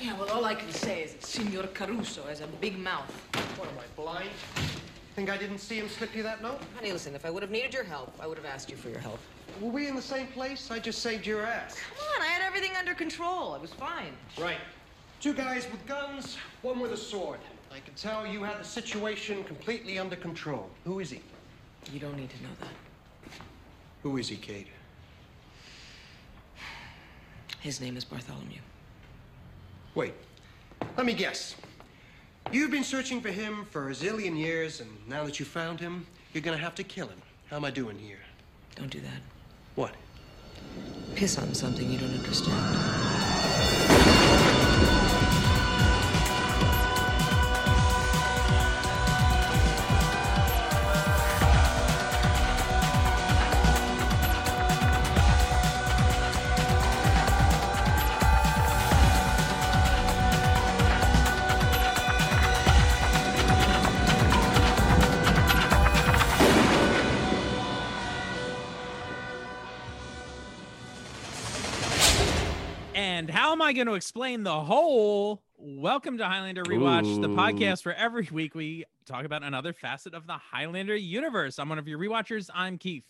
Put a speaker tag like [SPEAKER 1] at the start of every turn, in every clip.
[SPEAKER 1] Yeah, well, all I can say is that Signor Caruso has a big mouth.
[SPEAKER 2] What am I, blind? Think I didn't see him slip you that note?
[SPEAKER 1] Honey, listen, if I would have needed your help, I would have asked you for your help.
[SPEAKER 2] Were we in the same place? I just saved your ass.
[SPEAKER 1] Come on, I had everything under control. I was fine.
[SPEAKER 2] Right. Two guys with guns, one with a sword. I can tell you had the situation completely under control. Who is he?
[SPEAKER 1] You don't need to know that.
[SPEAKER 2] Who is he, Kate?
[SPEAKER 1] His name is Bartholomew.
[SPEAKER 2] Wait. Let me guess. You've been searching for him for a zillion years, and now that you found him, you're gonna have to kill him. How am I doing here?
[SPEAKER 1] Don't do that.
[SPEAKER 2] What?
[SPEAKER 1] Piss on something you don't understand.
[SPEAKER 3] And how am I going to explain the whole? Welcome to Highlander Rewatch, the
[SPEAKER 4] Ooh.
[SPEAKER 3] podcast where every week we talk about another facet of the Highlander universe. I'm one of your rewatchers. I'm Keith.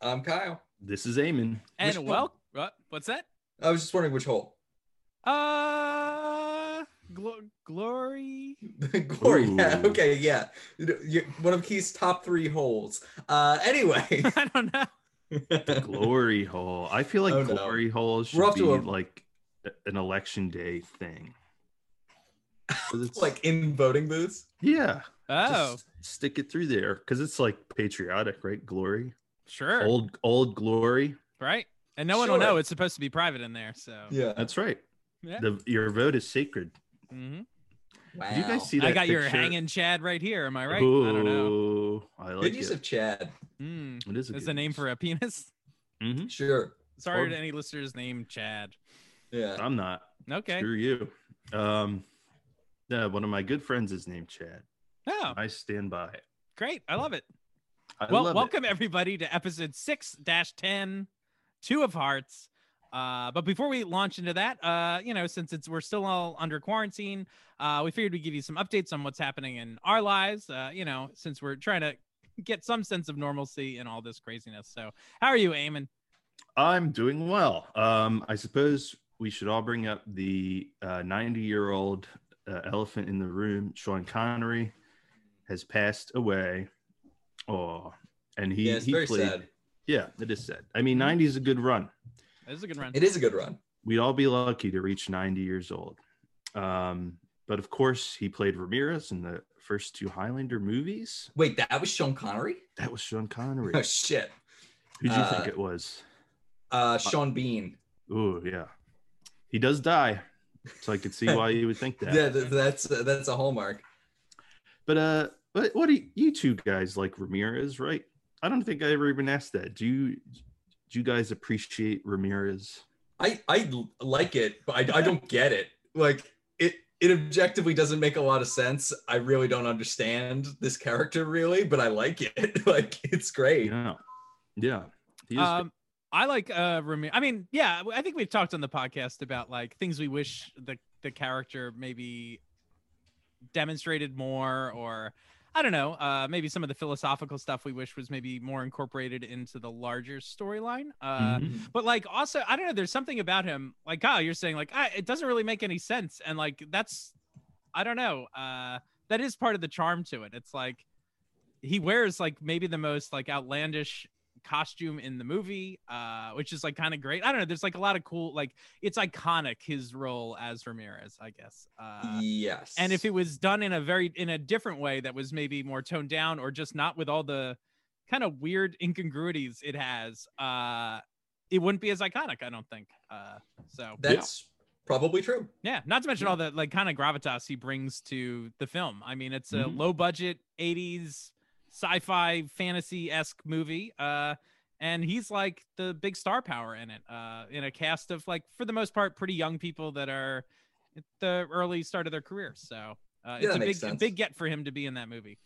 [SPEAKER 5] I'm Um, Kyle.
[SPEAKER 4] This is Eamon.
[SPEAKER 3] And
[SPEAKER 5] Which-
[SPEAKER 3] well, what, what's that?
[SPEAKER 5] I was just wondering which hole.
[SPEAKER 3] Uh, glo- glory.
[SPEAKER 5] Glory. Yeah.
[SPEAKER 4] Ooh.
[SPEAKER 5] Okay. Yeah. You- you- One of Keith's top three holes. Uh, anyway,
[SPEAKER 3] I don't know.
[SPEAKER 4] Glory hole. I feel like
[SPEAKER 5] Oh, no.
[SPEAKER 4] glory hole should
[SPEAKER 5] off
[SPEAKER 4] be
[SPEAKER 5] to a-
[SPEAKER 4] like an election day thing. 'Cause it's-
[SPEAKER 5] like in voting booths.
[SPEAKER 4] yeah,
[SPEAKER 3] Oh,
[SPEAKER 4] just stick it through there because it's like patriotic, right? Glory,
[SPEAKER 3] sure.
[SPEAKER 4] old old glory.
[SPEAKER 3] right. And no one will know
[SPEAKER 5] Sure.
[SPEAKER 3] it's supposed to be private in there. So,
[SPEAKER 5] Yeah.
[SPEAKER 4] That's right.
[SPEAKER 3] Yeah.
[SPEAKER 4] The your vote is sacred.
[SPEAKER 3] Mhm.
[SPEAKER 5] wow.
[SPEAKER 4] Did you guys see that?
[SPEAKER 3] I got your
[SPEAKER 4] picture?
[SPEAKER 3] hanging Chad right here. Am I right? I don't know.
[SPEAKER 4] Ooh, I like
[SPEAKER 5] Good use
[SPEAKER 4] it.
[SPEAKER 5] of Chad.
[SPEAKER 3] Mm.
[SPEAKER 4] it is a
[SPEAKER 3] Is
[SPEAKER 4] good
[SPEAKER 3] the name
[SPEAKER 4] use.
[SPEAKER 3] for a penis?
[SPEAKER 4] Mhm.
[SPEAKER 5] Sure.
[SPEAKER 3] Sorry
[SPEAKER 5] Or-
[SPEAKER 3] to any listeners named Chad.
[SPEAKER 5] Yeah.
[SPEAKER 4] I'm not.
[SPEAKER 3] Okay.
[SPEAKER 4] Screw you. Um, yeah, one of my good friends is named Chad.
[SPEAKER 3] Oh,
[SPEAKER 4] I stand by it.
[SPEAKER 3] great. I love it.
[SPEAKER 4] I
[SPEAKER 3] well,
[SPEAKER 4] love it.
[SPEAKER 3] welcome everybody to episode 6 10, Two of Hearts. Uh, but before we launch into that, uh, you know, since it's we're still all under quarantine, uh, we figured we'd give you some updates on what's happening in our lives, uh, you know, since we're trying to get some sense of normalcy in all this craziness. So, how are you, Eamon?
[SPEAKER 4] I'm doing well. Um, I suppose we should all bring up the 90 year old uh, elephant in the room. Sean Connery has passed away. Oh, and he,
[SPEAKER 5] yeah. It's
[SPEAKER 4] he
[SPEAKER 5] very
[SPEAKER 4] played.
[SPEAKER 5] sad. Mm-hmm.
[SPEAKER 4] Yeah, it is sad. I mean, 90 is a good run.
[SPEAKER 3] This is a good run.
[SPEAKER 5] It is a good run.
[SPEAKER 4] We'd all be lucky to reach 90 years old. Um, but of course, he played Ramirez in the first two Highlander movies.
[SPEAKER 5] Wait, that was Sean Connery.
[SPEAKER 4] That was Sean Connery.
[SPEAKER 5] Oh shit.
[SPEAKER 4] Who do you think
[SPEAKER 5] uh,
[SPEAKER 4] it was?
[SPEAKER 5] Uh, Sean Bean.
[SPEAKER 4] Oh, yeah. He does die. So I could see why you would think that.
[SPEAKER 5] Yeah. th- that's uh, that's a hallmark.
[SPEAKER 4] But uh, what, what do you two guys like Ramirez, right? I don't think I ever even asked that. Do you do you guys appreciate Ramirez?
[SPEAKER 5] I I l- like it, but I, I don't get it. Like it it objectively doesn't make a lot of sense. I really don't understand this character really, but I like it. Like it's great.
[SPEAKER 4] Yeah, yeah. He is
[SPEAKER 3] Um, I like uh Ramirez. I mean, yeah, I think we've talked on the podcast about like things we wish the the character maybe demonstrated more or I don't know, uh maybe some of the philosophical stuff we wish was maybe more incorporated into the larger storyline. Uh
[SPEAKER 4] Mhm.
[SPEAKER 3] but like also I don't know, there's something about him like Kyle, you're saying like ah, it doesn't really make any sense and like that's I don't know, uh that is part of the charm to it. It's like he wears like maybe the most like outlandish costume in the movie uh which is like kind of great i don't know there's like a lot of cool like it's iconic his role as ramirez i guess uh
[SPEAKER 5] yes.
[SPEAKER 3] and if it was done in a very in a different way that was maybe more toned down or just not with all the kind of weird incongruities it has uh it wouldn't be as iconic i don't think uh so
[SPEAKER 5] That's probably true.
[SPEAKER 3] yeah not to mention
[SPEAKER 5] Yeah.
[SPEAKER 3] all the like kind of gravitas he brings to the film i mean it's a
[SPEAKER 5] Mm-hmm.
[SPEAKER 4] Mhm.
[SPEAKER 3] low budget 80s sci-fi fantasy-esque movie uh and he's like the big star power in it uh in a cast of like for the most part pretty young people that are at the early start of their career so uh,
[SPEAKER 5] Yeah,
[SPEAKER 3] it's
[SPEAKER 5] that
[SPEAKER 3] a big,
[SPEAKER 5] makes
[SPEAKER 3] a
[SPEAKER 5] sense.
[SPEAKER 3] big get for him to be in that movie.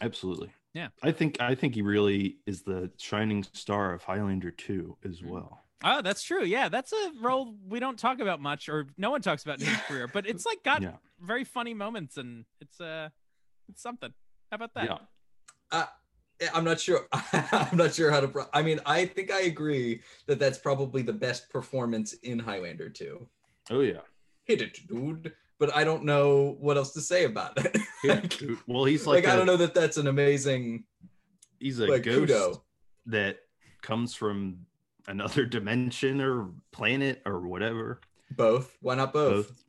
[SPEAKER 4] absolutely.
[SPEAKER 3] Yeah.
[SPEAKER 4] I think I think he really is the shining star of Highlander two as
[SPEAKER 5] Mm-hmm.
[SPEAKER 3] Mhm.
[SPEAKER 4] well.
[SPEAKER 3] Oh, that's true. Yeah, that's a role we don't talk about much, or no one talks about in his career. But it's like got
[SPEAKER 4] Yeah.
[SPEAKER 3] very funny moments, and it's uh, it's something. How about that?
[SPEAKER 4] Yeah.
[SPEAKER 5] Yeah, I'm not sure. I'm not sure how to. Pro- I mean, I think I agree that that's probably the best performance in Highlander 2.
[SPEAKER 4] Oh yeah.
[SPEAKER 5] Hit it, dude. But I don't know what else to say about it.
[SPEAKER 4] Yeah, dude. well, he's like,
[SPEAKER 5] like, I
[SPEAKER 4] a-
[SPEAKER 5] don't know that that's an amazing
[SPEAKER 4] He's a
[SPEAKER 5] like
[SPEAKER 4] ghost
[SPEAKER 5] kudo.
[SPEAKER 4] that comes from another dimension or planet or whatever.
[SPEAKER 5] Both. Why not both?
[SPEAKER 4] Both.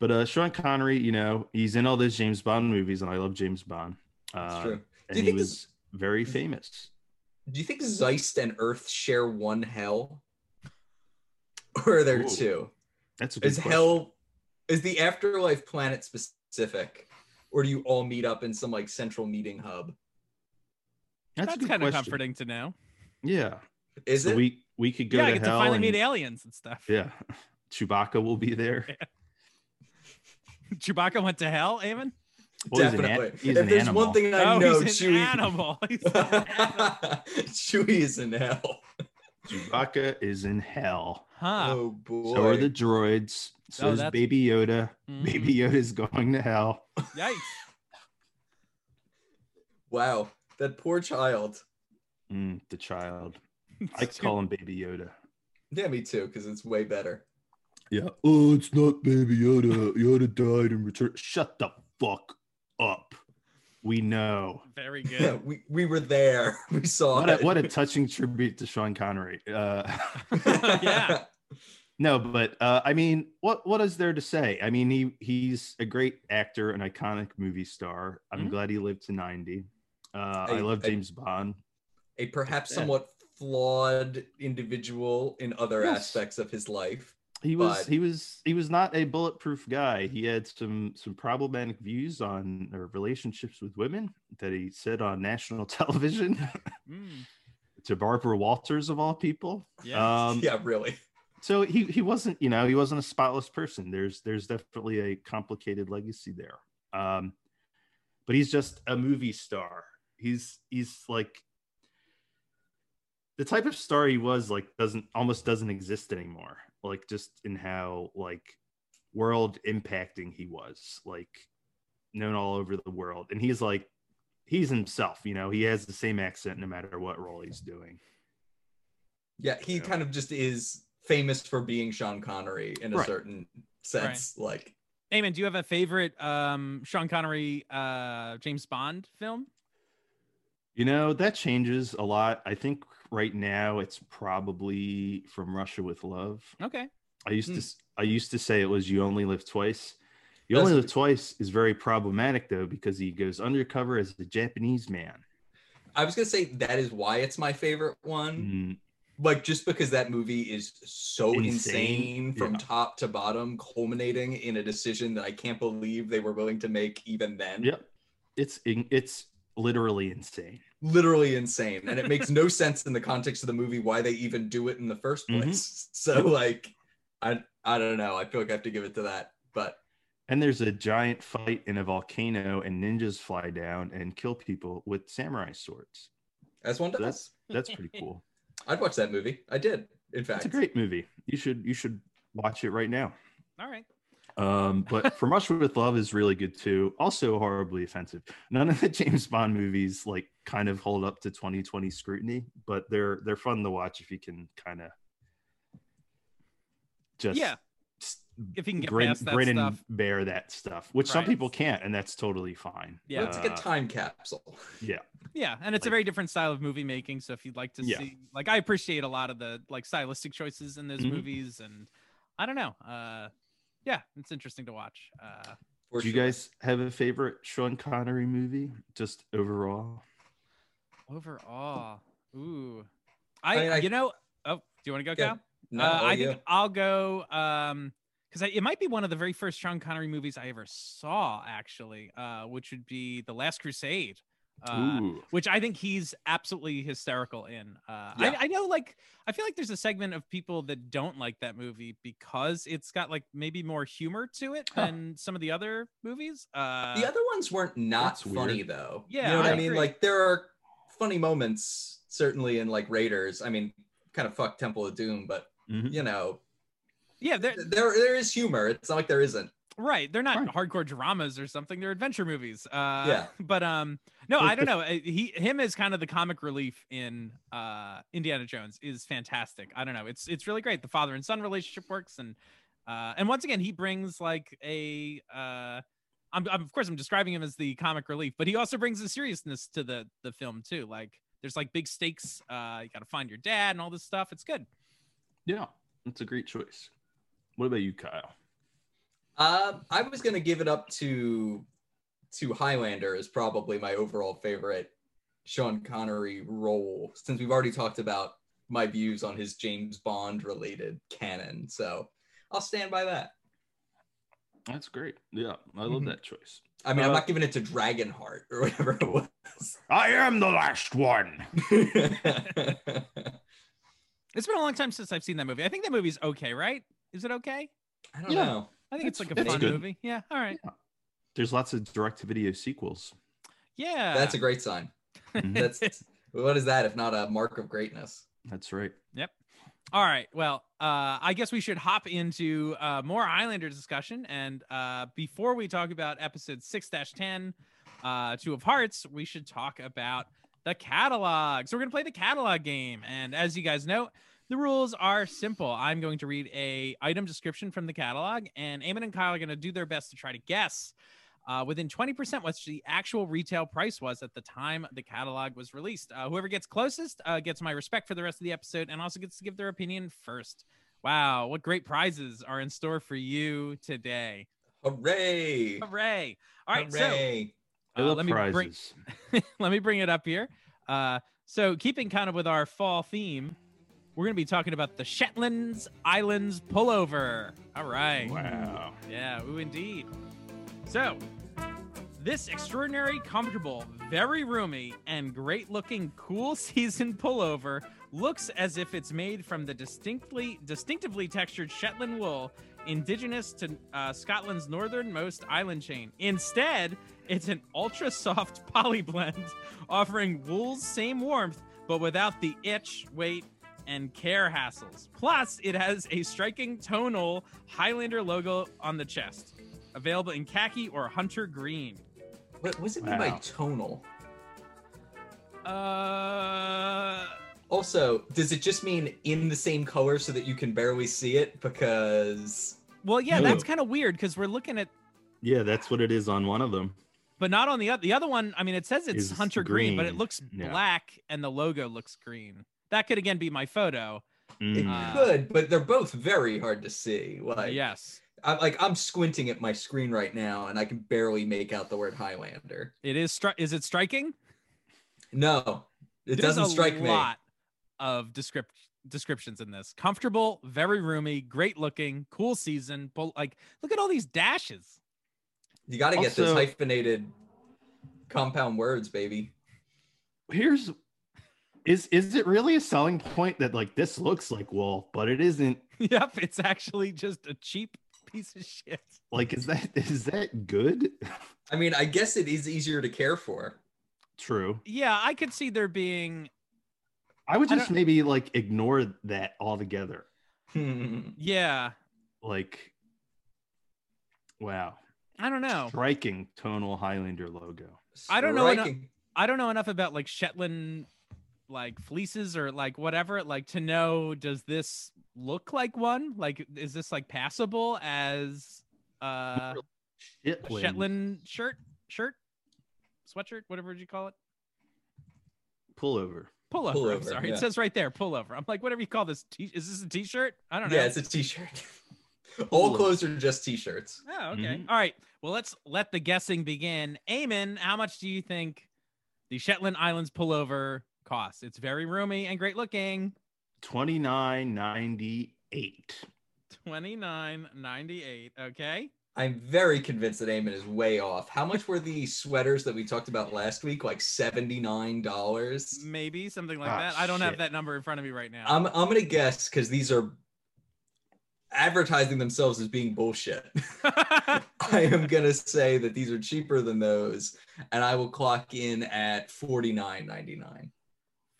[SPEAKER 4] But uh, Sean Connery, you know, he's in all those James Bond movies, and I love James Bond. Uh,
[SPEAKER 5] That's true.
[SPEAKER 4] And
[SPEAKER 5] Do you
[SPEAKER 4] he
[SPEAKER 5] think
[SPEAKER 4] was
[SPEAKER 5] this-
[SPEAKER 4] very famous.
[SPEAKER 5] Do you think Zeist and Earth share one hell? Or are there
[SPEAKER 4] Ooh,
[SPEAKER 5] two?
[SPEAKER 4] That's a good
[SPEAKER 5] Is
[SPEAKER 4] question.
[SPEAKER 5] hell is the afterlife planet specific? Or do you all meet up in some like central meeting hub?
[SPEAKER 4] That's, a
[SPEAKER 3] That's
[SPEAKER 4] good
[SPEAKER 3] kind of
[SPEAKER 4] question.
[SPEAKER 3] comforting to know.
[SPEAKER 4] Yeah.
[SPEAKER 5] Is
[SPEAKER 4] So
[SPEAKER 5] it?
[SPEAKER 4] we we could go
[SPEAKER 3] yeah,
[SPEAKER 4] to
[SPEAKER 3] I get to
[SPEAKER 4] hell.
[SPEAKER 3] finally
[SPEAKER 4] and-
[SPEAKER 3] meet aliens and stuff.
[SPEAKER 4] yeah. Chewbacca will be there.
[SPEAKER 3] Chewbacca went to hell, Eamon?
[SPEAKER 4] Well, he's an an-
[SPEAKER 5] Definitely.
[SPEAKER 4] he's
[SPEAKER 5] if
[SPEAKER 4] an
[SPEAKER 5] there's one
[SPEAKER 4] animal.
[SPEAKER 5] thing I
[SPEAKER 3] oh,
[SPEAKER 5] know,
[SPEAKER 3] he's an
[SPEAKER 5] Chewie.
[SPEAKER 3] animal. He's an animal.
[SPEAKER 5] Chewie is in hell.
[SPEAKER 4] Chewbacca is in hell.
[SPEAKER 3] Huh.
[SPEAKER 5] Oh boy.
[SPEAKER 4] So are the droids. So
[SPEAKER 3] Oh,
[SPEAKER 4] is
[SPEAKER 3] that's-
[SPEAKER 4] Baby Yoda.
[SPEAKER 3] Mm,
[SPEAKER 4] Baby Yoda's going to hell.
[SPEAKER 3] Yikes.
[SPEAKER 5] wow. That poor child.
[SPEAKER 4] Mm, the child. I call him Baby Yoda.
[SPEAKER 5] Yeah, me too, because it's way better.
[SPEAKER 4] Yeah. Oh, it's not Baby Yoda. Yoda died in return. Shut the fuck up. We know.
[SPEAKER 3] Very
[SPEAKER 5] Yeah,
[SPEAKER 3] good.
[SPEAKER 5] we, we were there. We saw
[SPEAKER 4] What a,
[SPEAKER 5] it.
[SPEAKER 4] what a touching tribute to Sean Connery. Uh,
[SPEAKER 3] Yeah.
[SPEAKER 4] no, but uh, I mean, what what is there to say? I mean, he he's a great actor, an iconic movie star. I'm
[SPEAKER 3] Mhm.
[SPEAKER 4] glad he lived to 90. Uh, I,
[SPEAKER 5] Mm-hmm. I-
[SPEAKER 4] love
[SPEAKER 5] I-
[SPEAKER 4] James Bond.
[SPEAKER 5] a perhaps
[SPEAKER 4] Yeah.
[SPEAKER 5] somewhat flawed individual in other
[SPEAKER 4] Yes.
[SPEAKER 5] aspects of his life.
[SPEAKER 4] He was
[SPEAKER 5] but-
[SPEAKER 4] he was he was not a bulletproof guy. He had some some problematic views on or relationships with women that he said on national television.
[SPEAKER 3] Mm,
[SPEAKER 4] to Barbara Walters of all people.
[SPEAKER 3] yeah.
[SPEAKER 4] Um,
[SPEAKER 5] yeah, really.
[SPEAKER 4] So he he wasn't you know he wasn't a spotless person. There's there's definitely a complicated legacy there. Um, but he's just a movie star. He's he's like the type of star he was like doesn't almost doesn't exist anymore. Like just in how like world impacting he was like known all over the world and he's like he's himself you know he has the same accent no matter what role he's doing
[SPEAKER 5] Yeah, he
[SPEAKER 4] Yeah.
[SPEAKER 5] kind of just is famous for being Sean Connery in a
[SPEAKER 4] Right.
[SPEAKER 5] certain sense. Like,
[SPEAKER 3] Eamon, do you have a favorite um, Sean Connery uh, James Bond film?
[SPEAKER 4] You know, that changes a lot. I think right now it's probably from Russia with Love.
[SPEAKER 3] Okay.
[SPEAKER 4] I used
[SPEAKER 5] Hmm.
[SPEAKER 4] to s- I used to say it was You Only Live Twice. You
[SPEAKER 5] That's-
[SPEAKER 4] Only Live Twice is very problematic though because he goes undercover as a Japanese man.
[SPEAKER 5] I was gonna say that is why it's my favorite one.
[SPEAKER 4] Mm,
[SPEAKER 5] Like, just because that movie is so insane,
[SPEAKER 4] Insane,
[SPEAKER 5] from
[SPEAKER 4] yeah.
[SPEAKER 5] top to bottom, culminating in a decision that I can't believe they were willing to make even then.
[SPEAKER 4] Yep. It's in- it's literally insane.
[SPEAKER 5] literally insane and it makes no sense in the context of the movie why they even do it in the first place
[SPEAKER 4] Mhm.
[SPEAKER 5] so like i i don't know i feel like i have to give it to that but
[SPEAKER 4] And there's a giant fight in a volcano and ninjas fly down and kill people with samurai swords.
[SPEAKER 5] as one does
[SPEAKER 4] That's that's pretty cool.
[SPEAKER 5] i'd watch that movie i did in fact
[SPEAKER 4] It's a great movie. You should you should watch it right now.
[SPEAKER 3] All right.
[SPEAKER 4] Um, but From Russia with Love is really good too. Also horribly offensive. None of the James Bond movies like kind of hold up to 2020 scrutiny, but they're they're fun to watch if you can kind of just
[SPEAKER 3] Yeah.
[SPEAKER 4] s-
[SPEAKER 3] If you can get
[SPEAKER 4] grin,
[SPEAKER 3] past that
[SPEAKER 4] grin
[SPEAKER 3] stuff.
[SPEAKER 4] and bear that stuff, which some
[SPEAKER 3] Right.
[SPEAKER 4] people can't, and that's totally fine.
[SPEAKER 3] Yeah.
[SPEAKER 5] Well, it's like a
[SPEAKER 4] Uh,
[SPEAKER 5] time capsule
[SPEAKER 4] yeah.
[SPEAKER 3] Yeah, and it's a
[SPEAKER 4] Like-
[SPEAKER 3] very different style of movie making. So if you'd like to
[SPEAKER 4] Yeah.
[SPEAKER 3] see, like, I appreciate a lot of the like stylistic choices in those
[SPEAKER 4] Mhm.
[SPEAKER 3] movies, and I don't know, uh, yeah, it's interesting to watch. Uh,
[SPEAKER 5] for
[SPEAKER 4] Do you
[SPEAKER 5] sure.
[SPEAKER 4] guys have a favorite Sean Connery movie, just overall?
[SPEAKER 3] overall, ooh, I,
[SPEAKER 5] I mean, I-
[SPEAKER 3] you know, oh, do you want to go,
[SPEAKER 5] Yeah,
[SPEAKER 3] Cal?
[SPEAKER 5] no, oh,
[SPEAKER 3] uh,
[SPEAKER 5] all
[SPEAKER 3] I
[SPEAKER 5] you.
[SPEAKER 3] think I'll go um because it might be one of the very first Sean Connery movies I ever saw, actually, uh, which would be The Last Crusade. Uh,
[SPEAKER 4] Ooh,
[SPEAKER 3] which I think he's absolutely hysterical in. Uh,
[SPEAKER 5] Yeah.
[SPEAKER 3] I, I know, like, I feel like there's a segment of people that don't like that movie because it's got like maybe more humor to it
[SPEAKER 5] Huh.
[SPEAKER 3] than some of the other movies. Uh,
[SPEAKER 5] the other ones weren't not
[SPEAKER 4] That's weird.
[SPEAKER 5] funny though
[SPEAKER 3] Yeah,
[SPEAKER 5] you know what
[SPEAKER 3] I
[SPEAKER 5] i mean
[SPEAKER 3] agree.
[SPEAKER 5] like there are funny moments certainly in like raiders i mean kind of fuck Temple of Doom, but
[SPEAKER 4] Mhm.
[SPEAKER 5] you know,
[SPEAKER 3] Yeah, they're
[SPEAKER 5] there there is humor. It's not like there isn't.
[SPEAKER 3] right. They're not hardcore dramas or something. They're adventure movies. Uh,
[SPEAKER 5] Yeah.
[SPEAKER 3] But um, no,
[SPEAKER 4] Well,
[SPEAKER 3] I don't
[SPEAKER 4] the-
[SPEAKER 3] know. Uh, He him is kind of the comic relief in uh Indiana Jones is fantastic. I don't know. It's it's really great. The father and son relationship works, and uh, and once again he brings like a uh. I'm, I'm, of course, I'm describing him as the comic relief, but he also brings a seriousness to the the film too. Like, there's like big stakes. Uh, you got to find your dad and all this stuff. It's good.
[SPEAKER 4] Yeah, that's a great choice. What about you, Kyle?
[SPEAKER 5] Um, I was gonna give it up to to Highlander is probably my overall favorite Sean Connery role since we've already talked about my views on his James Bond related canon. So I'll stand by that.
[SPEAKER 4] That's great. Yeah, I love
[SPEAKER 3] Mhm.
[SPEAKER 4] that choice.
[SPEAKER 5] I mean,
[SPEAKER 4] Uh,
[SPEAKER 5] I'm not giving it to Dragonheart or whatever it
[SPEAKER 4] I am the last one.
[SPEAKER 5] was.
[SPEAKER 3] It's been a long time since I've seen that movie. I think that movie's okay, right? Is it okay?
[SPEAKER 5] I don't
[SPEAKER 4] Yeah.
[SPEAKER 5] know.
[SPEAKER 3] I think it's
[SPEAKER 4] It's-
[SPEAKER 3] like a
[SPEAKER 4] it's
[SPEAKER 3] fun
[SPEAKER 4] good.
[SPEAKER 3] movie. Yeah. All right.
[SPEAKER 4] There's lots of direct-to-video sequels. Mm-hmm.
[SPEAKER 3] Yeah.
[SPEAKER 5] That's a great sign. That's what is that if not a mark of greatness?
[SPEAKER 4] That's right.
[SPEAKER 3] All right. Well, uh, I guess we should hop into uh, more Islander discussion. And uh, before we talk about episode 6 10, uh, Two of Hearts, we should talk about the catalog. So we're going to play the catalog game. And as you guys know, the rules are simple. I'm going to read a item description from the catalog, and Eamon and Kyle are going to do their best to try to guess uh, within 20% what the actual retail price was at the time the catalog was released. Uh, whoever gets closest uh, gets my respect for the rest of the episode and also gets to give their opinion first. Wow, what great prizes are in store for you today!
[SPEAKER 5] Hooray!
[SPEAKER 3] Hooray! All right,
[SPEAKER 5] Hooray!
[SPEAKER 4] I
[SPEAKER 3] Uh,
[SPEAKER 4] love
[SPEAKER 3] let me bring-
[SPEAKER 4] prizes.
[SPEAKER 3] so let me bring it up here. Uh, so, keeping kind of with our fall theme, we're going to be talking about the Shetlands Islands pullover. All right.
[SPEAKER 4] Wow.
[SPEAKER 3] Yeah, ooh, indeed. So, this extraordinary, comfortable, very roomy, and great looking cool season pullover looks as if it's made from the distinctly, distinctively textured Shetland wool indigenous to uh, Scotland's northernmost island chain. Instead, it's an ultra soft poly blend offering wool's same warmth but without the itch, weight, and care hassles. Plus, it has a striking tonal Highlander logo on the chest. Available in khaki or hunter green.
[SPEAKER 5] What was it mean by
[SPEAKER 4] Wow.
[SPEAKER 5] tonal?
[SPEAKER 3] Uh,
[SPEAKER 5] Also, does it just mean in the same color so that you can barely see it? Because
[SPEAKER 3] well, yeah, that's
[SPEAKER 4] Ooh.
[SPEAKER 3] kind of weird because we're looking at,
[SPEAKER 4] Yeah, that's what it is on one of them.
[SPEAKER 3] but not on the other. The other one, I mean, it says it's
[SPEAKER 4] Is
[SPEAKER 3] hunter green, but it
[SPEAKER 4] green,
[SPEAKER 3] looks
[SPEAKER 4] yeah.
[SPEAKER 3] black and the logo looks green. That could again be my photo.
[SPEAKER 5] it
[SPEAKER 4] Mm.
[SPEAKER 3] Uh,
[SPEAKER 5] could, but they're both very hard to see. Like,
[SPEAKER 3] yes,
[SPEAKER 5] I'm like I'm squinting at my screen right now, and I can barely make out the word Highlander.
[SPEAKER 3] it is. Stri- is it striking?
[SPEAKER 5] No, it
[SPEAKER 3] There's
[SPEAKER 5] doesn't
[SPEAKER 3] a
[SPEAKER 5] strike me.
[SPEAKER 3] lot of descript- descriptions in this. Comfortable, very roomy, great looking, cool season. But like, look at all these dashes.
[SPEAKER 5] You got to get this
[SPEAKER 4] Also-
[SPEAKER 5] hyphenated compound words, baby.
[SPEAKER 4] Here's is is it really a selling point that like this looks like wool, but it isn't?
[SPEAKER 3] yep, it's actually just a cheap piece of shit.
[SPEAKER 4] Like, is that is that good?
[SPEAKER 5] I mean, I guess it is easier to care for.
[SPEAKER 4] True.
[SPEAKER 3] Yeah, I could see there being.
[SPEAKER 4] I would
[SPEAKER 3] I
[SPEAKER 4] just maybe like ignore that altogether.
[SPEAKER 5] Hmm.
[SPEAKER 3] Yeah,
[SPEAKER 4] Like, wow,
[SPEAKER 3] I don't know.
[SPEAKER 4] striking tonal Highlander logo.
[SPEAKER 3] I don't know enough-
[SPEAKER 5] Striking.
[SPEAKER 3] I don't know enough about like Shetland, like fleeces or like whatever, like to know does this look like one? Like, is this like passable as uh
[SPEAKER 4] Shetland.
[SPEAKER 3] Shetland shirt, shirt, sweatshirt, whatever you call it.
[SPEAKER 4] pullover.
[SPEAKER 3] Pullover. I'm
[SPEAKER 5] Pullover,
[SPEAKER 3] sorry,
[SPEAKER 5] yeah.
[SPEAKER 3] it says right there, pullover. I'm like, whatever you call this. T- is this a t-shirt? I don't know.
[SPEAKER 5] Yeah, it's a t-shirt. All
[SPEAKER 4] Ooh.
[SPEAKER 5] clothes are just t-shirts.
[SPEAKER 3] oh, okay.
[SPEAKER 5] mm-hmm.
[SPEAKER 4] Mhm.
[SPEAKER 3] All right. Well, let's let the guessing begin. Eamon, how much do you think the Shetland Islands pullover costs? It's very roomy and great looking.
[SPEAKER 4] Twenty nine ninety eight.
[SPEAKER 3] Twenty nine ninety eight. Okay.
[SPEAKER 5] I'm very convinced that Eamon is way off. How much were the sweaters that we talked about last week? Like $79?
[SPEAKER 3] Maybe something like
[SPEAKER 4] Ah,
[SPEAKER 3] that. I don't have
[SPEAKER 4] shit.
[SPEAKER 3] that number in front of me right now.
[SPEAKER 5] I'm, I'm going to guess because these are advertising themselves as being bullshit. I am going to say that these are cheaper than those, and I will clock in at $49.99.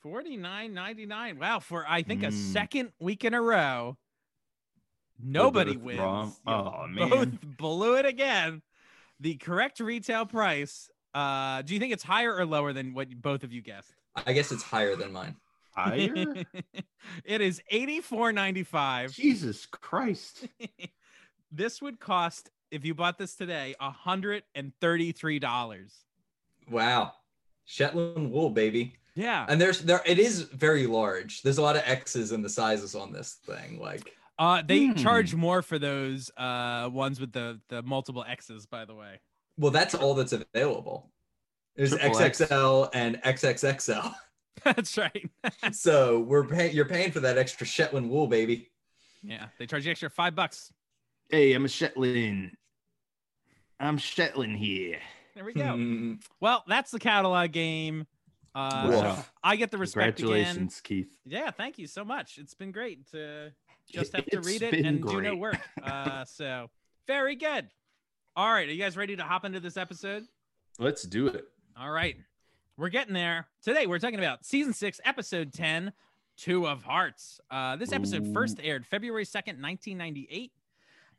[SPEAKER 3] 49.99. Wow, for I think a
[SPEAKER 4] Mm.
[SPEAKER 3] second week in a row.
[SPEAKER 4] We're both
[SPEAKER 3] Nobody wins.
[SPEAKER 4] wrong.
[SPEAKER 3] You
[SPEAKER 4] Oh, man.
[SPEAKER 3] Both blew it again. The correct retail price. Uh, do you think it's higher or lower than what both of you guessed?
[SPEAKER 5] I guess it's higher than mine.
[SPEAKER 4] Higher?
[SPEAKER 3] it is 84.95.
[SPEAKER 4] Jesus Christ.
[SPEAKER 3] This would cost if you bought this today $133.
[SPEAKER 5] Wow. Shetland wool, baby.
[SPEAKER 3] Yeah.
[SPEAKER 5] And there's there it is very large. There's a lot of X's in the sizes on this thing. Like
[SPEAKER 3] Uh, they
[SPEAKER 4] Hmm.
[SPEAKER 3] charge more for those uh ones with the the multiple X's, by the way.
[SPEAKER 5] well, that's all that's available. There's
[SPEAKER 4] Triple X.
[SPEAKER 5] XXL and XXXL.
[SPEAKER 3] That's right.
[SPEAKER 5] so we're paying you're paying for that extra Shetland wool, baby.
[SPEAKER 3] Yeah, they charge you extra five bucks.
[SPEAKER 4] Hey, I'm a Shetland. I'm Shetland here.
[SPEAKER 3] There we go.
[SPEAKER 5] Mm,
[SPEAKER 3] Well, that's the catalog game. Uh, so
[SPEAKER 4] Wow.
[SPEAKER 3] I get the respect again.
[SPEAKER 4] Congratulations, Keith.
[SPEAKER 3] Yeah, thank you so much. It's been great to just have to
[SPEAKER 4] It's
[SPEAKER 3] read it
[SPEAKER 4] been
[SPEAKER 3] and do no
[SPEAKER 4] great.
[SPEAKER 3] work. Uh, so very good. All right, are you guys ready to hop into this episode?
[SPEAKER 4] Let's do it.
[SPEAKER 3] All right. We're getting there. Today we're talking about season six, episode 10, Two of Hearts. Uh, this episode
[SPEAKER 4] Ooh.
[SPEAKER 3] first aired February 2nd, 1998.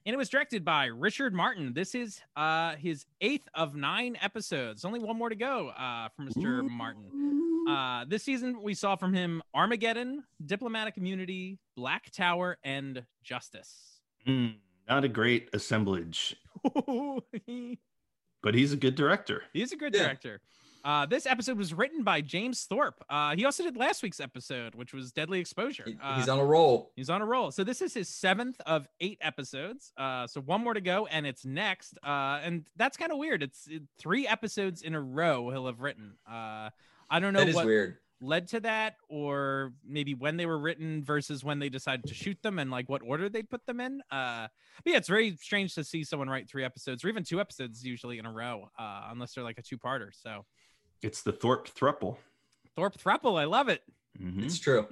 [SPEAKER 3] And it was directed by Richard Martin. This is uh, his eighth of nine episodes. Only one more to go uh, for Mr. Martin. Uh, this season, we saw from him Armageddon, Diplomatic Immunity, Black Tower, and Justice.
[SPEAKER 4] Mm, not a great assemblage,
[SPEAKER 3] He's
[SPEAKER 4] but he's a good director.
[SPEAKER 3] a good
[SPEAKER 5] Yeah.
[SPEAKER 3] director. Uh, this episode was written by James Thorpe. Uh, he also did last week's episode, which was Deadly Exposure.
[SPEAKER 5] he-
[SPEAKER 3] Uh,
[SPEAKER 5] he's on a roll.
[SPEAKER 3] he's on a roll. So this is his seventh of eight episodes. Uh, so one more to go, and it's next. Uh, and that's kind of weird. It's it, three episodes in a row he'll have written. Uh, I don't know
[SPEAKER 5] That is
[SPEAKER 3] what
[SPEAKER 5] weird.
[SPEAKER 3] led to that or maybe when they were written versus when they decided to shoot them and like what order they put them in uh but yeah it's very strange to see someone write three episodes or even two episodes usually in a row uh unless they're like a two-parter so
[SPEAKER 4] It's the Thorpe Thruple.
[SPEAKER 3] thorpe thruple i love it
[SPEAKER 4] Mhm.
[SPEAKER 5] It's true.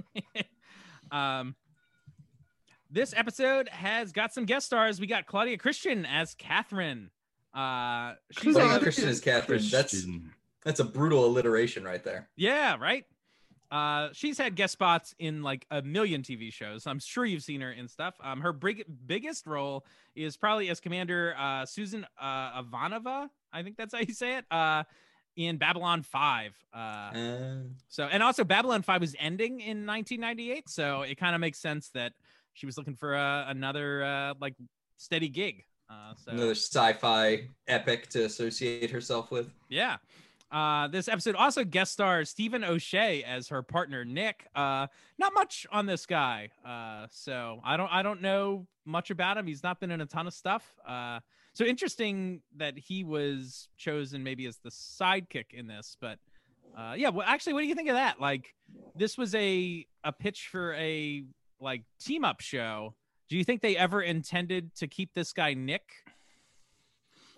[SPEAKER 3] um this episode has got some guest stars we got claudia christian as catherine uh she's
[SPEAKER 5] Claudia
[SPEAKER 3] also-
[SPEAKER 5] Christian is Catherine. That's
[SPEAKER 4] Christian.
[SPEAKER 5] that's a brutal alliteration right there.
[SPEAKER 3] Yeah, right. Uh, she's had guest spots in like a million TV shows. I'm sure you've seen her in stuff. Um, her big, biggest role is probably as Commander uh, Susan uh, Ivanova. I think that's how you say it. Uh, in Babylon Five. Uh,
[SPEAKER 5] Uh,
[SPEAKER 3] so, and also Babylon 5 was ending in 1998. So it kind of makes sense that she was looking for uh, another uh, like steady gig. Uh, so,
[SPEAKER 5] another sci-fi epic to associate herself with.
[SPEAKER 3] yeah. Uh, this episode also guest stars Stephen O'Shea as her partner Nick. Uh, not much on this guy, uh, so I don't I don't know much about him. He's not been in a ton of stuff. Uh, so interesting that he was chosen maybe as the sidekick in this. But uh, yeah, well, actually, what do you think of that? Like, this was a a pitch for a like team up show. Do you think they ever intended to keep this guy Nick?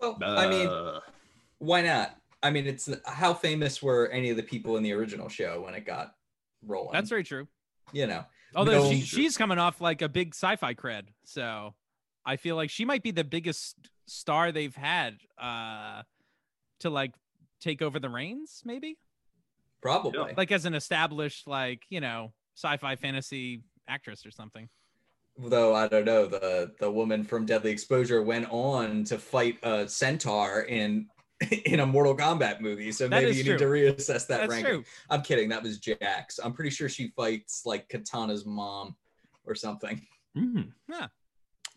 [SPEAKER 5] Well, I mean,
[SPEAKER 4] Uh,
[SPEAKER 5] why not? I mean, it's how famous were any of the people in the original show when it got rolling?
[SPEAKER 3] That's very true.
[SPEAKER 5] You know,
[SPEAKER 3] Although
[SPEAKER 5] No.
[SPEAKER 3] she, she's coming off like a big sci-fi cred, so I feel like she might be the biggest star they've had uh, to like take over the reins, maybe
[SPEAKER 5] probably.
[SPEAKER 3] like as an established like you know sci-fi fantasy actress or something.
[SPEAKER 5] Though I don't know, the the woman from Deadly Exposure went on to fight a centaur in in a Mortal Kombat movie, so
[SPEAKER 3] That
[SPEAKER 5] maybe
[SPEAKER 3] is
[SPEAKER 5] you need to
[SPEAKER 3] true.
[SPEAKER 5] reassess that
[SPEAKER 3] That's
[SPEAKER 5] ranking.
[SPEAKER 3] true.
[SPEAKER 5] I'm kidding. That was Jax. I'm pretty sure she fights like Katana's mom or something.
[SPEAKER 4] mm.
[SPEAKER 3] Yeah.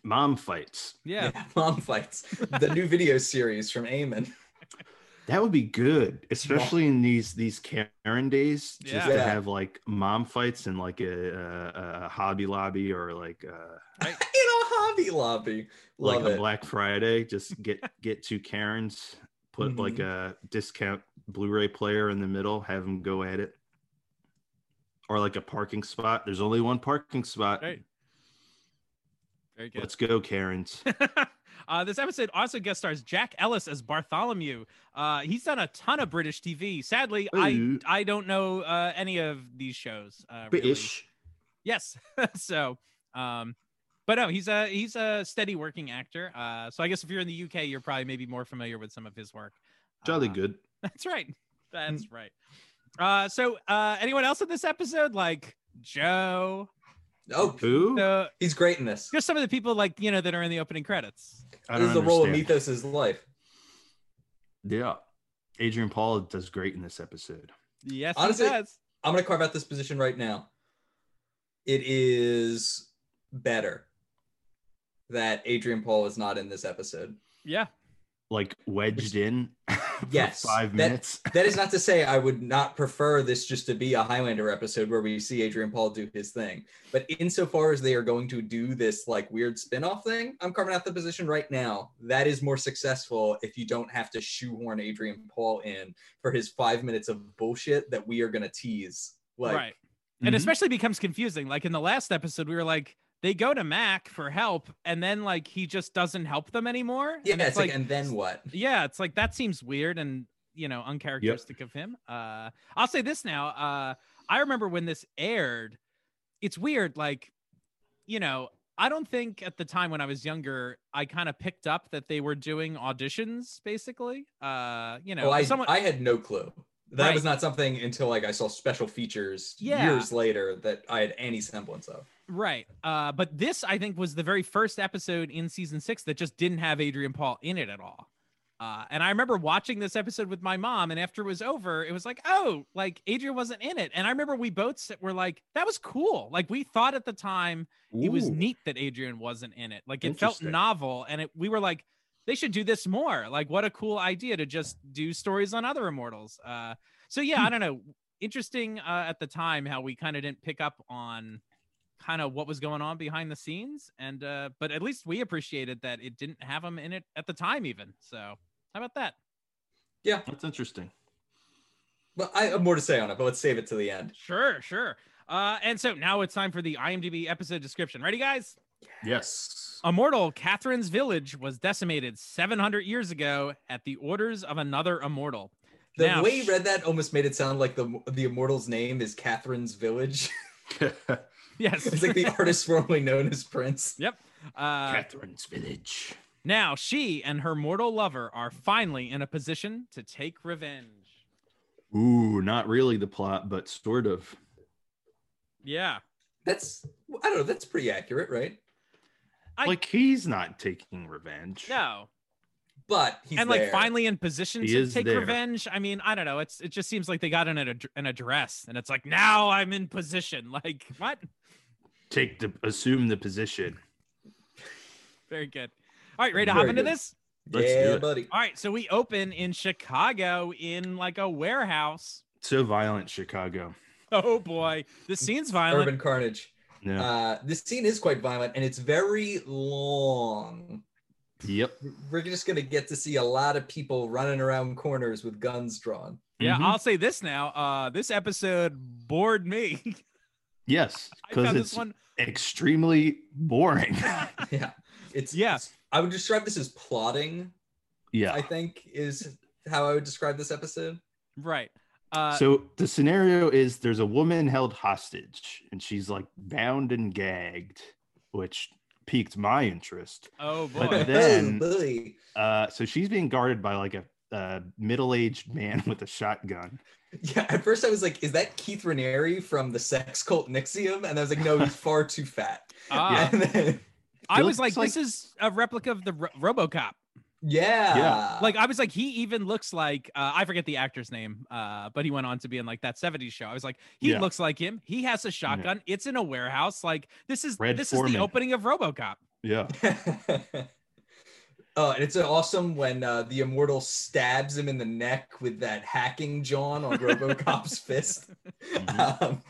[SPEAKER 4] Mom fights.
[SPEAKER 3] Yeah,
[SPEAKER 5] mom fights. The new video series from Eamon.
[SPEAKER 4] That would be good, especially in these these Karen days. Just
[SPEAKER 3] Yeah.
[SPEAKER 4] to
[SPEAKER 5] Yeah.
[SPEAKER 4] have like mom fights and like a, a, a Hobby Lobby or like a,
[SPEAKER 5] in a Hobby Lobby. Love
[SPEAKER 4] like a
[SPEAKER 5] it.
[SPEAKER 4] Black Friday. Just get get two Karens, put like
[SPEAKER 5] Mm-hmm.
[SPEAKER 4] a discount Blu-ray player in the middle, have them go at it, or like a parking spot. There's only one parking spot.
[SPEAKER 3] right. Very good.
[SPEAKER 4] Let's go, Karens.
[SPEAKER 3] uh, this episode also guest stars Jack Ellis as Bartholomew. Uh, he's done a ton of British TV. Sadly,
[SPEAKER 4] Ooh.
[SPEAKER 3] I I don't know uh, any of these shows. Uh, really.
[SPEAKER 4] British.
[SPEAKER 3] Yes. so, um, but no, he's a he's a steady working actor. Uh, so I guess if you're in the UK, you're probably maybe more familiar with some of his work.
[SPEAKER 4] Jolly
[SPEAKER 3] Uh,
[SPEAKER 4] good.
[SPEAKER 5] Mm-hmm.
[SPEAKER 3] That's right. That's right. Uh, so uh, anyone else in this episode, like Joe,
[SPEAKER 5] Oh,
[SPEAKER 4] Who?
[SPEAKER 3] the,
[SPEAKER 5] he's great in this.
[SPEAKER 3] just some of the people like you know that are in the opening credits.
[SPEAKER 4] I
[SPEAKER 5] this
[SPEAKER 4] don't
[SPEAKER 5] is the role of
[SPEAKER 4] understand.
[SPEAKER 5] Mythos' life.
[SPEAKER 4] Yeah. Adrian Paul does great in this episode.
[SPEAKER 3] Yes,
[SPEAKER 5] Honestly-
[SPEAKER 3] he does.
[SPEAKER 5] I'm gonna carve out this position right now. It is better that Adrian Paul is not in this episode.
[SPEAKER 3] Yeah,
[SPEAKER 4] Like wedged in for
[SPEAKER 5] Yes,
[SPEAKER 4] five
[SPEAKER 5] that-
[SPEAKER 4] minutes.
[SPEAKER 5] That is not to say I would not prefer this just to be a Highlander episode where we see Adrian Paul do his thing. But insofar as they are going to do this like weird spin-off thing, I'm carving out the position right now. That is more successful if you don't have to shoehorn Adrian Paul in for his five minutes of bullshit that we are gonna tease. Like mm-hmm.
[SPEAKER 3] right. and
[SPEAKER 4] Mhm.
[SPEAKER 3] especially becomes confusing. Like in the last episode, we were like, they go to Mac for help, and then like he just doesn't help them anymore.
[SPEAKER 5] yeah,
[SPEAKER 3] and
[SPEAKER 5] it's like, and then what?
[SPEAKER 3] yeah, it's like that seems weird and you know uncharacteristic of him. Uh, I'll say this now. Uh, I remember when this aired. It's weird, like you know. I don't think at the time when I was younger, I kind of picked up that they were doing auditions, basically. Uh, you know,
[SPEAKER 5] oh, I,
[SPEAKER 3] someone
[SPEAKER 5] I had no clue. That
[SPEAKER 3] Right.
[SPEAKER 5] was not something until like I saw special features
[SPEAKER 3] Yeah.
[SPEAKER 5] years later that I had any semblance of.
[SPEAKER 3] Right. Uh, but this, I think, was the very first episode in season six that just didn't have Adrian Paul in it at all. Uh, and I remember watching this episode with my mom, and after it was over, it was like, oh, like Adrian wasn't in it. And I remember we both s- were like, that was cool. Like we thought at the time it was
[SPEAKER 4] Ooh.
[SPEAKER 3] neat that Adrian wasn't in it. Like it felt
[SPEAKER 4] Interesting.
[SPEAKER 3] novel, and it, we were like, they should do this more. Like what a cool idea to just do stories on other immortals. Uh, so yeah, I don't know. Interesting uh, at the time how we kind of didn't pick up on kind of what was going on behind the scenes and uh but at least we appreciated that it didn't have him in it at the time even so how about that
[SPEAKER 4] That's interesting.
[SPEAKER 5] But I have more to say on it, but let's save it to the end.
[SPEAKER 3] sure sure uh and so now it's time for the imdb episode description ready guys
[SPEAKER 4] Yes.
[SPEAKER 3] immortal catherine's village was decimated 700 years ago at the orders of another immortal
[SPEAKER 5] The
[SPEAKER 3] Now-
[SPEAKER 5] way you read that almost made it sound like the the immortal's name is Catherine's Village.
[SPEAKER 3] yes
[SPEAKER 5] it's like the artist formerly known as Prince.
[SPEAKER 3] uh
[SPEAKER 4] Catherine's Village.
[SPEAKER 3] now she and her mortal lover are finally in a position to take revenge
[SPEAKER 4] Ooh, not really the plot, but sort of.
[SPEAKER 3] yeah
[SPEAKER 5] That's I don't know. That's pretty accurate, right?
[SPEAKER 3] I-
[SPEAKER 4] like he's not taking revenge.
[SPEAKER 3] no
[SPEAKER 5] But he's
[SPEAKER 3] and
[SPEAKER 5] there.
[SPEAKER 3] like finally in position
[SPEAKER 4] He
[SPEAKER 3] to
[SPEAKER 4] is
[SPEAKER 3] take
[SPEAKER 4] there.
[SPEAKER 3] revenge. I mean, I don't know. It's it just seems like they got an ad- an address, and it's like now I'm in position. Like what?
[SPEAKER 4] Take the assume the position.
[SPEAKER 3] Very good. All right, ready to hop
[SPEAKER 5] Very
[SPEAKER 3] into
[SPEAKER 5] good.
[SPEAKER 3] this?
[SPEAKER 4] Let's
[SPEAKER 5] yeah,
[SPEAKER 4] do it.
[SPEAKER 5] buddy.
[SPEAKER 3] All right, so we open in Chicago in like a warehouse.
[SPEAKER 4] So violent, Chicago.
[SPEAKER 3] Oh boy, this scene's violent.
[SPEAKER 5] Urban Carnage.
[SPEAKER 4] Yeah.
[SPEAKER 5] Uh, this scene is quite violent and it's very long.
[SPEAKER 4] yep.
[SPEAKER 5] we're just gonna get to see a lot of people running around corners with guns drawn.
[SPEAKER 3] Yeah,
[SPEAKER 4] Mhm.
[SPEAKER 3] I'll say this now. Uh, this episode bored me.
[SPEAKER 4] Yes.
[SPEAKER 3] I
[SPEAKER 4] Because
[SPEAKER 3] found
[SPEAKER 4] it's
[SPEAKER 3] this one.
[SPEAKER 4] extremely boring.
[SPEAKER 5] Yeah, it's
[SPEAKER 3] Yeah.
[SPEAKER 5] I would describe this as plotting.
[SPEAKER 4] yeah.
[SPEAKER 5] I think is how I would describe this episode.
[SPEAKER 3] Right. Uh,
[SPEAKER 4] so the scenario is there's a woman held hostage and she's like bound and gagged, which piqued my interest.
[SPEAKER 3] oh boy.
[SPEAKER 4] But then-
[SPEAKER 5] oh, boy.
[SPEAKER 4] Uh, so she's being guarded by like a, a middle-aged man with a shotgun.
[SPEAKER 5] yeah. At first, I was like, "Is that Keith Raniere from the sex cult Nixium?" And I was like, "No, he's far too fat."
[SPEAKER 3] Ah,
[SPEAKER 5] And then-
[SPEAKER 3] I was like,
[SPEAKER 4] Looks
[SPEAKER 3] this is a replica of the Ro- RoboCop.
[SPEAKER 5] yeah,
[SPEAKER 4] Yeah,
[SPEAKER 3] like I was like, he even looks like uh, I forget the actor's name, uh, but he went on to be in like that '70s show. I was like, he
[SPEAKER 4] Yeah.
[SPEAKER 3] looks like him. He has a shotgun. It's in a warehouse. Like this is
[SPEAKER 4] Red
[SPEAKER 3] this is
[SPEAKER 4] Foreman.
[SPEAKER 3] the opening of RoboCop.
[SPEAKER 4] Yeah.
[SPEAKER 5] oh, and it's awesome when uh, the immortal stabs him in the neck with that hacking John on RoboCop's fist.
[SPEAKER 3] Mm-hmm.
[SPEAKER 4] Mhm.
[SPEAKER 5] Um,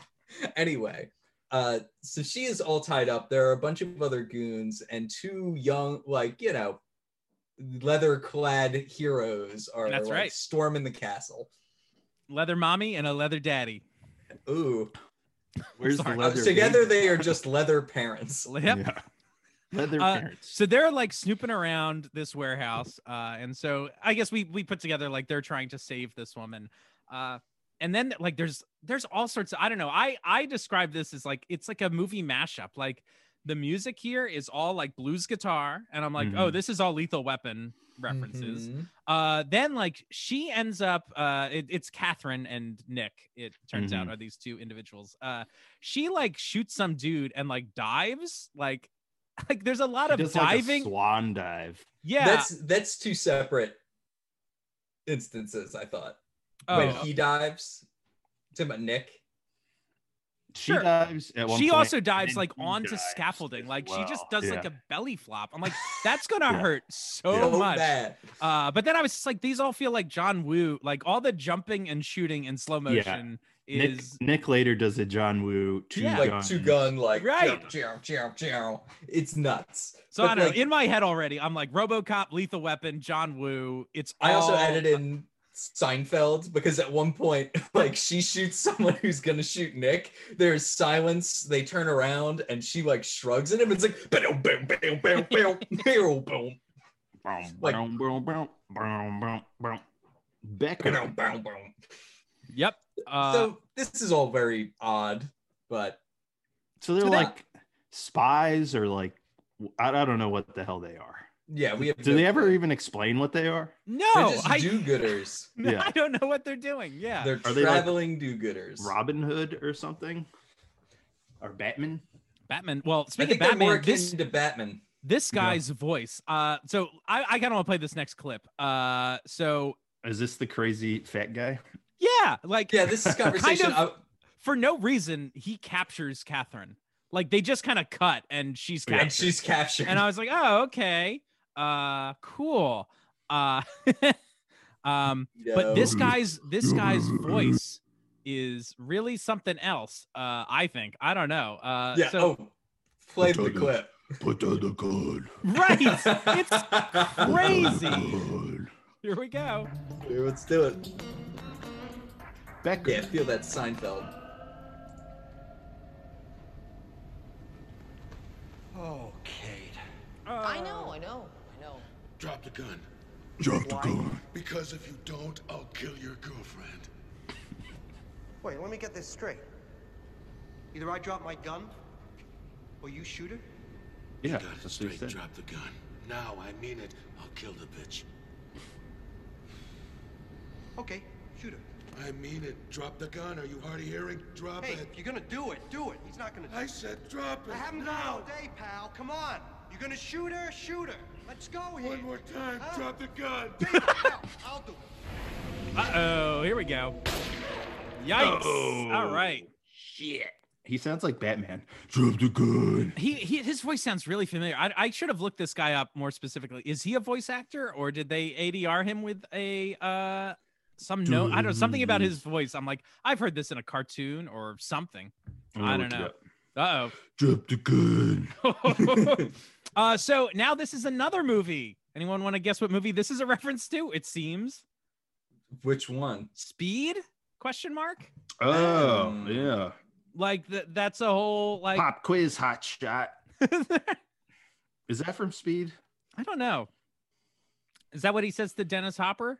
[SPEAKER 5] anyway, uh, so she is all tied up. There are a bunch of other goons and two young, like you know, leather-clad heroes are
[SPEAKER 3] That's
[SPEAKER 5] like,
[SPEAKER 3] right.
[SPEAKER 5] storming the castle.
[SPEAKER 3] Leather mommy and a leather daddy.
[SPEAKER 5] Ooh,
[SPEAKER 4] Where's
[SPEAKER 3] Sorry.
[SPEAKER 4] the
[SPEAKER 5] Uh,
[SPEAKER 4] leather?
[SPEAKER 5] together
[SPEAKER 4] baby?
[SPEAKER 5] they are just leather parents.
[SPEAKER 3] Yep.
[SPEAKER 4] Yeah. Leather
[SPEAKER 3] Uh,
[SPEAKER 4] parents.
[SPEAKER 3] So they're like snooping around this warehouse, uh, and so I guess we we put together like they're trying to save this woman, uh, and then like there's there's all sorts of I don't know I I describe this as like it's like a movie mashup like the music here is all like blues guitar, and I'm like,
[SPEAKER 4] Mhm.
[SPEAKER 3] oh, this is all Lethal Weapon references.
[SPEAKER 5] Mhm.
[SPEAKER 3] Uh, then like she ends up. Uh, it, it's Catherine and Nick. It turns out
[SPEAKER 4] Mm-hmm.
[SPEAKER 3] are these two individuals. Uh, she like shoots some dude and like dives. Like, like there's a lot
[SPEAKER 4] She
[SPEAKER 3] of
[SPEAKER 4] does, like, a
[SPEAKER 3] diving.
[SPEAKER 4] swan dive.
[SPEAKER 3] yeah.
[SPEAKER 5] That's that's two separate instances. I thought when
[SPEAKER 3] Oh.
[SPEAKER 5] he dives, talking about Nick.
[SPEAKER 4] She
[SPEAKER 3] Sure.
[SPEAKER 4] dives at one
[SPEAKER 3] she
[SPEAKER 4] point,
[SPEAKER 3] also
[SPEAKER 4] and
[SPEAKER 3] dives
[SPEAKER 4] then
[SPEAKER 3] like
[SPEAKER 4] he
[SPEAKER 3] onto
[SPEAKER 4] dives
[SPEAKER 3] scaffolding
[SPEAKER 4] as
[SPEAKER 3] like she just
[SPEAKER 4] well.
[SPEAKER 3] does
[SPEAKER 4] Yeah.
[SPEAKER 3] like a belly flop i'm like that's gonna
[SPEAKER 4] Yeah.
[SPEAKER 3] hurt so
[SPEAKER 4] Yeah.
[SPEAKER 5] So
[SPEAKER 3] much
[SPEAKER 5] bad.
[SPEAKER 3] uh but then i was just like these all feel like john woo like all the jumping and shooting in slow
[SPEAKER 4] Yeah.
[SPEAKER 3] motion
[SPEAKER 4] Nick,
[SPEAKER 3] is
[SPEAKER 4] Nick later does a John Woo two
[SPEAKER 3] Yeah.
[SPEAKER 5] like
[SPEAKER 4] guns.
[SPEAKER 5] two gun like
[SPEAKER 3] Right.
[SPEAKER 5] chow, chow, chow, chow. It's nuts.
[SPEAKER 3] so i
[SPEAKER 5] But,
[SPEAKER 3] don't
[SPEAKER 5] like,
[SPEAKER 3] know in my head already i'm like robocop lethal weapon john woo it's all...
[SPEAKER 5] I also added in Seinfeld because at one point, like she shoots someone who's gonna shoot Nick. There's silence. They turn around and she like shrugs at him. It's like boom, boom, boom, boom, boom, boom, boom,
[SPEAKER 4] Boom,
[SPEAKER 5] Like-
[SPEAKER 4] boom, boom, boom, boom, boom, boom. Becker.
[SPEAKER 5] boom, boom, boom.
[SPEAKER 3] yep uh
[SPEAKER 5] so this is all very odd, but
[SPEAKER 4] So they're
[SPEAKER 3] So that-
[SPEAKER 4] like spies or like I, I don't know what the hell they are.
[SPEAKER 5] yeah, we have.
[SPEAKER 4] Do
[SPEAKER 5] no
[SPEAKER 4] they ever
[SPEAKER 5] clue.
[SPEAKER 4] even explain what they are?
[SPEAKER 5] They're
[SPEAKER 3] no
[SPEAKER 5] just
[SPEAKER 3] I,
[SPEAKER 5] do-gooders.
[SPEAKER 4] Yeah.
[SPEAKER 3] I don't know what they're doing yeah
[SPEAKER 5] They're
[SPEAKER 4] Are they, like,
[SPEAKER 5] traveling do-gooders.
[SPEAKER 4] Robin Hood or something? Or Batman?
[SPEAKER 3] batman well
[SPEAKER 5] I
[SPEAKER 3] speaking of
[SPEAKER 5] think they're more
[SPEAKER 3] batman
[SPEAKER 5] akin
[SPEAKER 3] this
[SPEAKER 5] to Batman.
[SPEAKER 3] this
[SPEAKER 4] Yeah.
[SPEAKER 3] guy's voice uh so i i kind of want to play this next clip uh so
[SPEAKER 4] Is this the crazy fat guy?
[SPEAKER 3] yeah like
[SPEAKER 5] Yeah, this is conversation.
[SPEAKER 3] of- for no reason he captures catherine like they just kind of cut and she's
[SPEAKER 5] I-
[SPEAKER 3] captured.
[SPEAKER 5] and she's captured.
[SPEAKER 3] and i was like oh okay uh cool uh um but this
[SPEAKER 4] Yo.
[SPEAKER 3] guy's this guy's voice is really something else uh i think i don't know uh
[SPEAKER 5] yeah.
[SPEAKER 3] so
[SPEAKER 5] oh, play the
[SPEAKER 4] Totally.
[SPEAKER 5] clip.
[SPEAKER 4] Put down the gun.
[SPEAKER 3] right it's crazy
[SPEAKER 4] Crazy.
[SPEAKER 3] here we go
[SPEAKER 5] Here, let's do it.
[SPEAKER 4] Becker.
[SPEAKER 5] Yeah, feel that Seinfeld.
[SPEAKER 2] Oh, Kate.
[SPEAKER 6] I know, I know, I know.
[SPEAKER 7] Drop the gun.
[SPEAKER 4] Drop the gun.
[SPEAKER 7] Because if you don't, I'll kill your girlfriend.
[SPEAKER 2] Wait, let me get this straight. Either I drop my gun, or you shoot her.
[SPEAKER 4] Yeah,
[SPEAKER 7] Got it
[SPEAKER 4] that's what he
[SPEAKER 7] straight.
[SPEAKER 4] said.
[SPEAKER 7] Drop the gun. Now, I mean it. I'll kill the bitch.
[SPEAKER 2] Okay, shoot her.
[SPEAKER 7] I mean it. Drop the gun. Are you hard of hearing? Drop
[SPEAKER 2] Hey,
[SPEAKER 7] it.
[SPEAKER 2] if you're gonna do it, do it. He's not gonna.
[SPEAKER 7] I said drop it.
[SPEAKER 2] I haven't got all
[SPEAKER 7] now.
[SPEAKER 2] day, pal. Come on. You're gonna shoot her, shoot her. Let's go here.
[SPEAKER 7] One more time.
[SPEAKER 2] Huh?
[SPEAKER 7] Drop the gun.
[SPEAKER 2] Hey, hell, I'll do it.
[SPEAKER 3] uh-oh here we go yikes all right
[SPEAKER 4] He sounds like Batman. Drop the gun.
[SPEAKER 3] He, he his voice sounds really familiar. I, I should have looked this guy up more specifically. Is he a voice actor or did they ADR him with a uh some no I don't know something about his voice. I'm like I've heard this in a cartoon or something.
[SPEAKER 4] I'm gonna
[SPEAKER 3] I don't
[SPEAKER 4] look it
[SPEAKER 3] know.
[SPEAKER 4] up.
[SPEAKER 3] Uh
[SPEAKER 4] Drop the gun.
[SPEAKER 3] oh. uh so now this is another movie. Anyone want to guess what movie this is a reference to? It seems
[SPEAKER 5] Which one?
[SPEAKER 3] Speed question mark.
[SPEAKER 4] Oh,
[SPEAKER 5] Um,
[SPEAKER 4] yeah.
[SPEAKER 3] Like th- that's a whole like
[SPEAKER 4] Pop quiz, hot shot.
[SPEAKER 3] I
[SPEAKER 4] Is that from Speed?
[SPEAKER 3] don't know. Is that what he says to Dennis Hopper?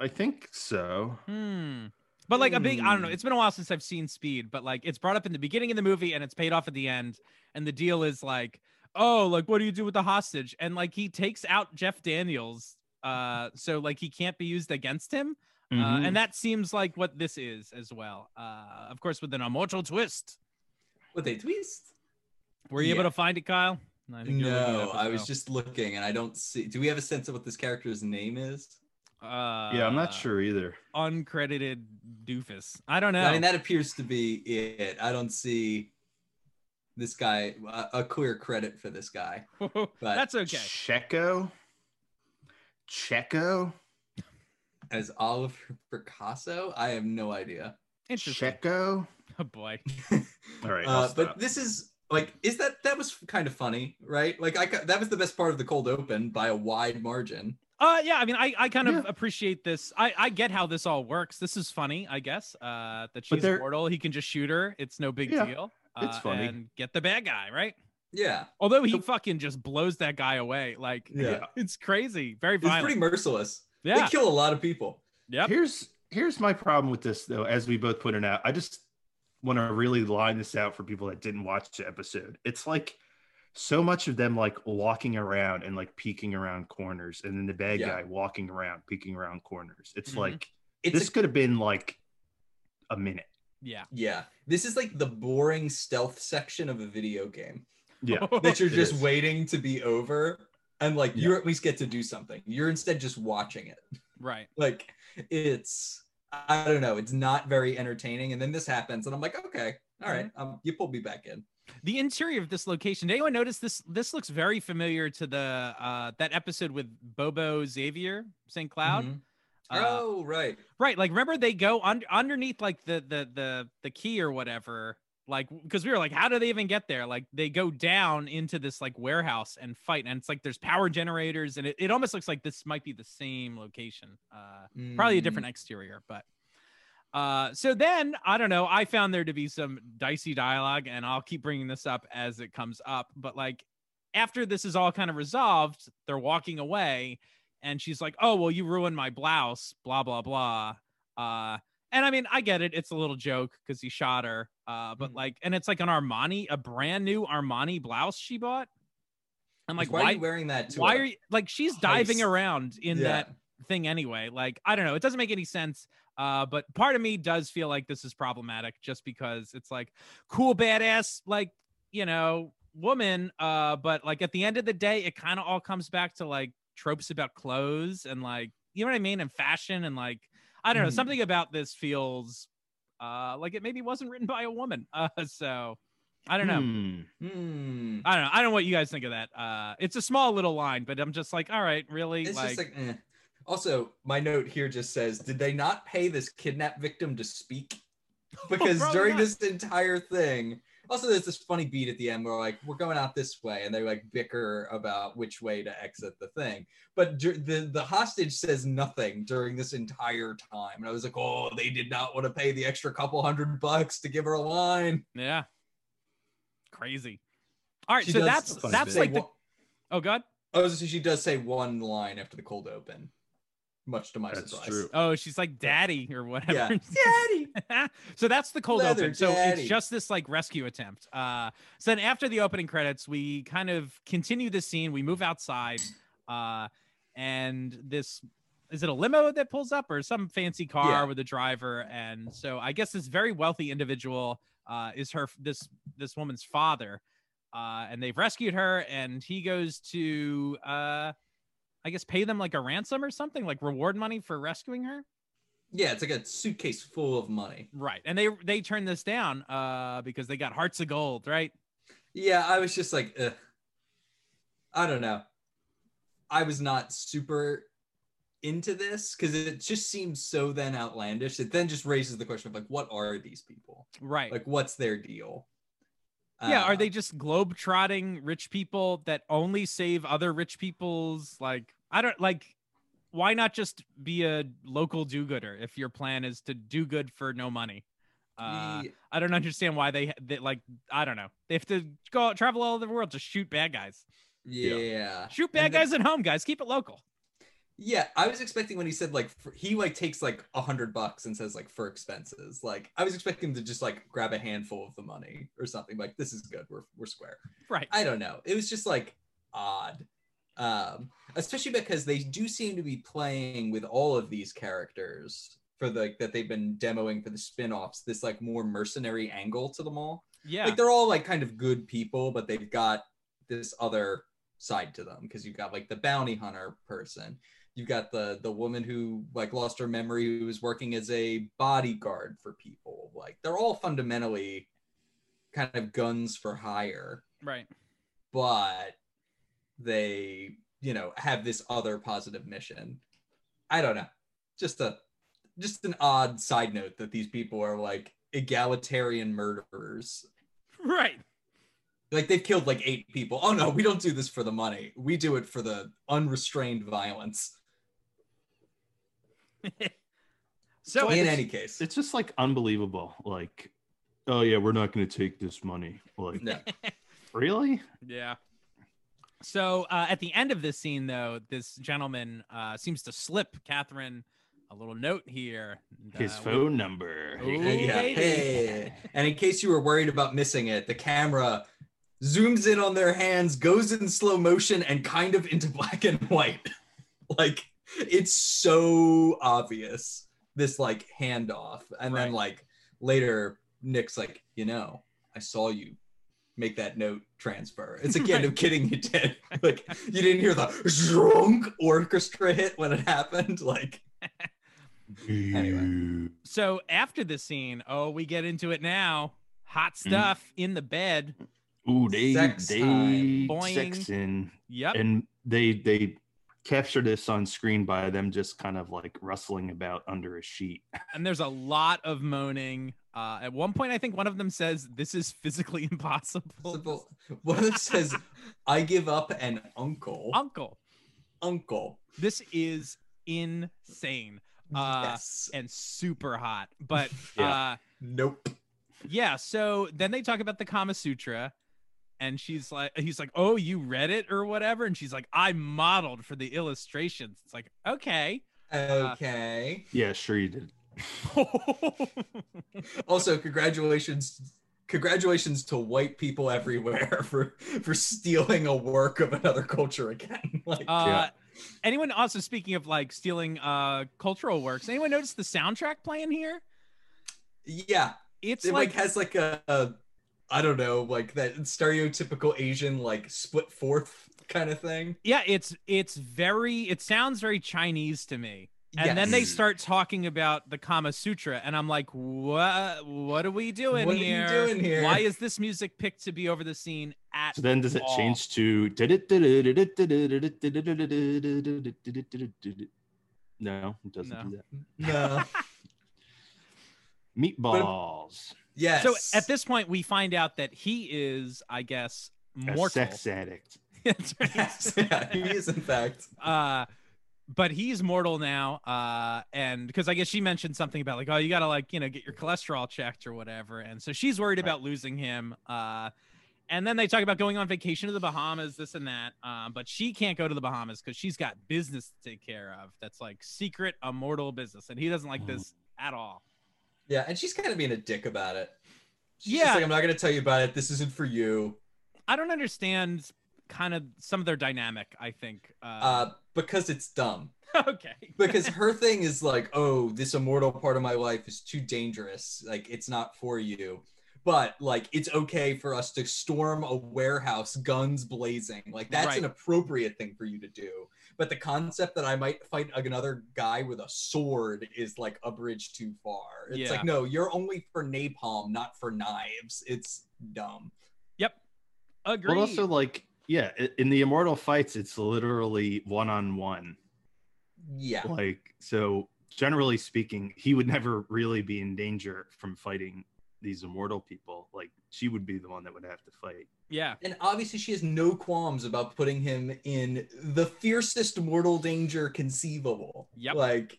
[SPEAKER 4] I think so.
[SPEAKER 3] Hmm. But like a big, I don't know.
[SPEAKER 4] Hmm.
[SPEAKER 3] It's been a while since I've seen Speed, but like it's brought up in the beginning of the movie and it's paid off at the end. And the deal is like, oh, like what do you do with the hostage? And like he takes out Jeff Daniels, uh, so like he can't be used against him. Uh,
[SPEAKER 5] Mm-hmm.
[SPEAKER 3] and that seems like what this is as well. Uh, of course, with an emotional twist.
[SPEAKER 5] What they twist?
[SPEAKER 3] Were you able to
[SPEAKER 5] Yeah.
[SPEAKER 3] find it, Kyle? I think you're looking it
[SPEAKER 5] No,
[SPEAKER 3] up as
[SPEAKER 5] I was
[SPEAKER 3] well.
[SPEAKER 5] just looking, and I don't see. Do we have a sense of what this character's name is?
[SPEAKER 3] Uh,
[SPEAKER 4] yeah, I'm not sure either.
[SPEAKER 3] Uncredited doofus. I don't know.
[SPEAKER 5] I mean, that appears to be it. I don't see this guy a- a clear credit for this guy.
[SPEAKER 3] That's okay.
[SPEAKER 4] Checo. Checo.
[SPEAKER 5] as Oliver Picasso? I have no idea.
[SPEAKER 3] Interesting.
[SPEAKER 4] Checo.
[SPEAKER 3] Oh boy.
[SPEAKER 4] All right. I'll
[SPEAKER 5] Uh, but
[SPEAKER 4] stop.
[SPEAKER 5] this is like, is that that was kind of funny, right? Like, I ca- that was the best part of the cold open by a wide margin.
[SPEAKER 3] Uh, yeah. I mean, I, I kind of
[SPEAKER 4] Yeah.
[SPEAKER 3] appreciate this. I, I get how this all works. This is funny, I guess. Uh, that she's
[SPEAKER 4] they're-
[SPEAKER 3] mortal. He can just shoot her. It's no big
[SPEAKER 4] Yeah,
[SPEAKER 3] deal. Uh,
[SPEAKER 4] it's funny.
[SPEAKER 3] And get the bad guy, right?
[SPEAKER 5] Yeah,
[SPEAKER 3] Although he
[SPEAKER 5] So-
[SPEAKER 3] fucking just blows that guy away. Like,
[SPEAKER 5] Yeah.
[SPEAKER 3] it's crazy. Very
[SPEAKER 5] it's
[SPEAKER 3] violent.
[SPEAKER 5] pretty merciless.
[SPEAKER 3] yeah.
[SPEAKER 5] They kill a lot of people.
[SPEAKER 3] Yep.
[SPEAKER 4] Here's here's my problem with this though, as we both put it out. I just want to really line this out for people that didn't watch the episode. It's like so much of them like walking around and like peeking around corners, and then the bad
[SPEAKER 5] Yeah.
[SPEAKER 4] guy walking around, peeking around corners. It's
[SPEAKER 3] Mhm.
[SPEAKER 4] like
[SPEAKER 5] It's
[SPEAKER 4] this
[SPEAKER 5] a,
[SPEAKER 4] could have been like a minute.
[SPEAKER 3] Yeah.
[SPEAKER 5] yeah. This is like the boring stealth section of a video game
[SPEAKER 4] Yeah.
[SPEAKER 5] that you're
[SPEAKER 4] It
[SPEAKER 5] just
[SPEAKER 4] is.
[SPEAKER 5] waiting to be over, and like
[SPEAKER 4] Yeah.
[SPEAKER 5] you at least get to do something. You're instead just watching it.
[SPEAKER 3] right.
[SPEAKER 5] Like it's I don't know. It's not very entertaining. And then this happens, and I'm like, okay, all right,
[SPEAKER 3] Mm-hmm.
[SPEAKER 5] um, you pulled me back in.
[SPEAKER 3] The interior of this location. Did anyone notice this? This looks very familiar to the uh that episode with Bobo Xavier St. Cloud.
[SPEAKER 5] Mhm.
[SPEAKER 3] Uh,
[SPEAKER 5] oh right.
[SPEAKER 3] Right. Like remember they go under underneath like the the the the key or whatever. Like because we were like, how do they even get there? Like they go down into this like warehouse and fight, and it's like there's power generators, and it, it almost looks like this might be the same location. Uh probably a
[SPEAKER 5] Mm.
[SPEAKER 3] different exterior, but uh so then i don't know i found there to be some dicey dialogue and i'll keep bringing this up as it comes up but like after this is all kind of resolved they're walking away and she's like oh well you ruined my blouse blah blah blah uh and i mean i get it it's a little joke because he shot her uh but
[SPEAKER 5] Mhm.
[SPEAKER 3] like and it's like an armani a brand new armani blouse she bought i'm like
[SPEAKER 5] why, are
[SPEAKER 3] why
[SPEAKER 5] you wearing that? To
[SPEAKER 3] why
[SPEAKER 5] a
[SPEAKER 3] are you like she's diving
[SPEAKER 5] heist?
[SPEAKER 3] around in
[SPEAKER 5] Yeah.
[SPEAKER 3] that thing anyway. Like, I don't know. It doesn't make any sense. Uh, but part of me does feel like this is problematic just because it's like cool, badass, like, you know, woman. Uh, but like at the end of the day, it kind of all comes back to like tropes about clothes and like, you know what I mean? And fashion and like, I don't know,
[SPEAKER 5] Mhm.
[SPEAKER 3] something about this feels uh like it maybe wasn't written by a woman. Uh, so I don't know.
[SPEAKER 4] Hmm.
[SPEAKER 5] Hmm.
[SPEAKER 3] I don't know. I don't know what you guys think of that. Uh, it's a small little line, but I'm just like, all right, really?
[SPEAKER 5] It's just like. eh. Also, my note here just says, "Did they not pay this kidnap victim to speak?"
[SPEAKER 3] Oh,
[SPEAKER 5] Because
[SPEAKER 3] Probably
[SPEAKER 5] during
[SPEAKER 3] not.
[SPEAKER 5] this entire thing, also there's this funny beat at the end where like we're going out this way, and they like bicker about which way to exit the thing. But dur- the the hostage says nothing during this entire time, and I was like, "Oh, they did not want to pay the extra couple hundred bucks to give her a line."
[SPEAKER 3] Yeah. Crazy. All right,
[SPEAKER 5] She
[SPEAKER 3] so
[SPEAKER 5] does
[SPEAKER 3] that's
[SPEAKER 4] funny
[SPEAKER 3] that's
[SPEAKER 5] say
[SPEAKER 3] like the
[SPEAKER 5] one-
[SPEAKER 3] oh god
[SPEAKER 5] Oh, so she does say one line after the cold open, much to my
[SPEAKER 4] That's
[SPEAKER 5] surprise.
[SPEAKER 4] true.
[SPEAKER 3] oh she's like daddy or
[SPEAKER 5] Yeah.
[SPEAKER 3] whatever.
[SPEAKER 5] Daddy.
[SPEAKER 3] so that's the cold
[SPEAKER 5] Leather
[SPEAKER 3] open. So
[SPEAKER 5] daddy.
[SPEAKER 3] it's just this like rescue attempt. Uh, so then after the opening credits, we kind of continue the scene. We move outside, uh, and this is it a limo that pulls up or some fancy car
[SPEAKER 5] Yeah.
[SPEAKER 3] with a driver? And so I guess this very wealthy individual uh, is her this this woman's father, uh, and they've rescued her, and he goes to. Uh, I guess pay them like a ransom or something, like reward money for rescuing her.
[SPEAKER 5] Yeah, it's like a suitcase full of money.
[SPEAKER 3] Right. And they they turned this down uh because they got hearts of gold, right?
[SPEAKER 5] Yeah, I was just like, Ugh. I don't know. I was not super into this because it just seems so then outlandish. It then just raises the question of like, what are these people?
[SPEAKER 3] Right.
[SPEAKER 5] Like, what's their deal?
[SPEAKER 3] yeah,
[SPEAKER 5] Uh,
[SPEAKER 3] are they just globe-trotting rich people that only save other rich people's like I don't like why not just be a local do-gooder if your plan is to do good for no money?
[SPEAKER 5] Um,
[SPEAKER 3] Uh,
[SPEAKER 5] ye-
[SPEAKER 3] I don't understand why they, they like I don't know. They have to go out, travel all over the world to shoot bad guys.
[SPEAKER 5] yeah.
[SPEAKER 3] Shoot
[SPEAKER 5] And
[SPEAKER 3] bad
[SPEAKER 5] the-
[SPEAKER 3] guys at home, guys. Keep it local.
[SPEAKER 5] Yeah, I was expecting when he said like for, he like takes like a hundred bucks and says like for expenses. Like I was expecting him to just like grab a handful of the money or something. Like this is good. We're we're square.
[SPEAKER 3] Right.
[SPEAKER 5] I don't know. It was just like odd. Um, especially because they do seem to be playing with all of these characters for the that they've been demoing for the spin-offs, this like more mercenary angle to them all.
[SPEAKER 3] Yeah.
[SPEAKER 5] Like they're all like kind of good people, but they've got this other side to them because you've got like the bounty hunter person. You've got the the woman who like lost her memory who was working as a bodyguard for people. Like they're all fundamentally kind of guns for hire
[SPEAKER 3] right.
[SPEAKER 5] but they you know have this other positive mission i don't know just a just an odd side note that these people are like egalitarian murderers
[SPEAKER 3] Right.
[SPEAKER 5] like they've killed like eight people oh no we don't do this for the money we do it for the unrestrained violence
[SPEAKER 3] so
[SPEAKER 5] in
[SPEAKER 3] it's-
[SPEAKER 5] any case
[SPEAKER 4] It's just like unbelievable. Like, oh yeah, we're not going to take this money. Like,
[SPEAKER 5] no
[SPEAKER 4] really?
[SPEAKER 3] Yeah. So uh, at the end of this scene, though, this gentleman uh, seems to slip Catherine a little note here.
[SPEAKER 4] His
[SPEAKER 3] Uh,
[SPEAKER 4] phone number.
[SPEAKER 3] Ooh,
[SPEAKER 5] yeah.
[SPEAKER 3] baby.
[SPEAKER 5] Hey. and in case you were worried about missing it the camera zooms in on their hands, goes in slow motion, and kind of into black and white. like it's so obvious this like handoff, and then
[SPEAKER 3] Right.
[SPEAKER 5] like later Nick's like, you know, I saw you make that note transfer. It's again of kidding you did. Like you didn't hear the zhrunk orchestra hit when it happened. Like Anyway.
[SPEAKER 3] So after the scene, oh, we get into it now. Hot
[SPEAKER 4] Mm.
[SPEAKER 3] stuff in the bed.
[SPEAKER 4] Ooh, they
[SPEAKER 5] Sex
[SPEAKER 4] they
[SPEAKER 5] time.
[SPEAKER 3] Boing.
[SPEAKER 4] sexing,
[SPEAKER 3] Yep.
[SPEAKER 4] and they they capture this on screen by them just kind of like rustling about under a sheet.
[SPEAKER 3] and there's a lot of moaning. Uh, at one point, I think one of them says, "This is physically impossible."
[SPEAKER 5] simple- one of them says, I give up an uncle.
[SPEAKER 3] Uncle,
[SPEAKER 5] uncle.
[SPEAKER 3] this is insane Uh,
[SPEAKER 5] yes.
[SPEAKER 3] and super hot. But
[SPEAKER 4] Yeah.
[SPEAKER 3] uh,
[SPEAKER 5] Nope.
[SPEAKER 3] yeah, so then they talk about the Kama Sutra, and she's like, "He's like, oh, you read it or whatever," and she's like, "I modeled for the illustrations." It's like, okay. uh,
[SPEAKER 5] Okay.
[SPEAKER 4] Yeah, sure you did.
[SPEAKER 5] also, congratulations. Congratulations to white people everywhere for for stealing a work of another culture again. Like
[SPEAKER 3] Uh, Anyone also speaking of like stealing uh cultural works? Anyone notice the soundtrack playing here?
[SPEAKER 5] yeah,
[SPEAKER 3] It's
[SPEAKER 5] it
[SPEAKER 3] like
[SPEAKER 5] like, has like a, a I don't know, like that stereotypical Asian like split fourth kind of thing.
[SPEAKER 3] yeah, it's it's very it sounds very Chinese to me. And then they
[SPEAKER 5] Yes.
[SPEAKER 3] start talking about the Kama Sutra, and I'm like, what? What are we doing
[SPEAKER 5] What are you
[SPEAKER 3] here?
[SPEAKER 5] doing here?"
[SPEAKER 3] Why is this music picked to be over the scene at?
[SPEAKER 4] So then does it
[SPEAKER 3] all?
[SPEAKER 4] change to No, it doesn't
[SPEAKER 3] No.
[SPEAKER 4] do that.
[SPEAKER 5] No.
[SPEAKER 4] Meatballs.
[SPEAKER 5] yes.
[SPEAKER 3] So at this point, we find out that he is, I guess,
[SPEAKER 4] A
[SPEAKER 3] mortal.
[SPEAKER 4] sex addict.
[SPEAKER 3] That's right.
[SPEAKER 5] yes, yeah, he is in fact.
[SPEAKER 3] uh but he's mortal now uh and because i guess she mentioned something about like oh you gotta like you know get your cholesterol checked or whatever and so she's worried
[SPEAKER 4] Right.
[SPEAKER 3] about losing him uh and then they talk about going on vacation to the bahamas this and that um but she can't go to the bahamas because she's got business to take care of that's like secret immortal business and he doesn't like this
[SPEAKER 4] Mm-hmm.
[SPEAKER 3] at all
[SPEAKER 5] Yeah, and she's kind of being a dick about it. She's just
[SPEAKER 3] Yeah.
[SPEAKER 5] like I'm not gonna tell you about it. This isn't for you.
[SPEAKER 3] i don't understand kind of some of their dynamic i think uh,
[SPEAKER 5] Uh, because it's dumb.
[SPEAKER 4] Uh,
[SPEAKER 3] okay
[SPEAKER 5] Because her thing is like, oh, this immortal part of my life is too dangerous. Like it's not for you. But like it's okay for us to storm a warehouse, guns blazing. Like that's
[SPEAKER 3] Right.
[SPEAKER 5] an appropriate thing for you to do. But the concept that I might fight another guy with a sword is like a bridge too far. It's
[SPEAKER 3] Yeah.
[SPEAKER 5] like, no, you're only for napalm, not for knives. It's dumb.
[SPEAKER 3] agree
[SPEAKER 4] Well, also like yeah, i- in the immortal fights, it's literally one on one.
[SPEAKER 5] Yeah.
[SPEAKER 4] Like so, generally speaking, he would never really be in danger from fighting these immortal people. Like she would be the one that would have to fight.
[SPEAKER 3] yeah
[SPEAKER 5] And obviously, she has no qualms about putting him in the fiercest mortal danger conceivable.
[SPEAKER 3] Yep.
[SPEAKER 5] Like,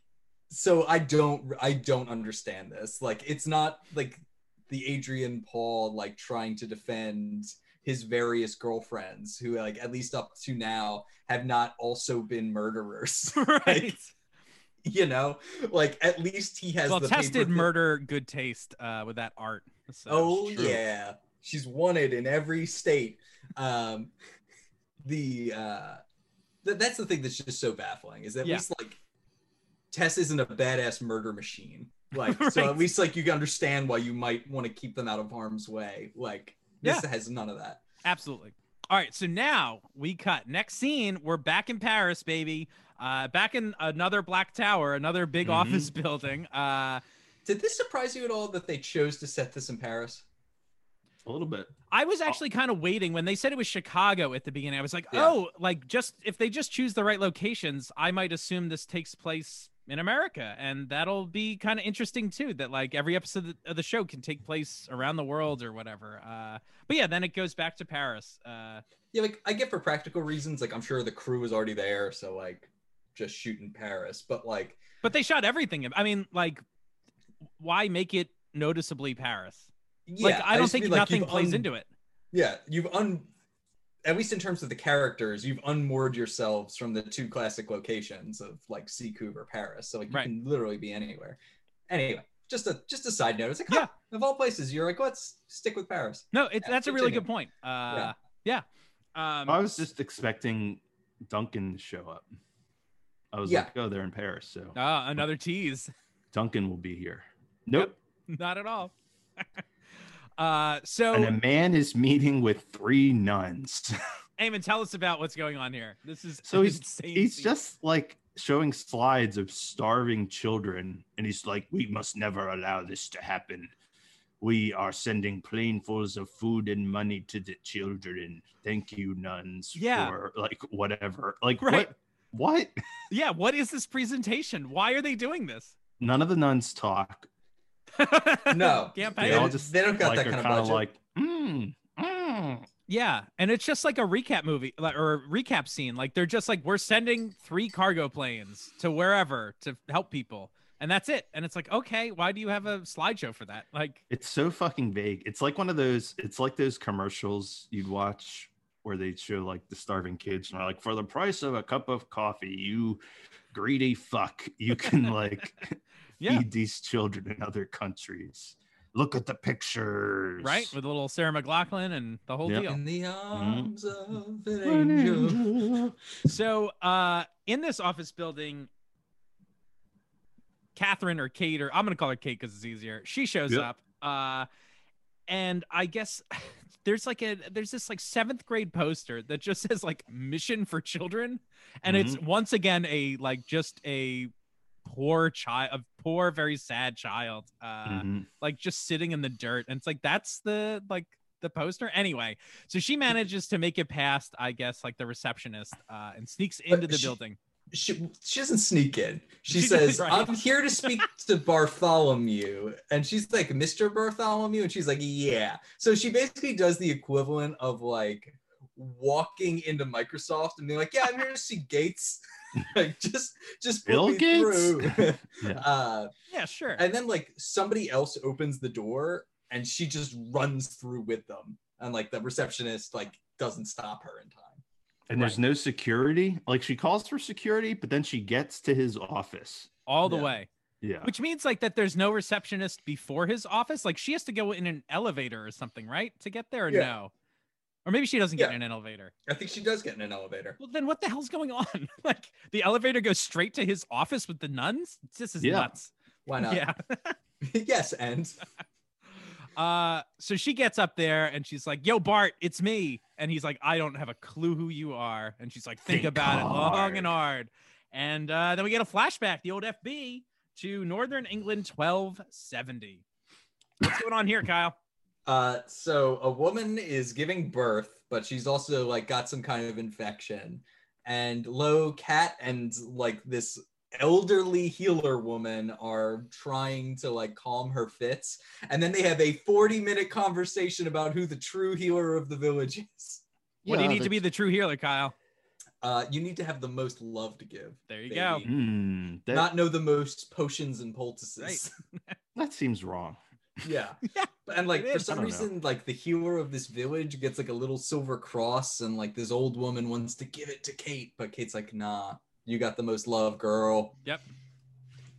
[SPEAKER 5] so I don't, I don't understand this. Like, it's not like the Adrian Paul like trying to defend his various girlfriends who, like, at least up to now, have not also been murderers.
[SPEAKER 3] right
[SPEAKER 5] you know, like at least he has
[SPEAKER 3] well
[SPEAKER 5] the
[SPEAKER 3] tested
[SPEAKER 5] paper-
[SPEAKER 3] murder good taste uh with that art so.
[SPEAKER 5] oh
[SPEAKER 4] true.
[SPEAKER 5] yeah she's wanted in every state um the uh th- that's the thing that's just so baffling is at
[SPEAKER 3] Yeah.
[SPEAKER 5] least like tess isn't a badass murder machine like so
[SPEAKER 3] Right.
[SPEAKER 5] at least like you can understand why you might want to keep them out of harm's way like this has none of that
[SPEAKER 3] absolutely all right so now we cut next scene we're back in paris baby uh back in another black tower another big
[SPEAKER 4] Mhm.
[SPEAKER 5] Mm-hmm.
[SPEAKER 3] office building uh
[SPEAKER 5] did this surprise you at all that they chose to set this in paris
[SPEAKER 4] A little bit.
[SPEAKER 3] I was actually kind of waiting when they said it was Chicago at the beginning. I was like,
[SPEAKER 5] Oh. Yeah.
[SPEAKER 3] "Oh, like just if they just choose the right locations, I might assume this takes place in America, and that'll be kind of interesting too. That like every episode th- of the show can take place around the world or whatever." Uh, but yeah, then it goes back to Paris. Uh,
[SPEAKER 5] yeah like i get for practical reasons like i'm sure the crew is already there so like just shoot in paris but like
[SPEAKER 3] But they shot everything. in- I mean, like, why make it noticeably Paris?
[SPEAKER 5] yeah
[SPEAKER 3] like, I don't
[SPEAKER 5] just
[SPEAKER 3] think
[SPEAKER 5] mean, like, you've
[SPEAKER 3] nothing plays
[SPEAKER 5] un-
[SPEAKER 3] into it.
[SPEAKER 5] Yeah, you've un at least in terms of the characters, you've unmoored yourselves from the two classic locations of like Seacouve or Paris. So like you
[SPEAKER 3] Right.
[SPEAKER 5] can literally be anywhere. Anyway, just a just a side note. It's like,
[SPEAKER 3] Yeah.
[SPEAKER 5] huh, of all places, you're like, let's stick with Paris.
[SPEAKER 3] No, it's
[SPEAKER 5] Yeah,
[SPEAKER 3] that's a really
[SPEAKER 5] continue.
[SPEAKER 3] good point. Uh, yeah. Um,
[SPEAKER 4] I was just expecting Duncan to show up. I was
[SPEAKER 5] Yeah.
[SPEAKER 4] like, oh, they're in Paris, so
[SPEAKER 3] ah, another tease.
[SPEAKER 4] Duncan will be here. Nope.
[SPEAKER 3] Not at all. uh, so,
[SPEAKER 4] And a man is meeting with three nuns.
[SPEAKER 3] Eamon, tell us about what's going on here. This is
[SPEAKER 4] So
[SPEAKER 3] an
[SPEAKER 4] he's-
[SPEAKER 3] insane
[SPEAKER 4] he's
[SPEAKER 3] scene.
[SPEAKER 4] just like showing slides of starving children and he's like we must never allow this to happen we are sending planefuls of food and money to the children thank you nuns
[SPEAKER 3] Yeah.
[SPEAKER 4] for like whatever like
[SPEAKER 3] Right.
[SPEAKER 4] what what
[SPEAKER 3] yeah. What is this presentation? Why are they doing this?
[SPEAKER 4] none of the nuns talk
[SPEAKER 5] No.
[SPEAKER 3] Can't
[SPEAKER 5] They
[SPEAKER 4] they
[SPEAKER 3] pay
[SPEAKER 4] all
[SPEAKER 5] don't-
[SPEAKER 4] just
[SPEAKER 5] they don't
[SPEAKER 4] like,
[SPEAKER 5] got that
[SPEAKER 4] are
[SPEAKER 5] kind of
[SPEAKER 4] kinda
[SPEAKER 5] budget.
[SPEAKER 4] like mm, mm.
[SPEAKER 3] Yeah, and it's just like a recap movie like- or a recap scene. Like they're just like we're sending three cargo planes to wherever to help people, and that's it. And it's like, okay, why do you have a slideshow for that? Like,
[SPEAKER 4] It's so fucking vague. It's like one of those. It's like those commercials you'd watch where they show like the starving kids and are like, for the price of a cup of coffee, you greedy fuck, you can like
[SPEAKER 3] yeah,
[SPEAKER 4] feed these children in other countries. Look at the pictures,
[SPEAKER 3] right, with little Sarah McLaughlin and the whole
[SPEAKER 4] Yeah.
[SPEAKER 3] deal.
[SPEAKER 5] In the arms
[SPEAKER 4] Mm-hmm.
[SPEAKER 5] of an
[SPEAKER 4] An
[SPEAKER 5] angel.
[SPEAKER 4] angel.
[SPEAKER 3] So, uh, in this office building, Catherine or Kate, or I'm gonna call her Kate because it's easier. She shows
[SPEAKER 4] Yep.
[SPEAKER 3] up, uh, and I guess there's like a there's this like seventh grade poster that just says like mission for children, and it's once again a like just a poor child, a poor very sad child, uh,
[SPEAKER 4] Mhm.
[SPEAKER 3] like just sitting in the dirt, and it's like that's the like the poster anyway so she manages to make it past i guess like the receptionist uh and sneaks into the
[SPEAKER 5] she-
[SPEAKER 3] building
[SPEAKER 5] She, she doesn't sneak in. She,
[SPEAKER 3] She
[SPEAKER 5] says,
[SPEAKER 3] doesn't, right.
[SPEAKER 5] I'm here to speak to Bartholomew. And she's like, Mr. Bartholomew? And she's like, yeah. So she basically does the equivalent of like walking into Microsoft and being like, yeah, I'm here to see Gates. like just just put
[SPEAKER 4] Bill
[SPEAKER 5] me
[SPEAKER 4] Gates?
[SPEAKER 5] through.
[SPEAKER 4] Yeah.
[SPEAKER 5] uh,
[SPEAKER 3] yeah sure
[SPEAKER 5] and then like somebody else opens the door and she just runs through with them. And like the receptionist like doesn't stop her in time.
[SPEAKER 4] And there's no security. Like she calls for security, but then she gets to his office.
[SPEAKER 3] all the
[SPEAKER 5] Yeah.
[SPEAKER 3] way
[SPEAKER 4] Yeah.
[SPEAKER 3] which means like that there's no receptionist before his office like she has to go in an elevator or something right to get there or
[SPEAKER 5] Yeah.
[SPEAKER 3] no or maybe she doesn't get
[SPEAKER 5] Yeah.
[SPEAKER 3] in an elevator
[SPEAKER 5] I think she does get in an elevator.
[SPEAKER 3] well then what the hell's going on like the elevator goes straight to his office with the nuns this is
[SPEAKER 4] Yeah.
[SPEAKER 3] nuts
[SPEAKER 5] Why not?
[SPEAKER 3] yeah
[SPEAKER 5] yes, and
[SPEAKER 3] uh so she gets up there and she's like yo bart it's me and he's like i don't have a clue who you are and she's like think,
[SPEAKER 4] Think
[SPEAKER 3] about it long
[SPEAKER 4] hard.
[SPEAKER 3] and hard and uh then we get a flashback the old fb to northern england 1270 what's going on here kyle
[SPEAKER 5] uh, so a woman is giving birth, but she's also like got some kind of infection. And Lo, Cat, and like this elderly healer woman are trying to like calm her fits. And then they have a 40 minute conversation about who the true healer of the village is.
[SPEAKER 3] what do you
[SPEAKER 4] Yeah,
[SPEAKER 3] need to be the true healer kyle
[SPEAKER 5] Uh, you need to have the most love to give.
[SPEAKER 3] there you go
[SPEAKER 5] baby.
[SPEAKER 4] Mm, that,
[SPEAKER 5] Not know the most potions and poultices.
[SPEAKER 3] Right.
[SPEAKER 4] that seems wrong.
[SPEAKER 5] Yeah.
[SPEAKER 3] Yeah,
[SPEAKER 5] And like
[SPEAKER 3] it
[SPEAKER 5] for
[SPEAKER 3] is.
[SPEAKER 5] some
[SPEAKER 4] I don't know.
[SPEAKER 5] reason, like the healer of this village gets like a little silver cross, and like this old woman wants to give it to Kate, but Kate's like, nah, you got the most love, girl.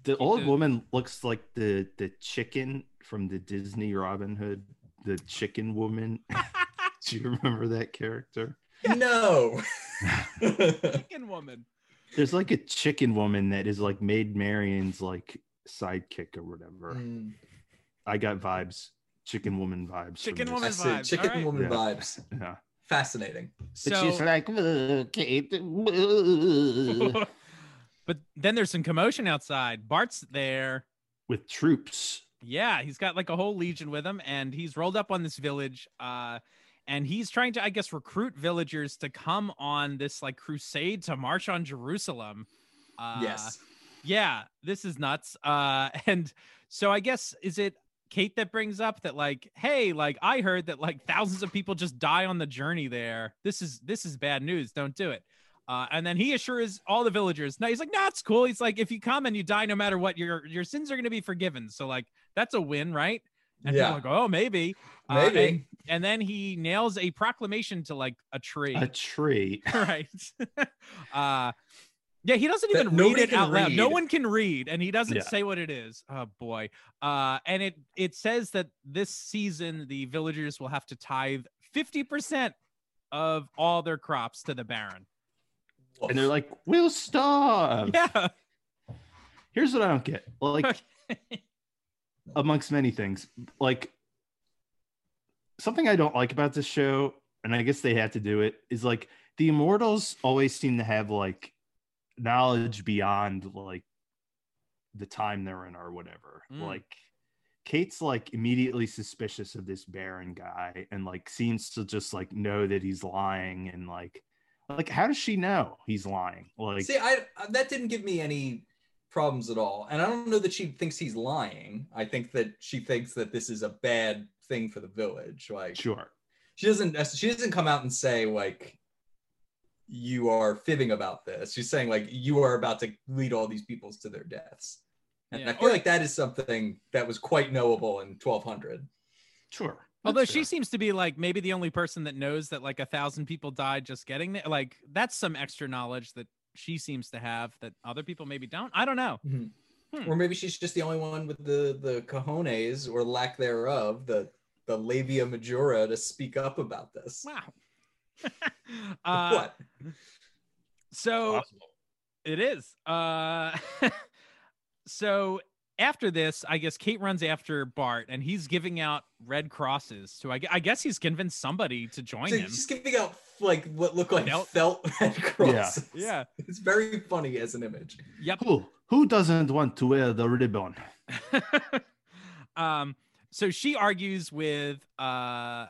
[SPEAKER 4] The old
[SPEAKER 3] the-
[SPEAKER 4] woman looks like the the chicken from the Disney Robin Hood, the chicken woman. Do you remember that character?
[SPEAKER 5] No. Mm,
[SPEAKER 3] Chicken woman
[SPEAKER 4] There's like a chicken woman that is like Maid Marian's like sidekick or whatever.
[SPEAKER 5] Mm,
[SPEAKER 4] I got vibes, chicken woman vibes. from
[SPEAKER 3] Chicken
[SPEAKER 4] this.
[SPEAKER 5] I
[SPEAKER 3] woman-
[SPEAKER 5] see.
[SPEAKER 3] vibes,
[SPEAKER 5] Chicken
[SPEAKER 3] alright.
[SPEAKER 5] woman
[SPEAKER 4] Yeah.
[SPEAKER 5] vibes.
[SPEAKER 4] Yeah.
[SPEAKER 5] Fascinating.
[SPEAKER 4] But
[SPEAKER 3] so
[SPEAKER 4] she's like, "Uh, Kate. uh,"
[SPEAKER 3] but then there's some commotion outside bart's there
[SPEAKER 4] with troops.
[SPEAKER 3] Yeah, he's got like a whole legion with him, and he's rolled up on this village. Uh, and he's trying to, I guess, recruit villagers to come on this like crusade to march on Jerusalem. Uh,
[SPEAKER 5] yes.
[SPEAKER 3] Yeah, this is nuts. Uh, and so I guess is it Kate that brings up that like, hey, like I heard that like thousands of people just die on the journey there. This is this is bad news. Don't do it. Uh, and then he assures all the villagers. No, he's like, no, it's cool. He's like, if you come and you die, no matter what, your your sins are going to be forgiven. So like, that's a win, right? And
[SPEAKER 5] Yeah.
[SPEAKER 3] people are like, oh, maybe. Uh, and-
[SPEAKER 5] Maybe.
[SPEAKER 3] and then he nails a proclamation to like a tree.
[SPEAKER 4] A tree.
[SPEAKER 3] right. uh, Yeah, he doesn't
[SPEAKER 5] That
[SPEAKER 3] even read
[SPEAKER 5] nobody
[SPEAKER 3] it
[SPEAKER 5] can
[SPEAKER 3] out loud. No
[SPEAKER 5] read.
[SPEAKER 3] one can read, and he doesn't
[SPEAKER 4] Yeah.
[SPEAKER 3] say what it is. Oh boy. Uh, and it it says that this season the villagers will have to tithe fifty percent of all their crops to the Baron.
[SPEAKER 4] And they're like, we'll starve.
[SPEAKER 3] Yeah.
[SPEAKER 4] Here's what I don't get. Like, amongst many things, like, something I don't like about this show, and I guess they had to do it, is like the immortals always seem to have like knowledge beyond like the time they're in or whatever.
[SPEAKER 3] Mm.
[SPEAKER 4] Like, Kate's like immediately suspicious of this Baron guy and like seems to just like know that he's lying and like like how does she know he's lying? Like
[SPEAKER 5] See, I uh, that didn't give me any problems at all, and I don't know that she thinks he's lying. I think that she thinks that this is a bad thing for the village. Like
[SPEAKER 4] sure.
[SPEAKER 5] she doesn't she doesn't come out and say like you are fibbing about this. She's saying like you are about to lead all these peoples to their deaths. And
[SPEAKER 3] Yeah,
[SPEAKER 5] I feel
[SPEAKER 3] or-
[SPEAKER 5] like that is something that was quite knowable in 1200.
[SPEAKER 4] Sure.
[SPEAKER 3] Although
[SPEAKER 4] That's
[SPEAKER 3] she
[SPEAKER 4] fair.
[SPEAKER 3] seems to be like maybe the only person that knows that like a thousand people died just getting there. Like that's some extra knowledge that she seems to have that other people maybe don't. I don't know. Hmm.
[SPEAKER 5] Or maybe she's just the only one with the the cojones or lack thereof, the the labia majora to speak up about this.
[SPEAKER 3] Wow. uh,
[SPEAKER 5] what?
[SPEAKER 3] So it is. Uh, so after this, I guess Kate runs after Bart, and he's giving out red crosses to. I, gue- I guess he's convinced somebody to join
[SPEAKER 5] So
[SPEAKER 3] him.
[SPEAKER 5] just giving out like what look like
[SPEAKER 3] Felt?
[SPEAKER 5] felt red crosses.
[SPEAKER 3] Yeah.
[SPEAKER 5] It's very funny as an image.
[SPEAKER 3] Yep.
[SPEAKER 4] Who who doesn't want to wear the ribbon?
[SPEAKER 3] um. So she argues with, uh,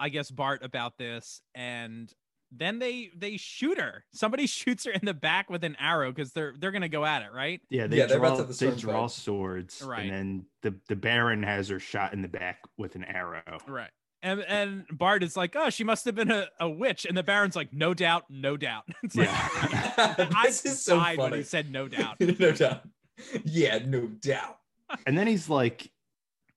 [SPEAKER 3] I guess Bart about this, and then they they shoot her. Somebody shoots her in the back with an arrow because they're they're gonna go at it, right?
[SPEAKER 4] Yeah, they
[SPEAKER 5] Yeah, they're
[SPEAKER 4] draw
[SPEAKER 5] about to have the
[SPEAKER 4] they
[SPEAKER 5] sword
[SPEAKER 4] draw
[SPEAKER 5] fight.
[SPEAKER 4] swords,
[SPEAKER 3] Right.
[SPEAKER 4] and then the the Baron has her shot in the back with an arrow.
[SPEAKER 3] Right. And and Bart is like, oh, she must have been a, a witch, and the Baron's like, no doubt, no doubt. It's like,
[SPEAKER 4] Yeah.
[SPEAKER 3] I
[SPEAKER 5] this is so
[SPEAKER 3] died when
[SPEAKER 5] funny.
[SPEAKER 3] he said no doubt.
[SPEAKER 5] no doubt. Yeah, no doubt.
[SPEAKER 4] And then he's like,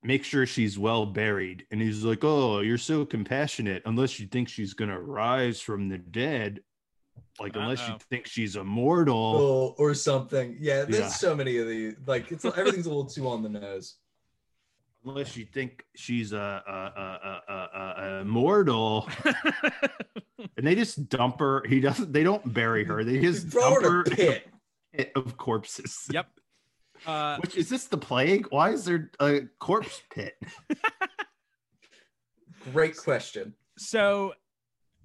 [SPEAKER 4] make sure she's well buried. And he's like, oh, you're so compassionate, unless you think she's gonna rise from the dead, like unless you
[SPEAKER 3] Uh-oh.
[SPEAKER 4] think she's immortal.
[SPEAKER 5] Or, Oh, or something. Yeah, there's
[SPEAKER 4] Oh. Yeah.
[SPEAKER 5] so many of these. Like it's everything's a little too on the nose.
[SPEAKER 4] Unless you think she's a, a, a, a, a, a immortal, and they just dump her. He doesn't. They don't bury her. They just
[SPEAKER 5] Throw
[SPEAKER 4] dump
[SPEAKER 5] her
[SPEAKER 4] her
[SPEAKER 5] in a pit.
[SPEAKER 4] pit of corpses.
[SPEAKER 3] yep. Uh,
[SPEAKER 4] Which is this the plague? Why is there a corpse pit?
[SPEAKER 5] Great question.
[SPEAKER 3] so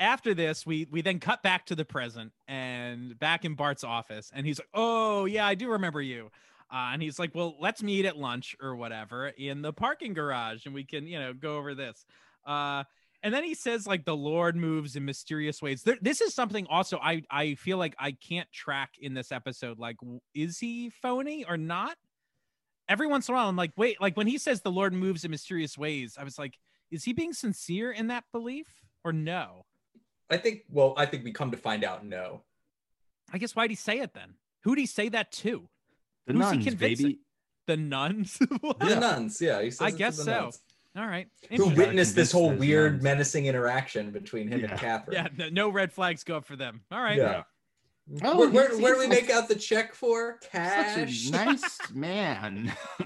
[SPEAKER 3] after this, we we then cut back to the present and back in Bart's office, and he's like, oh yeah, I do remember you. Uh, and he's like, well, let's meet at lunch or whatever in the parking garage, and we can you know go over this. Uh, and then he says like the Lord moves in mysterious ways. There, this is something also I I feel like I can't track in this episode. Like, w- is he phony or not? Every once in a while, I'm like, wait, like when he says the Lord moves in mysterious ways, I was like, is he being sincere in that belief or no?
[SPEAKER 5] I think. Well, I think we come to find out. No.
[SPEAKER 3] I guess why'd he say it then? Who'd he say that to?
[SPEAKER 4] The
[SPEAKER 3] Who's he
[SPEAKER 4] nuns,
[SPEAKER 3] convincing?
[SPEAKER 4] baby.
[SPEAKER 3] The nuns? What?
[SPEAKER 4] Oh,
[SPEAKER 5] The nuns. Yeah, he says
[SPEAKER 3] I
[SPEAKER 5] it to
[SPEAKER 3] guess
[SPEAKER 5] the
[SPEAKER 3] so.
[SPEAKER 5] nuns.
[SPEAKER 3] All right.
[SPEAKER 5] Who
[SPEAKER 3] Interesting.
[SPEAKER 4] wit-
[SPEAKER 5] witnessed this
[SPEAKER 4] convinced
[SPEAKER 5] whole
[SPEAKER 4] those
[SPEAKER 5] weird,
[SPEAKER 4] nuns.
[SPEAKER 5] menacing interaction between him
[SPEAKER 4] Yeah.
[SPEAKER 5] and Catherine?
[SPEAKER 3] yeah, no, no red flags go up for them. All right.
[SPEAKER 5] Yeah.
[SPEAKER 4] Oh,
[SPEAKER 5] where,
[SPEAKER 4] he
[SPEAKER 5] where, where do we
[SPEAKER 4] seems
[SPEAKER 5] make out the check for?
[SPEAKER 4] like
[SPEAKER 5] Cash.
[SPEAKER 4] Such a nice man.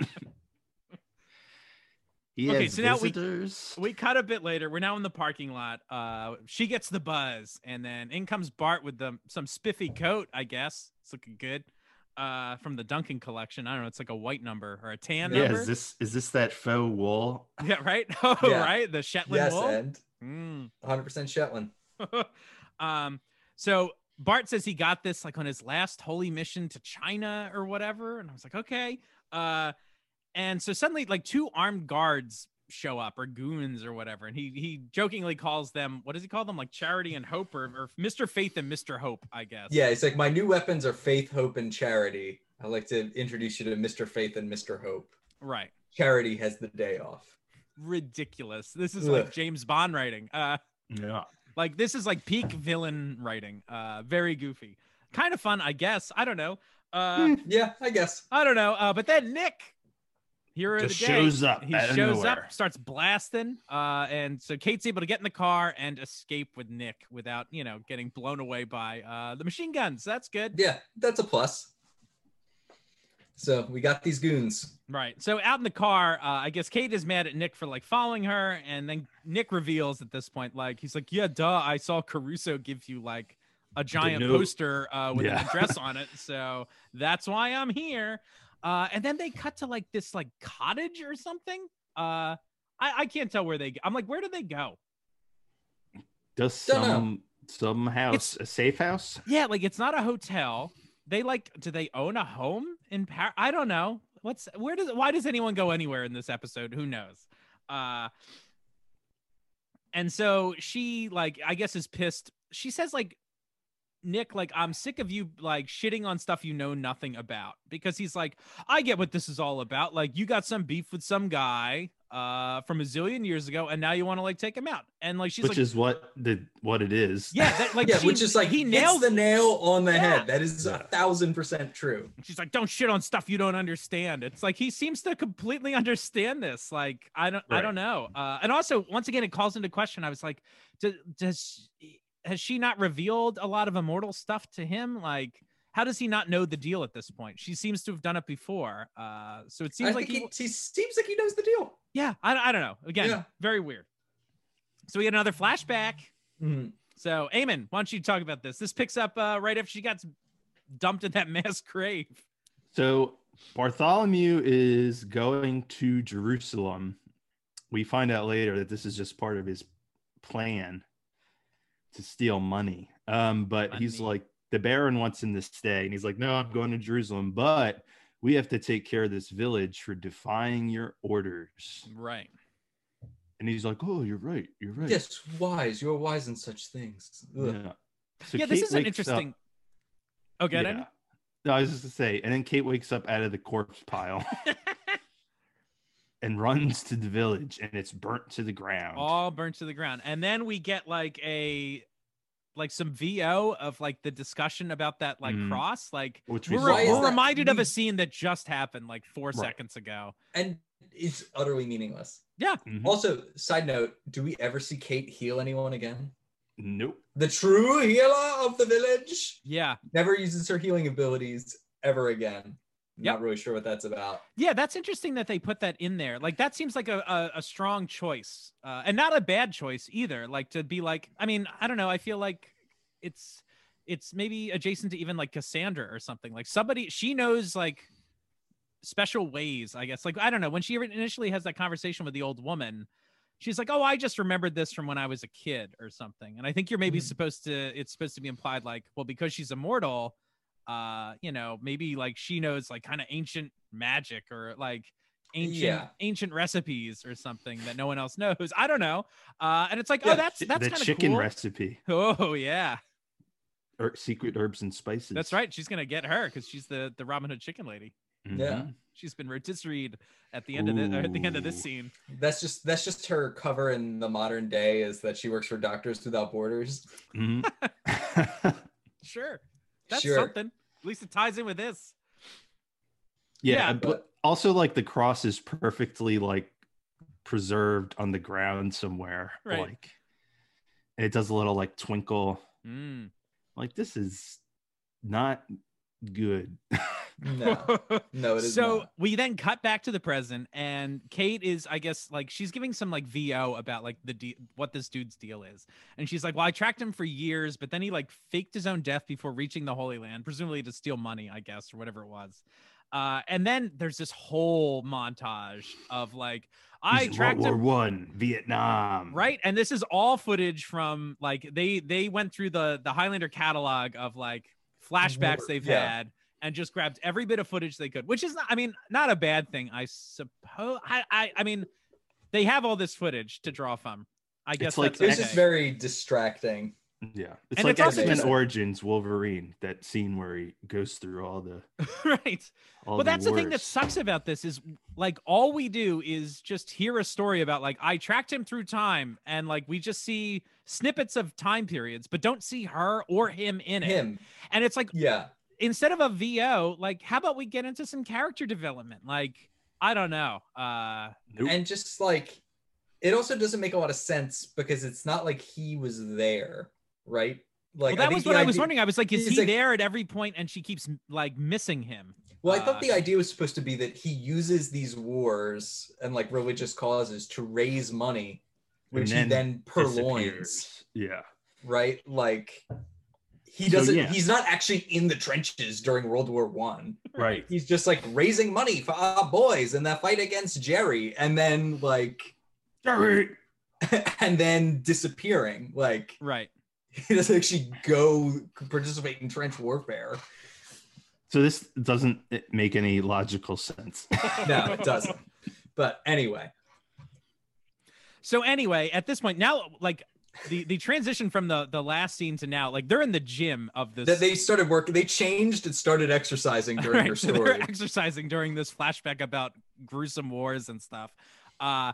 [SPEAKER 4] he
[SPEAKER 3] Okay,
[SPEAKER 4] has
[SPEAKER 3] so now we-
[SPEAKER 4] visitors.
[SPEAKER 3] We cut a bit later. We're now in the parking lot. Uh, she gets the buzz, and then in comes Bart with the, some spiffy coat, I guess. It's looking good. Uh, from the Duncan collection. I don't know. It's like a white number or a tan
[SPEAKER 4] yeah,
[SPEAKER 3] number.
[SPEAKER 4] is this is this that faux wool?
[SPEAKER 3] yeah, right? Oh,
[SPEAKER 5] Yeah.
[SPEAKER 3] right. The Shetland
[SPEAKER 5] yes,
[SPEAKER 3] wool.
[SPEAKER 5] and
[SPEAKER 3] Mm.
[SPEAKER 5] 100% Shetland.
[SPEAKER 3] um, so Bart says he got this like on his last holy mission to China or whatever, and I was like, okay. Uh, and so suddenly, like two armed guards show up or goons or whatever, and he he jokingly calls them what does he call them like Charity and Hope or, or Mr. Faith and Mr. Hope, I guess.
[SPEAKER 5] Yeah, it's like my new weapons are faith, hope, and charity. I'd like to introduce you to Mr. Faith and Mr. Hope.
[SPEAKER 3] Right.
[SPEAKER 5] Charity has the day off.
[SPEAKER 3] Ridiculous. This is like
[SPEAKER 5] Ugh.
[SPEAKER 3] James Bond writing. Uh,
[SPEAKER 4] Yeah.
[SPEAKER 3] like this is like peak villain writing. Uh, very goofy. Kind
[SPEAKER 5] Hmm.
[SPEAKER 3] of fun, I guess. I don't know. Uh,
[SPEAKER 5] Yeah, I guess.
[SPEAKER 3] I don't know. Uh, but then Nick hero
[SPEAKER 4] Just
[SPEAKER 3] of the day
[SPEAKER 4] shows up
[SPEAKER 3] He
[SPEAKER 4] Uh, out of
[SPEAKER 3] shows
[SPEAKER 4] nowhere.
[SPEAKER 3] up, starts blasting, uh, and so Kate's able to get in the car and escape with Nick without you know getting blown away by uh, the machine guns. That's good,
[SPEAKER 5] Yeah, that's a plus. So we got these goons.
[SPEAKER 3] right? So out in the car, uh, I guess Kate is mad at Nick for like following her, and then Nick reveals at this point, like he's like, "Yeah, duh, I saw Caruso give you like." A giant
[SPEAKER 4] note.
[SPEAKER 3] poster uh, with an
[SPEAKER 4] Yeah.
[SPEAKER 3] address on it, so that's why I'm here. Uh, and then they cut to like this like cottage or something. Uh, I, I can't tell where they. Go. I'm like, where do they go?
[SPEAKER 4] Just
[SPEAKER 5] Dunno.
[SPEAKER 4] some some house, a safe house.
[SPEAKER 3] Yeah, like it's not a hotel. They like, do they own a home in Paris? I don't know. What's where does why does anyone go anywhere in this episode? Who knows? Uh, and so she like I guess is pissed. She says like, Nick, like I'm sick of you like shitting on stuff you know nothing about because he's like, I get what this is all about. Like you got some beef with some guy uh from a zillion years ago, and now you want to like take him out. And like she's
[SPEAKER 4] which
[SPEAKER 3] like,
[SPEAKER 4] is what the what it is.
[SPEAKER 3] yeah, that, like
[SPEAKER 5] yeah,
[SPEAKER 3] she-
[SPEAKER 5] which is like
[SPEAKER 3] he
[SPEAKER 5] hits
[SPEAKER 3] nailed
[SPEAKER 5] the nail on the
[SPEAKER 3] Yeah.
[SPEAKER 5] head. That is
[SPEAKER 4] Yeah.
[SPEAKER 5] a thousand percent true.
[SPEAKER 3] And She's like, don't shit on stuff you don't understand. It's like he seems to completely understand this. Like I don't, I
[SPEAKER 4] Right.
[SPEAKER 3] don't know. Uh, and also, once again, it calls into question. I was like, does, does has she not revealed a lot of immortal stuff to him? Like, how does he not know the deal at this point? She seems to have done it before. Uh, so it seems
[SPEAKER 5] I
[SPEAKER 3] like
[SPEAKER 5] think
[SPEAKER 3] he,
[SPEAKER 5] he, he seems like he knows the deal.
[SPEAKER 3] yeah, I, I don't know. Again,
[SPEAKER 5] Yeah.
[SPEAKER 3] very weird. So we get another flashback.
[SPEAKER 4] Mm-hmm.
[SPEAKER 5] Mhm.
[SPEAKER 3] So Eamon, why don't you talk about this? This picks up uh, right after she got dumped in that mass grave.
[SPEAKER 4] So Bartholomew is going to Jerusalem. We find out later that this is just part of his plan to steal money. Um, but he's
[SPEAKER 3] Money.
[SPEAKER 4] like, the Baron wants him to stay, and he's like, no, I'm going to Jerusalem, but we have to take care of this village for defying your orders.
[SPEAKER 3] Right.
[SPEAKER 4] And he's like, oh, you're right, you're right.
[SPEAKER 5] Yes, wise. You're wise in such things. Ugh.
[SPEAKER 4] Yeah. So
[SPEAKER 3] yeah, this
[SPEAKER 4] Kate
[SPEAKER 3] is an
[SPEAKER 4] wakes up-
[SPEAKER 3] interesting. Oh, Okay,
[SPEAKER 4] Yeah. No, I was just to say, and then Kate wakes up out of the corpse pile and runs to the village, and it's burnt to the ground.
[SPEAKER 3] all burnt to the ground, and then we get like a, like some VO of like the discussion about that like
[SPEAKER 4] Mm.
[SPEAKER 3] cross. Like
[SPEAKER 4] which we
[SPEAKER 3] we're,
[SPEAKER 5] Why
[SPEAKER 4] saw.
[SPEAKER 5] is
[SPEAKER 3] we're
[SPEAKER 5] that-
[SPEAKER 3] reminded of
[SPEAKER 5] we-
[SPEAKER 3] a scene that just happened like four
[SPEAKER 4] Right.
[SPEAKER 3] seconds ago.
[SPEAKER 5] And it's utterly meaningless.
[SPEAKER 4] Mhm.
[SPEAKER 5] Also, side note, do we ever see Kate heal anyone again?
[SPEAKER 4] Nope.
[SPEAKER 5] The true healer of the village
[SPEAKER 3] Yeah,
[SPEAKER 5] never uses her healing abilities ever again.
[SPEAKER 3] Yep.
[SPEAKER 5] Not really sure what that's about.
[SPEAKER 3] yeah, that's interesting that they put that in there. Like that seems like a a, a strong choice, uh, and not a bad choice either. Like to be like, I mean, I don't know. I feel like it's it's maybe adjacent to even like Cassandra or something. Like somebody she knows like special ways, I guess. Like I don't know, when she initially has that conversation with the old woman, she's like, "Oh, I just remembered this from when I was a kid or something." And I think you're maybe
[SPEAKER 5] Mhm.
[SPEAKER 4] Mm-hmm.
[SPEAKER 3] supposed to it's supposed to be implied like, well, because she's immortal, uh, you know, maybe like she knows like kind of ancient magic or like ancient
[SPEAKER 5] Yeah.
[SPEAKER 3] ancient recipes or something that no one else knows. I don't know. Uh, and it's like,
[SPEAKER 5] Yeah,
[SPEAKER 3] oh, that's that's
[SPEAKER 4] the
[SPEAKER 3] kind of
[SPEAKER 4] chicken
[SPEAKER 3] cool.
[SPEAKER 4] recipe,
[SPEAKER 3] Oh yeah.
[SPEAKER 4] or secret herbs and spices.
[SPEAKER 3] That's right. She's gonna get her because she's the the Robin Hood chicken lady.
[SPEAKER 4] Mm-hmm.
[SPEAKER 5] Yeah.
[SPEAKER 3] She's been rotisseried at the end of this, or at the end of this
[SPEAKER 4] Ooh.
[SPEAKER 3] scene.
[SPEAKER 5] That's just that's just her cover in the modern day is that she works for Doctors Without Borders.
[SPEAKER 4] Mhm.
[SPEAKER 3] Sure, that's
[SPEAKER 5] Sure.
[SPEAKER 3] something. At least it ties in with this. Yeah,
[SPEAKER 4] yeah, but also like the cross is perfectly like preserved on the ground somewhere.
[SPEAKER 3] Right.
[SPEAKER 4] Like, and it does a little like twinkle.
[SPEAKER 3] Mm.
[SPEAKER 4] Like this is not good.
[SPEAKER 5] No, no, it is
[SPEAKER 3] so
[SPEAKER 5] not.
[SPEAKER 3] we then cut back to the present, and Kate is, I guess, like she's giving some like VO about like the de- what this dude's deal is, and she's like, "Well, I tracked him for years, but then he like faked his own death before reaching the Holy Land, presumably to steal money, I guess, or whatever it was." Uh, and then there's this whole montage of like, "I
[SPEAKER 4] He's at
[SPEAKER 3] tracked
[SPEAKER 4] World
[SPEAKER 3] him."
[SPEAKER 4] War One, Vietnam.
[SPEAKER 3] right and this is all footage from like they they went through the the highlander catalog of like flashbacks they've
[SPEAKER 5] Yeah.
[SPEAKER 3] had and just grabbed every bit of footage they could which is not i mean not a bad thing i suppose i i, I mean they have all this footage to draw from i guess
[SPEAKER 4] like-
[SPEAKER 3] that's
[SPEAKER 5] It was just
[SPEAKER 3] okay.
[SPEAKER 5] very distracting.
[SPEAKER 4] Yeah. It's
[SPEAKER 3] And
[SPEAKER 4] like
[SPEAKER 3] it's also
[SPEAKER 4] X-Men
[SPEAKER 5] just-
[SPEAKER 4] Origins Wolverine, that scene where he goes through all the
[SPEAKER 3] right
[SPEAKER 4] all
[SPEAKER 3] well that's the thing that
[SPEAKER 4] wars.
[SPEAKER 3] sucks about this is like all we do is just hear a story about like i tracked him through time and like we just see snippets of time periods but don't see her or him in it
[SPEAKER 5] Him,
[SPEAKER 3] and it's like
[SPEAKER 5] yeah.
[SPEAKER 3] instead of a VO, like how about we get into some character development? Like I don't know. Uh,
[SPEAKER 4] Nope.
[SPEAKER 5] and just like it also doesn't make a lot of sense because it's not like he was there right like
[SPEAKER 3] well, that was
[SPEAKER 5] the
[SPEAKER 3] what I was
[SPEAKER 5] idea-
[SPEAKER 3] wondering. I was like, is
[SPEAKER 5] He's
[SPEAKER 3] he
[SPEAKER 5] like-
[SPEAKER 3] there at every point? And she keeps like missing him.
[SPEAKER 5] well i
[SPEAKER 3] Uh,
[SPEAKER 5] thought the idea was supposed to be that he uses these wars and like religious causes to raise money which he then purloins
[SPEAKER 4] disappears. Yeah.
[SPEAKER 5] right like he
[SPEAKER 4] So,
[SPEAKER 5] doesn't
[SPEAKER 4] yeah.
[SPEAKER 5] he's not actually in the trenches during world war one
[SPEAKER 4] Right.
[SPEAKER 5] he's just like raising money for our boys in that fight against jerry and then like and then disappearing like
[SPEAKER 3] Right.
[SPEAKER 5] he doesn't actually go participate in trench warfare.
[SPEAKER 4] So this doesn't make any logical sense.
[SPEAKER 5] No, it doesn't. But anyway,
[SPEAKER 3] So anyway, at this point now, like the the transition from the the last scene to now, like they're in the gym of this.
[SPEAKER 5] that they started working. They changed and started exercising during
[SPEAKER 3] Right,
[SPEAKER 5] her
[SPEAKER 3] so
[SPEAKER 5] story.
[SPEAKER 3] they're exercising during this flashback about gruesome wars and stuff. Uh,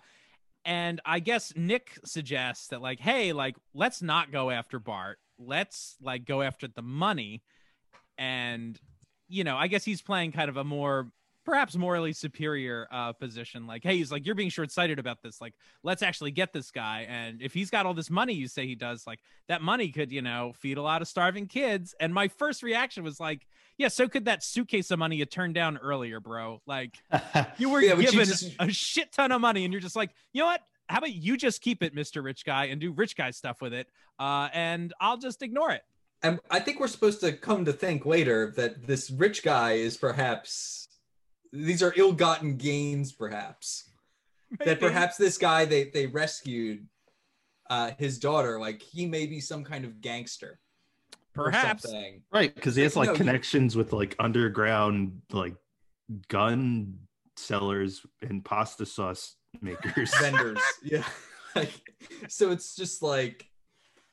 [SPEAKER 3] and I guess Nick suggests that, like, hey, like, let's not go after Bart. Let's like go after the money. And you know, I guess he's playing kind of a more perhaps morally superior uh position like hey he's like you're being short-sighted about this like let's actually get this guy and if he's got all this money you say he does like that money could you know feed a lot of starving kids and my first reaction was like yeah, so could that suitcase of money you turned down earlier, bro? Like you were
[SPEAKER 5] Yeah, but you
[SPEAKER 3] given
[SPEAKER 5] just-
[SPEAKER 3] a shit ton of money, and you're just like, you know what? How about you just keep it, Mister Rich Guy, and do rich guy stuff with it, uh, and I'll just ignore it.
[SPEAKER 5] and I think we're supposed to come to think later that this rich guy is perhaps these are ill-gotten gains, perhaps. that
[SPEAKER 3] Maybe.
[SPEAKER 5] perhaps this guy they they rescued uh his daughter like he may be some kind of gangster or
[SPEAKER 3] perhaps,
[SPEAKER 5] something.
[SPEAKER 4] right, because he has like
[SPEAKER 5] No, you-
[SPEAKER 4] connections with like underground like gun sellers and pasta sauce makers.
[SPEAKER 5] vendors. yeah. Like, so it's just like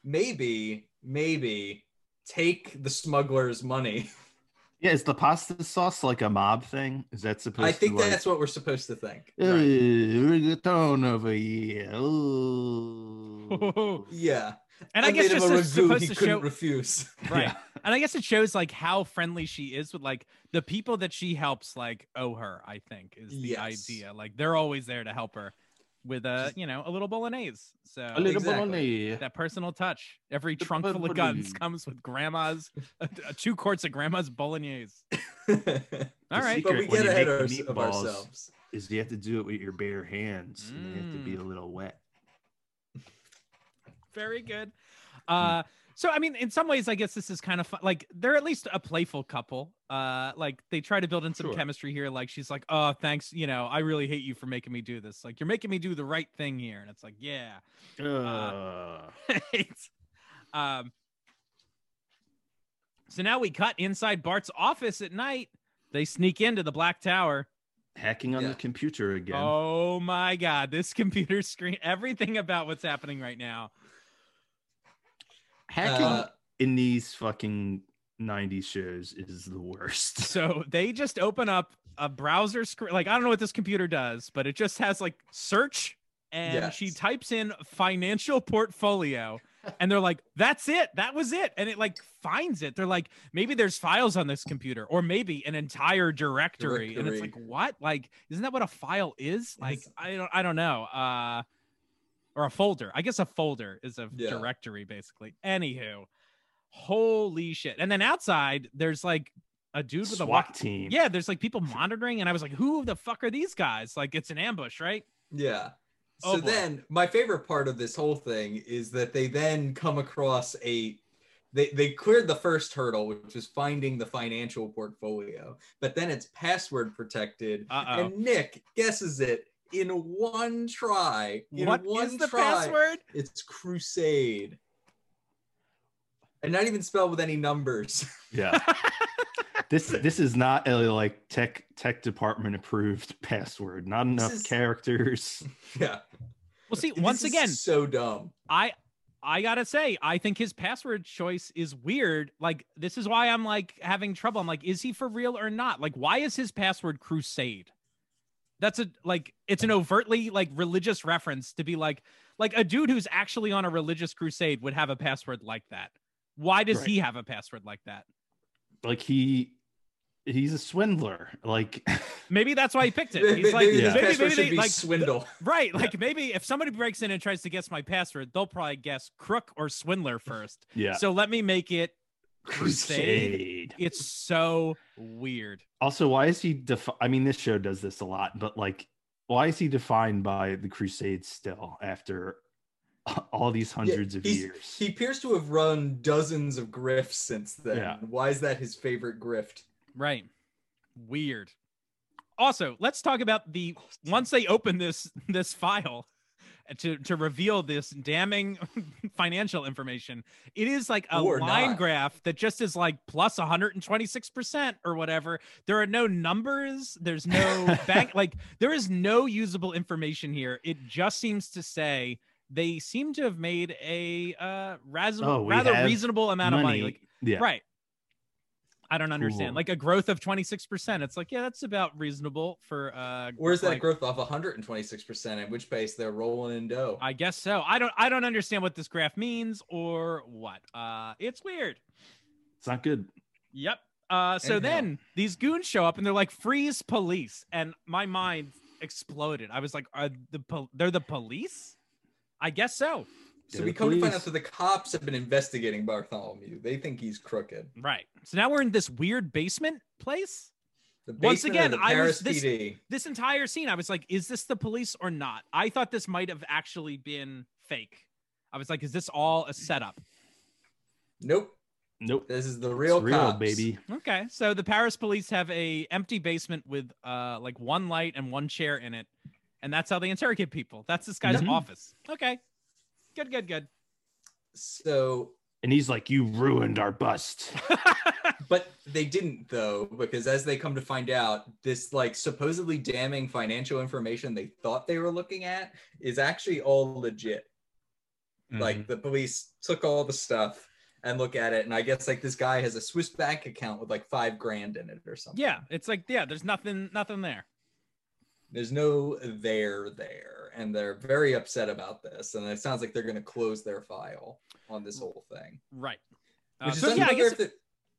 [SPEAKER 5] maybe, maybe take the smuggler's money.
[SPEAKER 4] yeah, is the pasta sauce like a mob thing? Is that supposed?
[SPEAKER 5] I think
[SPEAKER 4] to, like,
[SPEAKER 5] that's what we're supposed to think.
[SPEAKER 4] "Hey, rigatone over here. Ooh."
[SPEAKER 5] Yeah.
[SPEAKER 3] and I
[SPEAKER 5] made
[SPEAKER 3] guess
[SPEAKER 5] him
[SPEAKER 3] just
[SPEAKER 5] a
[SPEAKER 3] it's
[SPEAKER 5] ragout
[SPEAKER 3] supposed
[SPEAKER 5] he
[SPEAKER 3] to
[SPEAKER 5] couldn't
[SPEAKER 3] show,
[SPEAKER 5] refuse.
[SPEAKER 3] right?
[SPEAKER 4] Yeah.
[SPEAKER 3] And I guess it shows like how friendly she is with like the people that she helps, like owe her. I think is the
[SPEAKER 5] Yes.
[SPEAKER 3] idea. Like they're always there to help her with a
[SPEAKER 5] Just-
[SPEAKER 3] you know a little bolognese. So
[SPEAKER 4] A little
[SPEAKER 5] Exactly.
[SPEAKER 4] bologna.
[SPEAKER 3] that personal touch. Every
[SPEAKER 4] The
[SPEAKER 3] trunk full of guns
[SPEAKER 4] bubbly.
[SPEAKER 3] comes with grandma's uh, two quarts of grandma's bolognese. All
[SPEAKER 4] The
[SPEAKER 3] right.
[SPEAKER 5] But we
[SPEAKER 4] Secret when
[SPEAKER 5] get
[SPEAKER 4] you
[SPEAKER 5] ahead
[SPEAKER 4] make
[SPEAKER 5] ours-
[SPEAKER 4] the
[SPEAKER 5] of
[SPEAKER 4] meatballs.
[SPEAKER 5] ourselves.
[SPEAKER 4] Is you have to do it with your bare hands, and they have to be
[SPEAKER 3] Mm.
[SPEAKER 4] a little wet.
[SPEAKER 3] Very good. Uh so I mean in some ways I guess this is kind of fun. Like they're at least a playful couple. Uh like they try to build in some
[SPEAKER 4] Sure.
[SPEAKER 3] chemistry here like she's like, "Oh, thanks, you know, I really hate you for making me do this. Like you're making me do the right thing here." And it's like, "Yeah."
[SPEAKER 4] Uh,
[SPEAKER 3] It's- um So now we cut inside Bart's office at night. They sneak into the Black Tower.
[SPEAKER 4] hacking on
[SPEAKER 5] Yeah.
[SPEAKER 4] the computer again.
[SPEAKER 3] Oh my god, this computer screen, everything about what's happening right now.
[SPEAKER 4] Hacking
[SPEAKER 5] Uh,
[SPEAKER 4] in these fucking 90s shows is the worst.
[SPEAKER 3] So they just open up a browser screen. Like, I don't know what this computer does, but it just has like search and
[SPEAKER 5] Yes.
[SPEAKER 3] she types in financial portfolio. And they're like, that's it. That was it. And it like finds it. They're like, maybe there's files on this computer, or maybe an entire directory. And it's like,
[SPEAKER 5] Directory.
[SPEAKER 3] what? Like, isn't that what a file is? Like,
[SPEAKER 5] Yes.
[SPEAKER 3] I don't I don't know. Uh or a folder. I guess a folder is a
[SPEAKER 5] Yeah.
[SPEAKER 3] directory, basically. Anywho, holy shit. And then outside, there's like a dude with a walkie
[SPEAKER 4] SWAT team.
[SPEAKER 3] yeah, there's like people monitoring, and I was like, "Who the fuck are these guys?" Like, it's an ambush, right?
[SPEAKER 5] Yeah. So
[SPEAKER 3] Oh, boy.
[SPEAKER 5] then my favorite part of this whole thing is that they then come across a they, they cleared the first hurdle, which was finding the financial portfolio, but then it's password protected.
[SPEAKER 3] Uh oh.
[SPEAKER 5] And Nick guesses it in one try. In
[SPEAKER 3] What
[SPEAKER 5] one
[SPEAKER 3] is the
[SPEAKER 5] try,
[SPEAKER 3] password?
[SPEAKER 5] It's crusade. And not even spelled with any numbers.
[SPEAKER 4] Yeah. this this is not a like tech tech department approved password. Not enough
[SPEAKER 5] is-
[SPEAKER 4] characters.
[SPEAKER 5] yeah.
[SPEAKER 3] Well, see,
[SPEAKER 5] This
[SPEAKER 3] once
[SPEAKER 5] is
[SPEAKER 3] again,
[SPEAKER 5] so dumb.
[SPEAKER 3] I I gotta say, I think his password choice is weird. Like, this is why I'm like having trouble. I'm like, is he for real or not? Like, why is his password crusade? That's a like it's an overtly like religious reference to be like like a dude who's actually on a religious crusade would have a password like that. Why does
[SPEAKER 4] Right.
[SPEAKER 3] he have a password like that?
[SPEAKER 4] Like he he's a swindler. Like
[SPEAKER 3] Maybe that's why he picked it.
[SPEAKER 5] Maybe,
[SPEAKER 3] He's like,
[SPEAKER 5] maybe
[SPEAKER 4] Yeah.
[SPEAKER 5] the
[SPEAKER 3] maybe,
[SPEAKER 5] password
[SPEAKER 3] maybe
[SPEAKER 5] should
[SPEAKER 3] they,
[SPEAKER 5] be
[SPEAKER 3] like,
[SPEAKER 5] swindle.
[SPEAKER 3] right. Like, maybe if somebody breaks in and tries to guess my password, they'll probably guess crook or swindler first.
[SPEAKER 4] yeah.
[SPEAKER 3] So let me make it. It's so weird.
[SPEAKER 4] Also, why is he defi- I mean, this show does this a lot, but like why is he defined by the Crusades still after all these
[SPEAKER 5] Yeah,
[SPEAKER 4] hundreds of
[SPEAKER 5] he's-
[SPEAKER 4] years?
[SPEAKER 5] He appears to have run dozens of grifts since then.
[SPEAKER 4] Yeah.
[SPEAKER 5] Why is that his favorite grift?
[SPEAKER 3] Right. Weird. Also, let's talk about the once they open this this file uh, to to reveal this damning financial information. It is like a
[SPEAKER 5] Or
[SPEAKER 3] line
[SPEAKER 5] not.
[SPEAKER 3] graph that just is like plus 126% or whatever. There are no numbers, there's no bank like there is no usable information here. It just seems to say they seem to have made a uh raz-
[SPEAKER 4] Oh, we
[SPEAKER 3] rather
[SPEAKER 4] have
[SPEAKER 3] reasonable amount of money. Like
[SPEAKER 4] yeah.
[SPEAKER 3] Right. I don't understand.
[SPEAKER 4] Cool.
[SPEAKER 3] Like a growth of 26%. It's like, yeah, that's about reasonable for uh
[SPEAKER 5] Where's that
[SPEAKER 3] like-
[SPEAKER 5] growth off 126%? At which base they're rolling in dough.
[SPEAKER 3] I guess so. I don't I don't understand what this graph means or what. Uh it's weird.
[SPEAKER 4] It's not good.
[SPEAKER 3] Yep. Uh so
[SPEAKER 5] Anyhow.
[SPEAKER 3] then these goons show up and they're like freeze police and my mind exploded. I was like, are the pol- they're the police? I guess so.
[SPEAKER 5] so
[SPEAKER 4] They're
[SPEAKER 5] we
[SPEAKER 4] the
[SPEAKER 5] come to find
[SPEAKER 4] police.
[SPEAKER 5] out that the cops have been investigating Bartholomew. They think he's crooked.
[SPEAKER 3] Right. So now we're in this weird basement place.
[SPEAKER 5] The
[SPEAKER 3] Once
[SPEAKER 5] basement
[SPEAKER 3] again,
[SPEAKER 5] of the
[SPEAKER 3] I was-
[SPEAKER 5] Paris
[SPEAKER 3] this-
[SPEAKER 5] PD.
[SPEAKER 3] this entire scene i was like is this the police or not i thought this might have actually been fake i was like is this all a setup
[SPEAKER 5] Nope.
[SPEAKER 4] Nope.
[SPEAKER 5] This is the
[SPEAKER 4] Real,
[SPEAKER 5] real
[SPEAKER 4] it's real
[SPEAKER 5] cops.
[SPEAKER 4] baby.
[SPEAKER 3] okay so the paris police have a empty basement with uh like one light and one chair in it and that's how they interrogate people that's this guy's
[SPEAKER 4] Mhm.
[SPEAKER 3] office okay good good good
[SPEAKER 5] So,
[SPEAKER 4] And he's like, You ruined our bust.
[SPEAKER 5] but they didn't though, because as they come to find out, this like supposedly damning financial information they thought they were looking at is actually all legit.
[SPEAKER 4] Mm-hmm.
[SPEAKER 5] Like the police took all the stuff and look at it, and I guess like this guy has a Swiss bank account with like five grand in it or something.
[SPEAKER 3] yeah it's like yeah there's nothing nothing there
[SPEAKER 5] There's no there there, and they're very upset about this, and it sounds like they're going to close their file on this whole thing.
[SPEAKER 3] right uh,
[SPEAKER 5] Which is
[SPEAKER 3] so yeah
[SPEAKER 5] unclear
[SPEAKER 3] i guess
[SPEAKER 5] if the,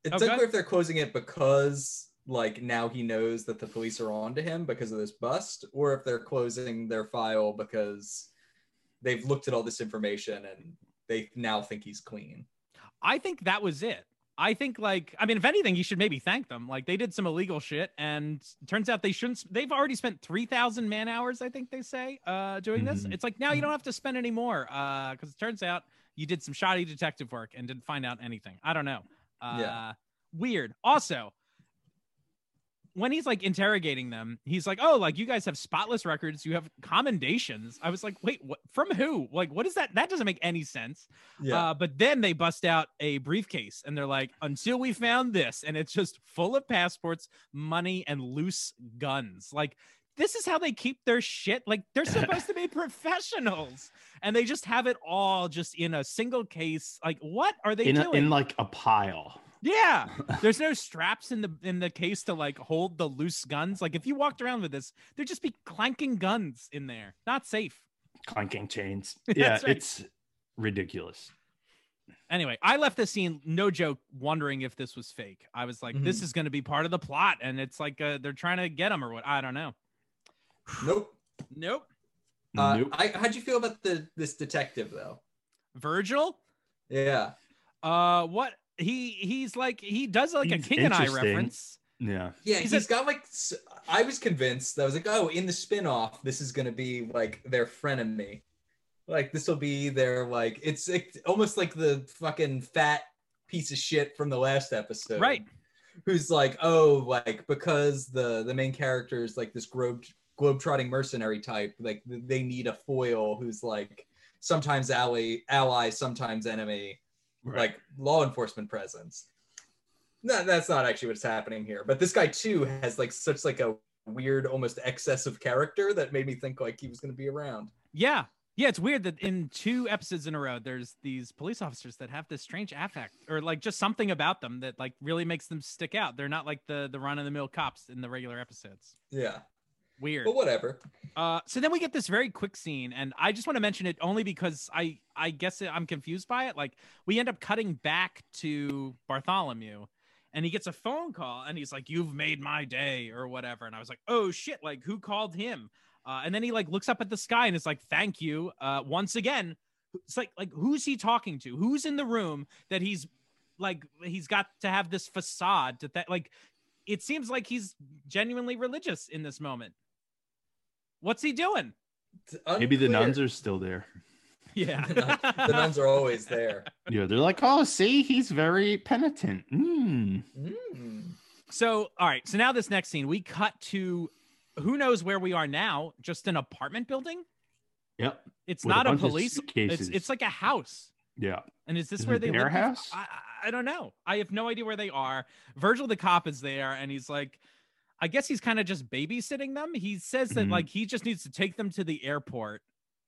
[SPEAKER 5] it's
[SPEAKER 3] Oh, go
[SPEAKER 5] unclear
[SPEAKER 3] ahead.
[SPEAKER 5] if they're closing it because like now he knows that the police are on to him because of this bust, or if they're closing their file because they've looked at all this information and they now think he's clean.
[SPEAKER 3] I think that was it. I think like I mean, if anything, you should maybe thank them. Like they did some illegal shit, and turns out they shouldn't. s- They've already spent three thousand man hours, I think they say, uh, doing this.
[SPEAKER 4] Mhm.
[SPEAKER 3] It's like now you don't have to spend any more, because it turns out you did some shoddy detective work and didn't find out anything. I don't know. Uh,
[SPEAKER 5] Yeah.
[SPEAKER 3] Weird. Also, when he's like interrogating them, he's like, "Oh, like you guys have spotless records. You have commendations." I was like, "Wait, what? From who? Like, what is that? That doesn't make any sense." Uh, but then they bust out a briefcase and they're like, until we found this. And it's just full of passports, money, and loose guns. Like, this is how they keep their shit. Like, they're supposed to be professionals. And they just have it all just in a single case. Like, what are they
[SPEAKER 4] in, a,
[SPEAKER 3] doing?
[SPEAKER 4] in like a pile.
[SPEAKER 3] yeah. There's no straps in the in the case to like hold the loose guns. Like if you walked around with this, there'd just be clanking guns in there. Not safe.
[SPEAKER 4] clanking chains. Yeah,
[SPEAKER 3] right.
[SPEAKER 4] it's ridiculous.
[SPEAKER 3] anyway, I left the scene, no joke, wondering if this was fake. I was like,
[SPEAKER 4] Mm-hmm.
[SPEAKER 3] this is going to be part of the plot, and it's like uh, they're trying to get him or what. I don't know.
[SPEAKER 5] nope.
[SPEAKER 3] Nope.
[SPEAKER 5] Uh,
[SPEAKER 4] nope.
[SPEAKER 5] I, how'd you feel about the this detective though?
[SPEAKER 3] Virgil.
[SPEAKER 5] Yeah.
[SPEAKER 3] Uh, what he he's like he does like
[SPEAKER 4] He's
[SPEAKER 3] a King and I
[SPEAKER 4] interesting.
[SPEAKER 3] reference.
[SPEAKER 4] yeah.
[SPEAKER 5] Yeah,
[SPEAKER 3] He's
[SPEAKER 5] he's
[SPEAKER 3] a-
[SPEAKER 5] got like s- I was convinced. I was like, oh, in the spin-off, this is gonna be like their frenemy. Like this will be their like it's, it's almost like the fucking fat piece of shit from the last episode.
[SPEAKER 3] Right.
[SPEAKER 5] Who's like, oh, like because the the main character is like this globe globetrotting mercenary type, like th- they need a foil who's like sometimes ally ally, sometimes enemy
[SPEAKER 4] Right.
[SPEAKER 5] like law enforcement presence. No, that's not actually what's happening here. But this guy too has like such like a weird, almost excess of character that made me think like he was going to be around.
[SPEAKER 3] Yeah, yeah. It's weird that in two episodes in a row, there's these police officers that have this strange affect or like just something about them that like really makes them stick out. They're not like the the run of the mill cops in the regular episodes.
[SPEAKER 5] Yeah,
[SPEAKER 3] Weird.
[SPEAKER 5] but whatever.
[SPEAKER 3] Uh, so then we get this very quick scene, and I just want to mention it only because I I guess I'm confused by it. Like we end up cutting back to Bartholomew, and he gets a phone call and he's like you've made my day or whatever and i was like oh shit like who called him uh, and then he like looks up at the sky and it's like thank you uh, once again it's like like who's he talking to who's in the room that he's like he's got to have this facade to that like it seems like he's genuinely religious in this moment what's he doing
[SPEAKER 4] Maybe the nuns are still there.
[SPEAKER 3] yeah
[SPEAKER 5] the nuns are always there.
[SPEAKER 4] Yeah, they're like, oh, see, he's very penitent. Mm.
[SPEAKER 5] Mm.
[SPEAKER 3] So, all right. So now this next scene, we cut to who knows where we are now, just an apartment building.
[SPEAKER 4] Yep.
[SPEAKER 3] It's
[SPEAKER 4] With
[SPEAKER 3] not a,
[SPEAKER 4] bunch of
[SPEAKER 3] police. It's
[SPEAKER 4] suitcases.
[SPEAKER 3] it's like a house.
[SPEAKER 4] yeah.
[SPEAKER 3] And is this
[SPEAKER 4] Is
[SPEAKER 3] where
[SPEAKER 4] it
[SPEAKER 3] they
[SPEAKER 4] their
[SPEAKER 3] live? now?
[SPEAKER 4] house?
[SPEAKER 3] I, I- I don't know. I have no idea where they are. Virgil the cop is there and he's like I guess he's kind of just babysitting them. He says that
[SPEAKER 4] Mhm.
[SPEAKER 3] like he just needs to take them to the airport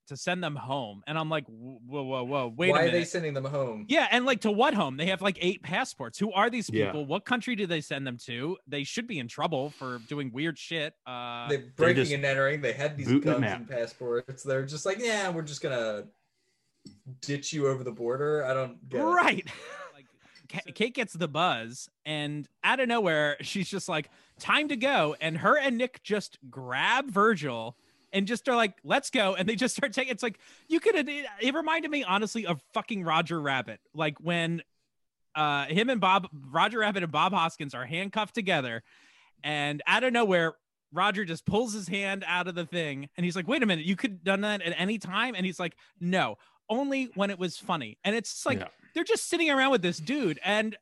[SPEAKER 3] to send them home. And I'm like, whoa, whoa, whoa, wait a
[SPEAKER 5] Why are they
[SPEAKER 3] minute.
[SPEAKER 5] sending them home?
[SPEAKER 3] Yeah, and like to what home? They have like eight passports. Who are these
[SPEAKER 4] Yeah.
[SPEAKER 3] people? What country do they send them to? They should be in trouble for doing weird shit. Uh,
[SPEAKER 5] They're breaking
[SPEAKER 4] just
[SPEAKER 5] and entering. They had these
[SPEAKER 4] booting them
[SPEAKER 5] guns
[SPEAKER 4] out.
[SPEAKER 5] and passports. They're just like, yeah, we're just gonna ditch you over the border. I don't get it.
[SPEAKER 3] right. like, Ka- Kate gets the buzz, and out of nowhere, she's just like, "Time to go!" And her and Nick just grab Virgil and just are like, "Let's go!" And they just start taking. It's like you could. It, it reminded me honestly of fucking Roger Rabbit, like when uh him and Bob Roger Rabbit and Bob Hoskins are handcuffed together, and out of nowhere. Roger just pulls his hand out of the thing and he's like, wait a minute, you could have done that at any time. And he's like, no, only when it was funny. And it's just like,
[SPEAKER 4] Yeah.
[SPEAKER 3] they're just sitting around with this dude and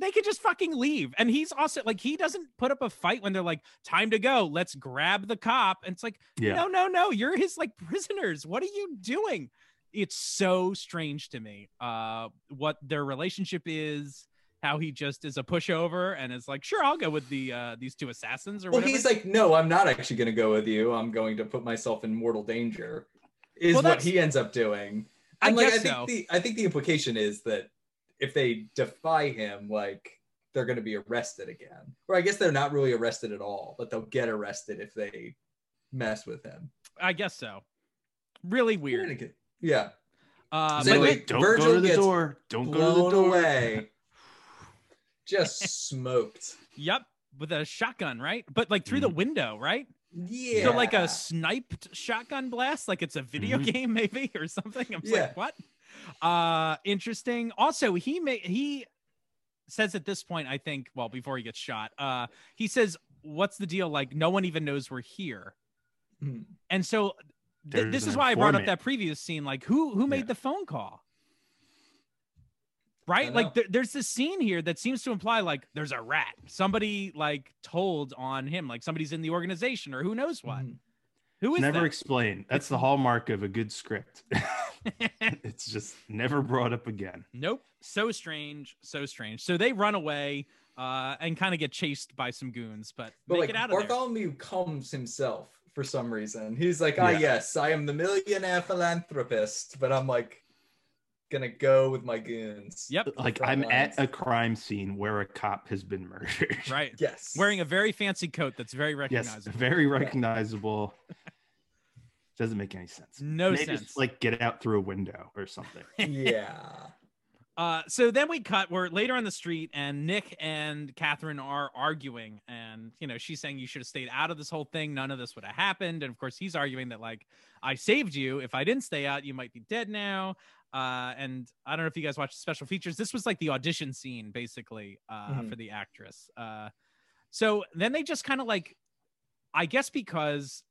[SPEAKER 3] they could just fucking leave. And he's also like, he doesn't put up a fight when they're like, time to go. Let's grab the cop. And it's like,
[SPEAKER 4] Yeah.
[SPEAKER 3] no, no, no. You're his like prisoners. What are you doing? It's so strange to me uh, what their relationship is, how he just is a pushover and is like, sure, I'll go with the uh, these two assassins or
[SPEAKER 5] Well,
[SPEAKER 3] whatever.
[SPEAKER 5] he's like, no, I'm not actually gonna go with you. I'm going to put myself in mortal danger. Is
[SPEAKER 3] Well,
[SPEAKER 5] what
[SPEAKER 3] that's-
[SPEAKER 5] he ends up doing.
[SPEAKER 3] I
[SPEAKER 5] And, like,
[SPEAKER 3] guess
[SPEAKER 5] I think
[SPEAKER 3] so.
[SPEAKER 5] the I think the implication is that if they defy him, like they're gonna be arrested again. Or I guess they're not really arrested at all, but they'll get arrested if they mess with him.
[SPEAKER 3] I guess so. Really weird.
[SPEAKER 5] Yeah.
[SPEAKER 3] Uh, but
[SPEAKER 5] Is it like-
[SPEAKER 3] they-
[SPEAKER 5] wait,
[SPEAKER 4] don't
[SPEAKER 5] Virgil
[SPEAKER 4] go to the
[SPEAKER 5] gets
[SPEAKER 4] door. Don't go to the
[SPEAKER 5] blown
[SPEAKER 4] door.
[SPEAKER 5] away. Just smoked.
[SPEAKER 3] yep, with a shotgun, right? But like through the window, right?
[SPEAKER 5] Yeah.
[SPEAKER 3] So like a sniped shotgun blast, like it's a video
[SPEAKER 4] Mm-hmm.
[SPEAKER 3] game maybe or something. I'm just
[SPEAKER 5] Yeah.
[SPEAKER 3] like, what? Uh interesting. Also, he may he says at this point, I think, well, before he gets shot, uh, he says, What's the deal? Like, no one even knows we're here.
[SPEAKER 5] Hmm.
[SPEAKER 3] And so th-
[SPEAKER 4] There's
[SPEAKER 3] this
[SPEAKER 4] an
[SPEAKER 3] is why I brought up
[SPEAKER 4] informant.
[SPEAKER 3] that previous scene. Like, who who made
[SPEAKER 4] Yeah.
[SPEAKER 3] the phone call? Right?
[SPEAKER 5] Dunno.
[SPEAKER 3] Like there, there's this scene here that seems to imply like there's a rat. Somebody like told on him, like somebody's in the organization or who knows what.
[SPEAKER 5] Mhm.
[SPEAKER 3] Who is
[SPEAKER 4] Mm-hmm. Never
[SPEAKER 3] that?
[SPEAKER 4] explain. That's the hallmark of a good script. it's just never brought up again.
[SPEAKER 3] Nope. So strange. So strange. So they run away uh, and kind of get chased by some goons, but,
[SPEAKER 5] But
[SPEAKER 3] they
[SPEAKER 5] like
[SPEAKER 3] get out of there.
[SPEAKER 5] Bartholomew comes himself for some reason. He's like, ah,
[SPEAKER 4] Yeah.
[SPEAKER 5] yes, I am the millionaire philanthropist, but I'm like gonna go with my goons.
[SPEAKER 3] Yep.
[SPEAKER 4] Like
[SPEAKER 5] Front
[SPEAKER 4] I'm
[SPEAKER 5] lines.
[SPEAKER 4] at a crime scene where a cop has been murdered.
[SPEAKER 3] Right.
[SPEAKER 5] Yes.
[SPEAKER 3] Wearing a very fancy coat that's very
[SPEAKER 4] yes,
[SPEAKER 3] recognizable.
[SPEAKER 4] very recognizable. Doesn't make any sense.
[SPEAKER 3] No
[SPEAKER 4] they
[SPEAKER 3] sense.
[SPEAKER 4] just like get out through a window or something.
[SPEAKER 5] yeah.
[SPEAKER 3] Uh, so then we cut. We're later on the street, and Nick and Catherine are arguing, and you know she's saying you should have stayed out of this whole thing. None of this would have happened, and of course he's arguing that like I saved you. If I didn't stay out, you might be dead now. Uh, and I don't know if you guys watched the special features. This was like the audition scene, basically, uh,
[SPEAKER 5] Mhm.
[SPEAKER 3] for the actress. Uh, so then they just kind of like, I guess because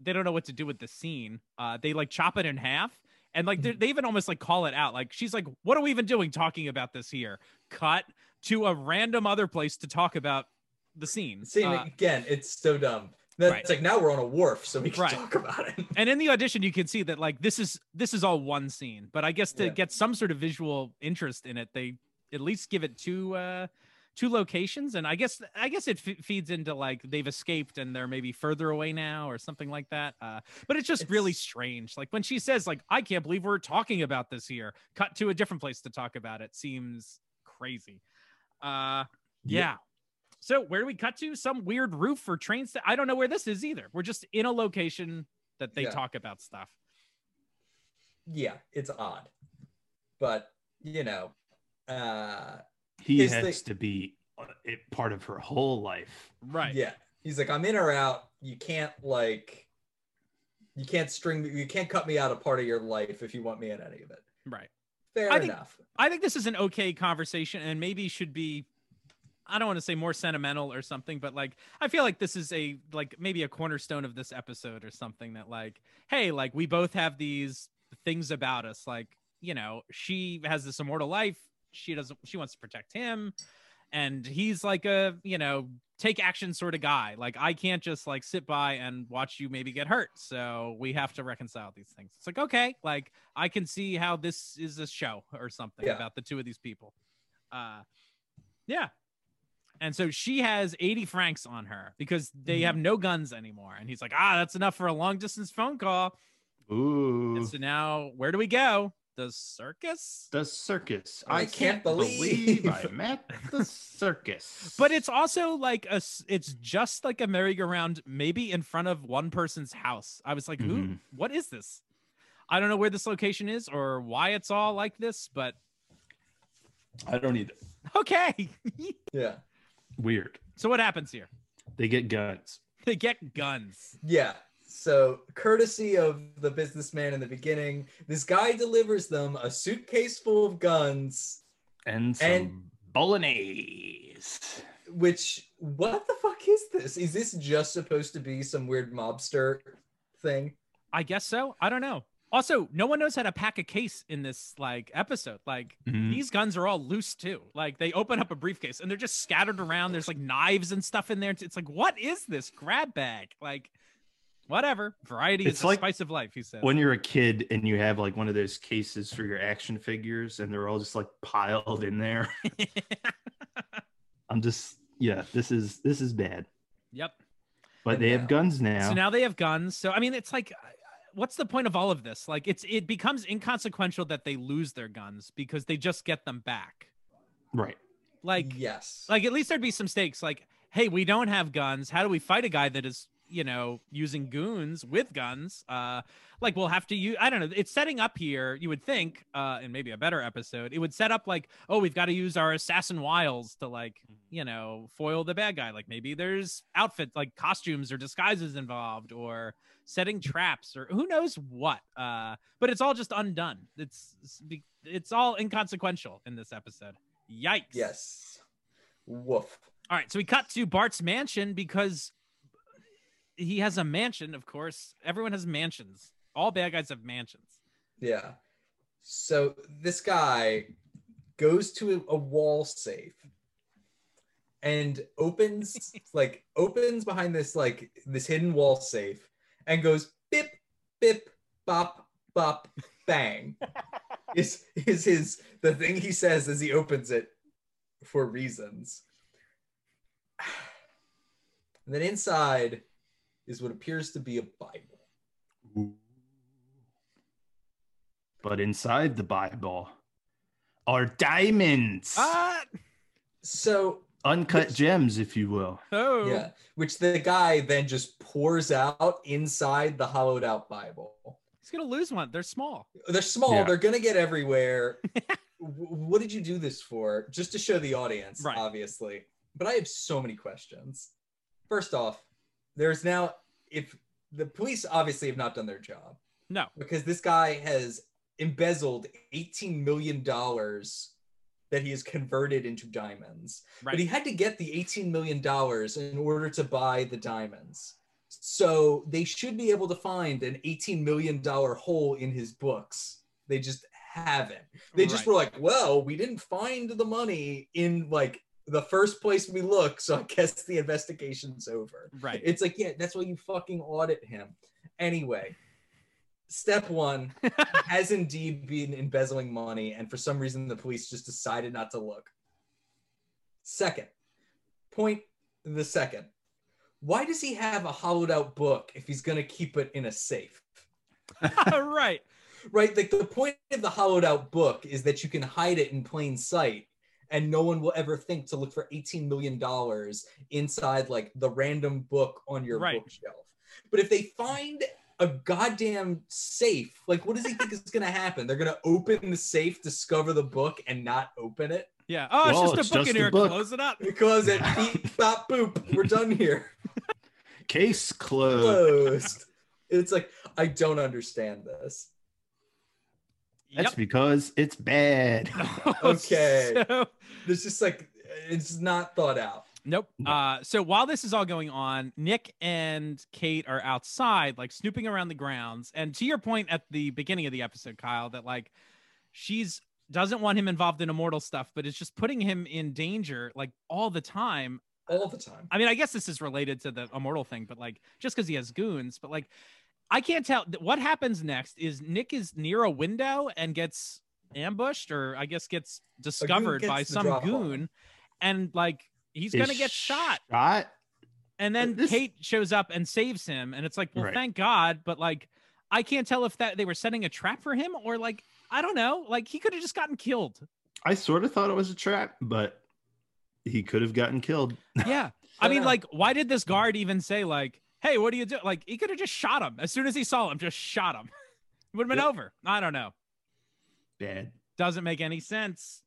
[SPEAKER 3] they don't know what to do with the scene, uh, they like chop it in half and like they they even almost like call it out like she's like what are we even doing talking about this here cut to a random other place to talk about the scene
[SPEAKER 5] See
[SPEAKER 3] Uh,
[SPEAKER 5] again, it's so dumb. That's
[SPEAKER 3] Right.
[SPEAKER 5] like now we're on a wharf, so we can
[SPEAKER 3] Right.
[SPEAKER 5] talk about it.
[SPEAKER 3] and in the audition you can see that like this is this is all one scene but i guess to
[SPEAKER 5] Yeah.
[SPEAKER 3] get some sort of visual interest in it they at least give it two uh two locations and i guess i guess it f- feeds into like they've escaped and they're maybe further away now or something like that uh but it's just really
[SPEAKER 5] It's-
[SPEAKER 3] strange like when she says like i can't believe we're talking about this here cut to a different place to talk about it seems crazy uh yeah. So where do we cut to? Some weird roof or train sta- I don't know where this is either. We're just in a location that they
[SPEAKER 5] Yeah.
[SPEAKER 3] talk about stuff.
[SPEAKER 5] yeah, it's odd. But, you know, uh
[SPEAKER 4] he
[SPEAKER 5] Is
[SPEAKER 4] has
[SPEAKER 5] the-
[SPEAKER 4] to be uh, it- part of her whole life.
[SPEAKER 3] Right.
[SPEAKER 5] Yeah. He's like, I'm in or out. You can't like you can't string me you can't cut me out of part of your life if you want me in any of it.
[SPEAKER 3] Right.
[SPEAKER 5] Fair
[SPEAKER 3] I think-
[SPEAKER 5] enough.
[SPEAKER 3] I think this is an okay conversation and maybe should be I don't want to say more sentimental or something, but like I feel like this is a like maybe a cornerstone of this episode or something that like, hey, like we both have these things about us. Like, you know, she has this immortal life, she doesn't she wants to protect him, and he's like a, you know, take action sort of guy. Like I can't just like sit by and watch you maybe get hurt. So we have to reconcile these things. It's like, okay, like I can see how this is a show or something
[SPEAKER 5] Yeah.
[SPEAKER 3] about the two of these people. Uh yeah. And so she has 80 francs on her because they have no guns anymore. And he's like, ah, that's enough for a long distance phone call.
[SPEAKER 4] Ooh,
[SPEAKER 3] And so now where do we go? The circus?
[SPEAKER 4] the circus!
[SPEAKER 5] I
[SPEAKER 4] I
[SPEAKER 5] can't
[SPEAKER 4] can't
[SPEAKER 5] believe-
[SPEAKER 4] believe I met the circus.
[SPEAKER 3] But it's also like a, s- it's just like a merry-go-round, maybe in front of one person's house. I was like, who?
[SPEAKER 4] Mhm.
[SPEAKER 3] What is this? I don't know where this location is or why it's all like this, but
[SPEAKER 4] I don't need it.
[SPEAKER 3] okay.
[SPEAKER 5] Yeah.
[SPEAKER 4] Weird.
[SPEAKER 3] so what happens here?
[SPEAKER 4] They get guns.
[SPEAKER 3] They get guns.
[SPEAKER 5] Yeah. So, courtesy of the businessman in the beginning, this guy delivers them a suitcase full of guns,
[SPEAKER 4] and some
[SPEAKER 5] And-
[SPEAKER 4] bolognese.
[SPEAKER 5] which, what the fuck is this? Is this just supposed to be some weird mobster thing?
[SPEAKER 3] I guess so. I don't know. Also, no one knows how to pack a case in this like episode. Like
[SPEAKER 4] Mm.
[SPEAKER 3] these guns are all loose too. Like they open up a briefcase and they're just scattered around. There's like knives and stuff in there. It's- It's like, what is this grab bag? Like, whatever. Variety
[SPEAKER 4] It's
[SPEAKER 3] is
[SPEAKER 4] like
[SPEAKER 3] the spice of life. He said.
[SPEAKER 4] When you're a kid and you have like one of those cases for your action figures and they're all just like piled in there. I'm just yeah, this is this is bad.
[SPEAKER 3] yep.
[SPEAKER 4] But they have guns now.
[SPEAKER 3] So now they have guns. So I mean, it's like, uh, what's the point of all of this? Like, it's it becomes inconsequential that they lose their guns because they just get them back.
[SPEAKER 4] right.
[SPEAKER 3] Like,
[SPEAKER 5] yes.
[SPEAKER 3] like at least there'd be some stakes like hey we don't have guns how do we fight a guy that is you know using goons with guns uh like we'll have to use i don't know it's setting up here you would think uh in maybe a better episode it would set up like oh we've got to use our assassin wiles to like you know foil the bad guy like maybe there's outfits like costumes or disguises involved or setting traps or who knows what uh but it's all just undone it's it's, be- it's all inconsequential in this episode yikes
[SPEAKER 5] yes. Woof.
[SPEAKER 3] all right, so we cut to Bart's mansion because he has a mansion, of course. Everyone has mansions. All bad guys have mansions.
[SPEAKER 5] Yeah. So this guy goes to a, a wall safe and opens like opens behind this like this hidden wall safe and goes bip bip bop bop bang is is his the thing he says as he opens it for reasons and then inside is what appears to be a bible
[SPEAKER 4] But inside the Bible are diamonds.
[SPEAKER 3] Ah,
[SPEAKER 5] so
[SPEAKER 4] Uncut gems, if you will.
[SPEAKER 3] oh,
[SPEAKER 5] Yeah, which the guy then just pours out inside the hollowed out Bible.
[SPEAKER 3] he's gonna lose one. They're small.
[SPEAKER 5] They're small,
[SPEAKER 4] Yeah.
[SPEAKER 5] they're going to get everywhere. W- what did you do this for? Just to show the audience,
[SPEAKER 3] Right.
[SPEAKER 5] obviously. But I have so many questions. First off, there's now, if the police obviously have not done their job
[SPEAKER 3] No,
[SPEAKER 5] because this guy has embezzled $18 million that he has converted into diamonds
[SPEAKER 3] right.
[SPEAKER 5] but he had to get the 18 million dollars in order to buy the diamonds so they should be able to find an 18 million dollar hole in his books they just haven't they
[SPEAKER 3] Right.
[SPEAKER 5] just were like well we didn't find the money in like the first place we look so i guess the investigation's over
[SPEAKER 3] right.
[SPEAKER 5] it's like yeah that's why you fucking audit him anyway step one has indeed been embezzling money, and for some reason the police just decided not to look. Second, point the second. Why does he have a hollowed out book if he's going to keep it in a safe?
[SPEAKER 3] right.
[SPEAKER 5] Right? Like the point of the hollowed out book is that you can hide it in plain sight and no one will ever think to look for $18 million inside like the random book on your
[SPEAKER 3] Right.
[SPEAKER 5] bookshelf. But if they find a goddamn safe, like what does he think is going to happen? They're going to open the safe, discover the book, and not open it?
[SPEAKER 3] Yeah. Oh, it's
[SPEAKER 4] Well,
[SPEAKER 3] just a
[SPEAKER 4] it's
[SPEAKER 3] book
[SPEAKER 4] just
[SPEAKER 3] in
[SPEAKER 4] a
[SPEAKER 3] here.
[SPEAKER 4] book.
[SPEAKER 3] Close it up.
[SPEAKER 5] We close it. Beep, bop, boop. We're done here.
[SPEAKER 4] Case closed.
[SPEAKER 5] Closed. It's like I don't understand this.
[SPEAKER 4] That's
[SPEAKER 3] Yep.
[SPEAKER 4] because it's bad.
[SPEAKER 5] Okay.
[SPEAKER 3] So-
[SPEAKER 5] There's just like it's not thought out.
[SPEAKER 3] Nope. Uh, so while this is all going on, Nick and Kate are outside, like snooping around the grounds. And to your point at the beginning of the episode, Kyle, that like she's doesn't want him involved in immortal stuff, but it's just putting him in danger like all the time.
[SPEAKER 5] all the time.
[SPEAKER 3] I mean, I guess this is related to the immortal thing, but like just because he has goons, but like I can't tell what happens next is Nick is near a window and gets ambushed or I guess gets discovered by
[SPEAKER 5] gets the
[SPEAKER 3] some
[SPEAKER 5] drop on him.
[SPEAKER 3] goon and like he's
[SPEAKER 4] Is
[SPEAKER 3] going to get shot.
[SPEAKER 4] Shot.
[SPEAKER 3] And then
[SPEAKER 4] This-
[SPEAKER 3] Kate shows up and saves him and it's like, well,
[SPEAKER 4] Right.
[SPEAKER 3] thank God, but like I can't tell if that they were setting a trap for him or like I don't know, like he could have just gotten killed.
[SPEAKER 4] I sort of thought it was a trap, but he could have gotten killed.
[SPEAKER 3] Yeah. I mean,
[SPEAKER 5] Yeah.
[SPEAKER 3] like, why did this guard even say, like, hey, what do you do? Like, he could have just shot him. As soon as he saw him, just shot him. It would have been
[SPEAKER 4] Yep.
[SPEAKER 3] over. I don't know.
[SPEAKER 4] Bad.
[SPEAKER 3] Doesn't make any sense.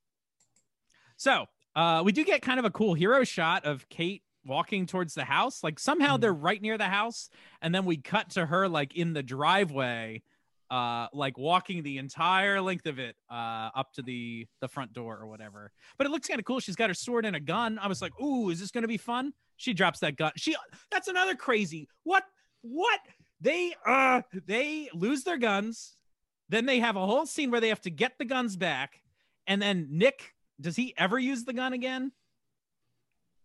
[SPEAKER 3] So uh, we do get kind of a cool hero shot of Kate walking towards the house. Like somehow they're right near the house, and then we cut to her like in the driveway, uh, like walking the entire length of it uh, up to the the front door or whatever. But it looks kind of cool. She's got her sword and a gun. I was like, ooh, is this gonna be fun? She drops that gun. She that's another crazy. What what they uh they lose their guns. Then they have a whole scene where they have to get the guns back, and then Nick does he ever use the gun again?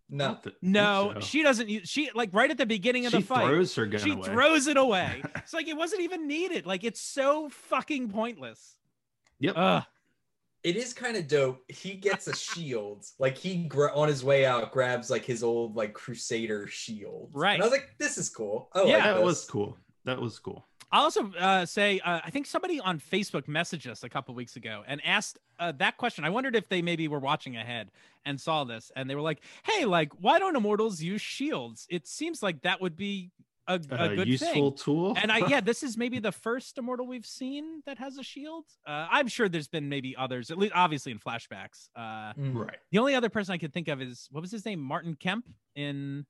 [SPEAKER 5] No.
[SPEAKER 3] Uh, No,
[SPEAKER 4] So-
[SPEAKER 3] she doesn't use she like right at the beginning
[SPEAKER 4] she
[SPEAKER 3] of the fight.
[SPEAKER 4] throws her gun
[SPEAKER 3] she
[SPEAKER 4] away.
[SPEAKER 3] throws it away. it's like it wasn't even needed. Like it's so fucking pointless.
[SPEAKER 4] Yep.
[SPEAKER 3] Ugh.
[SPEAKER 5] It is kind of dope. He gets a shield. Like he gra- on his way out grabs like his old like crusader shield.
[SPEAKER 3] Right.
[SPEAKER 5] And I was like, this is cool. Oh
[SPEAKER 3] Yeah.
[SPEAKER 5] yeah,
[SPEAKER 4] that was cool. That was cool.
[SPEAKER 3] I also uh, say uh, I think somebody on Facebook messaged us a couple weeks ago and asked uh, that question. I wondered if they maybe were watching ahead and saw this, and they were like, "Hey, like, why don't immortals use shields? It seems like that would be a, a
[SPEAKER 4] A
[SPEAKER 3] good
[SPEAKER 4] Uh, useful
[SPEAKER 3] thing."
[SPEAKER 4] tool.
[SPEAKER 3] And I yeah, this is maybe the first immortal we've seen that has a shield. Uh, I'm sure there's been maybe others, at least obviously in flashbacks. Uh,
[SPEAKER 5] Mm.
[SPEAKER 4] right.
[SPEAKER 3] the only other person I could think of is what was his name, Martin Kemp in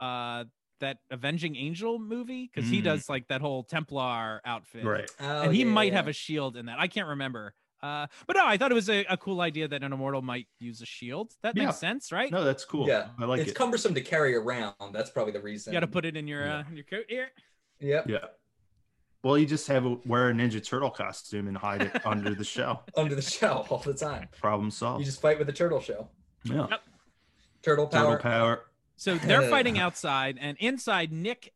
[SPEAKER 3] uh that Avenging Angel movie because he
[SPEAKER 4] Mm.
[SPEAKER 3] does like that whole Templar outfit,
[SPEAKER 4] Right.
[SPEAKER 5] Oh,
[SPEAKER 3] and he might have a shield in that. I can't remember. Uh, but no, I thought it was a, a cool idea that an immortal might use a shield. That
[SPEAKER 4] Yeah.
[SPEAKER 3] makes sense, right?
[SPEAKER 4] No, that's cool.
[SPEAKER 5] Yeah,
[SPEAKER 4] I like
[SPEAKER 5] it's
[SPEAKER 4] it.
[SPEAKER 5] cumbersome to carry around. That's probably the reason.
[SPEAKER 3] you got to put it in your
[SPEAKER 4] Yeah.
[SPEAKER 3] uh, in your coat here.
[SPEAKER 5] Yep.
[SPEAKER 4] yeah. Well, you just have a, wear a Ninja Turtle costume and hide it under the shell.
[SPEAKER 5] Under the shell all the time.
[SPEAKER 4] Problem
[SPEAKER 3] Oh.
[SPEAKER 5] You
[SPEAKER 4] solved.
[SPEAKER 5] just fight with the turtle shell.
[SPEAKER 4] yeah.
[SPEAKER 3] Yep.
[SPEAKER 5] Turtle
[SPEAKER 4] Turtle
[SPEAKER 5] power.
[SPEAKER 4] power.
[SPEAKER 3] So they're fighting outside, and inside Nick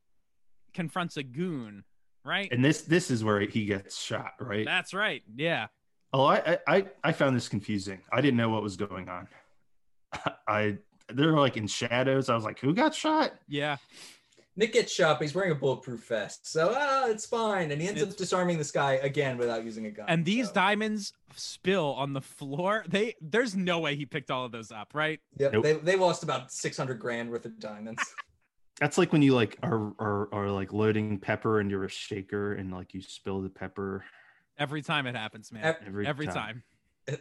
[SPEAKER 3] confronts a goon, right?
[SPEAKER 4] And this this is where he gets shot, right?
[SPEAKER 3] That's right. Yeah.
[SPEAKER 4] Oh, I, I- I I found this confusing. I didn't know what was going on. I they're like in shadows. I was like, who got shot?
[SPEAKER 3] Yeah.
[SPEAKER 5] Nick gets shot, but he's wearing a bulletproof vest. So ah, it's fine. And he ends
[SPEAKER 3] It's-
[SPEAKER 5] up disarming this guy again without using a gun.
[SPEAKER 3] And these
[SPEAKER 5] so.
[SPEAKER 3] diamonds spill on the floor. They there's no way he picked all of those up, right?
[SPEAKER 5] Yep,
[SPEAKER 4] Nope.
[SPEAKER 5] they, they lost about 600 grand worth of diamonds.
[SPEAKER 4] That's like when you like are are, are like loading pepper into a shaker and like you spill the pepper
[SPEAKER 3] Every time it happens, man.
[SPEAKER 5] Ev-
[SPEAKER 3] Every,
[SPEAKER 4] every
[SPEAKER 3] time.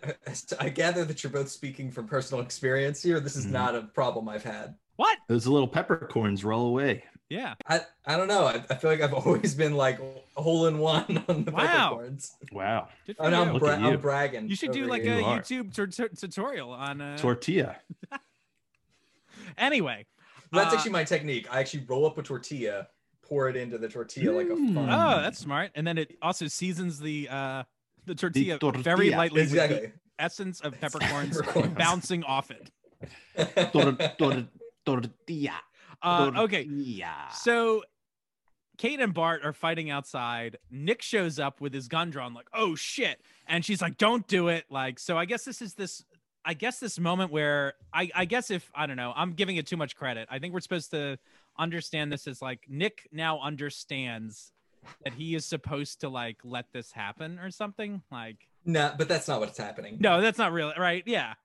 [SPEAKER 5] I gather that you're both speaking from personal experience here. This is
[SPEAKER 4] Mhm.
[SPEAKER 5] not a problem I've had.
[SPEAKER 3] What?
[SPEAKER 4] Those little peppercorns roll away.
[SPEAKER 3] Yeah.
[SPEAKER 5] I, I don't know. I, I feel like I've always been like a hole in one on the
[SPEAKER 3] Wow.
[SPEAKER 5] peppercorns.
[SPEAKER 4] Wow,
[SPEAKER 3] Good for
[SPEAKER 5] And Oh, I'm,
[SPEAKER 3] you.
[SPEAKER 4] Look
[SPEAKER 5] bra-
[SPEAKER 4] at you.
[SPEAKER 5] I'm bragging.
[SPEAKER 3] You should do
[SPEAKER 5] over
[SPEAKER 3] like
[SPEAKER 5] here.
[SPEAKER 3] a
[SPEAKER 4] You are.
[SPEAKER 3] YouTube tur- tur- tutorial on uh
[SPEAKER 4] tortilla.
[SPEAKER 3] anyway.
[SPEAKER 5] That's
[SPEAKER 3] uh,
[SPEAKER 5] actually my technique. I actually roll up a tortilla, pour it into the tortilla like a
[SPEAKER 4] Mm.
[SPEAKER 5] funnel.
[SPEAKER 3] Oh, that's smart. And then it also seasons the uh the tortilla, very
[SPEAKER 4] tortilla.
[SPEAKER 3] lightly with
[SPEAKER 5] exactly.
[SPEAKER 3] the essence of peppercorns
[SPEAKER 5] Peppercorns.
[SPEAKER 3] bouncing off it.
[SPEAKER 4] Tor- tor- tortilla.
[SPEAKER 3] Uh, okay.
[SPEAKER 4] Yeah.
[SPEAKER 3] So Kate and Bart are fighting outside. Nick shows up with his gun drawn, like, oh shit. And she's like, don't do it. Like, so I guess this is this, I guess this moment where I, I guess if, I don't know, I'm giving it too much credit. I think we're supposed to understand this as like Nick now understands that he is supposed to like let this happen or something. Like,
[SPEAKER 5] nah, but that's not what's happening.
[SPEAKER 3] no, that's not real. Right. Yeah.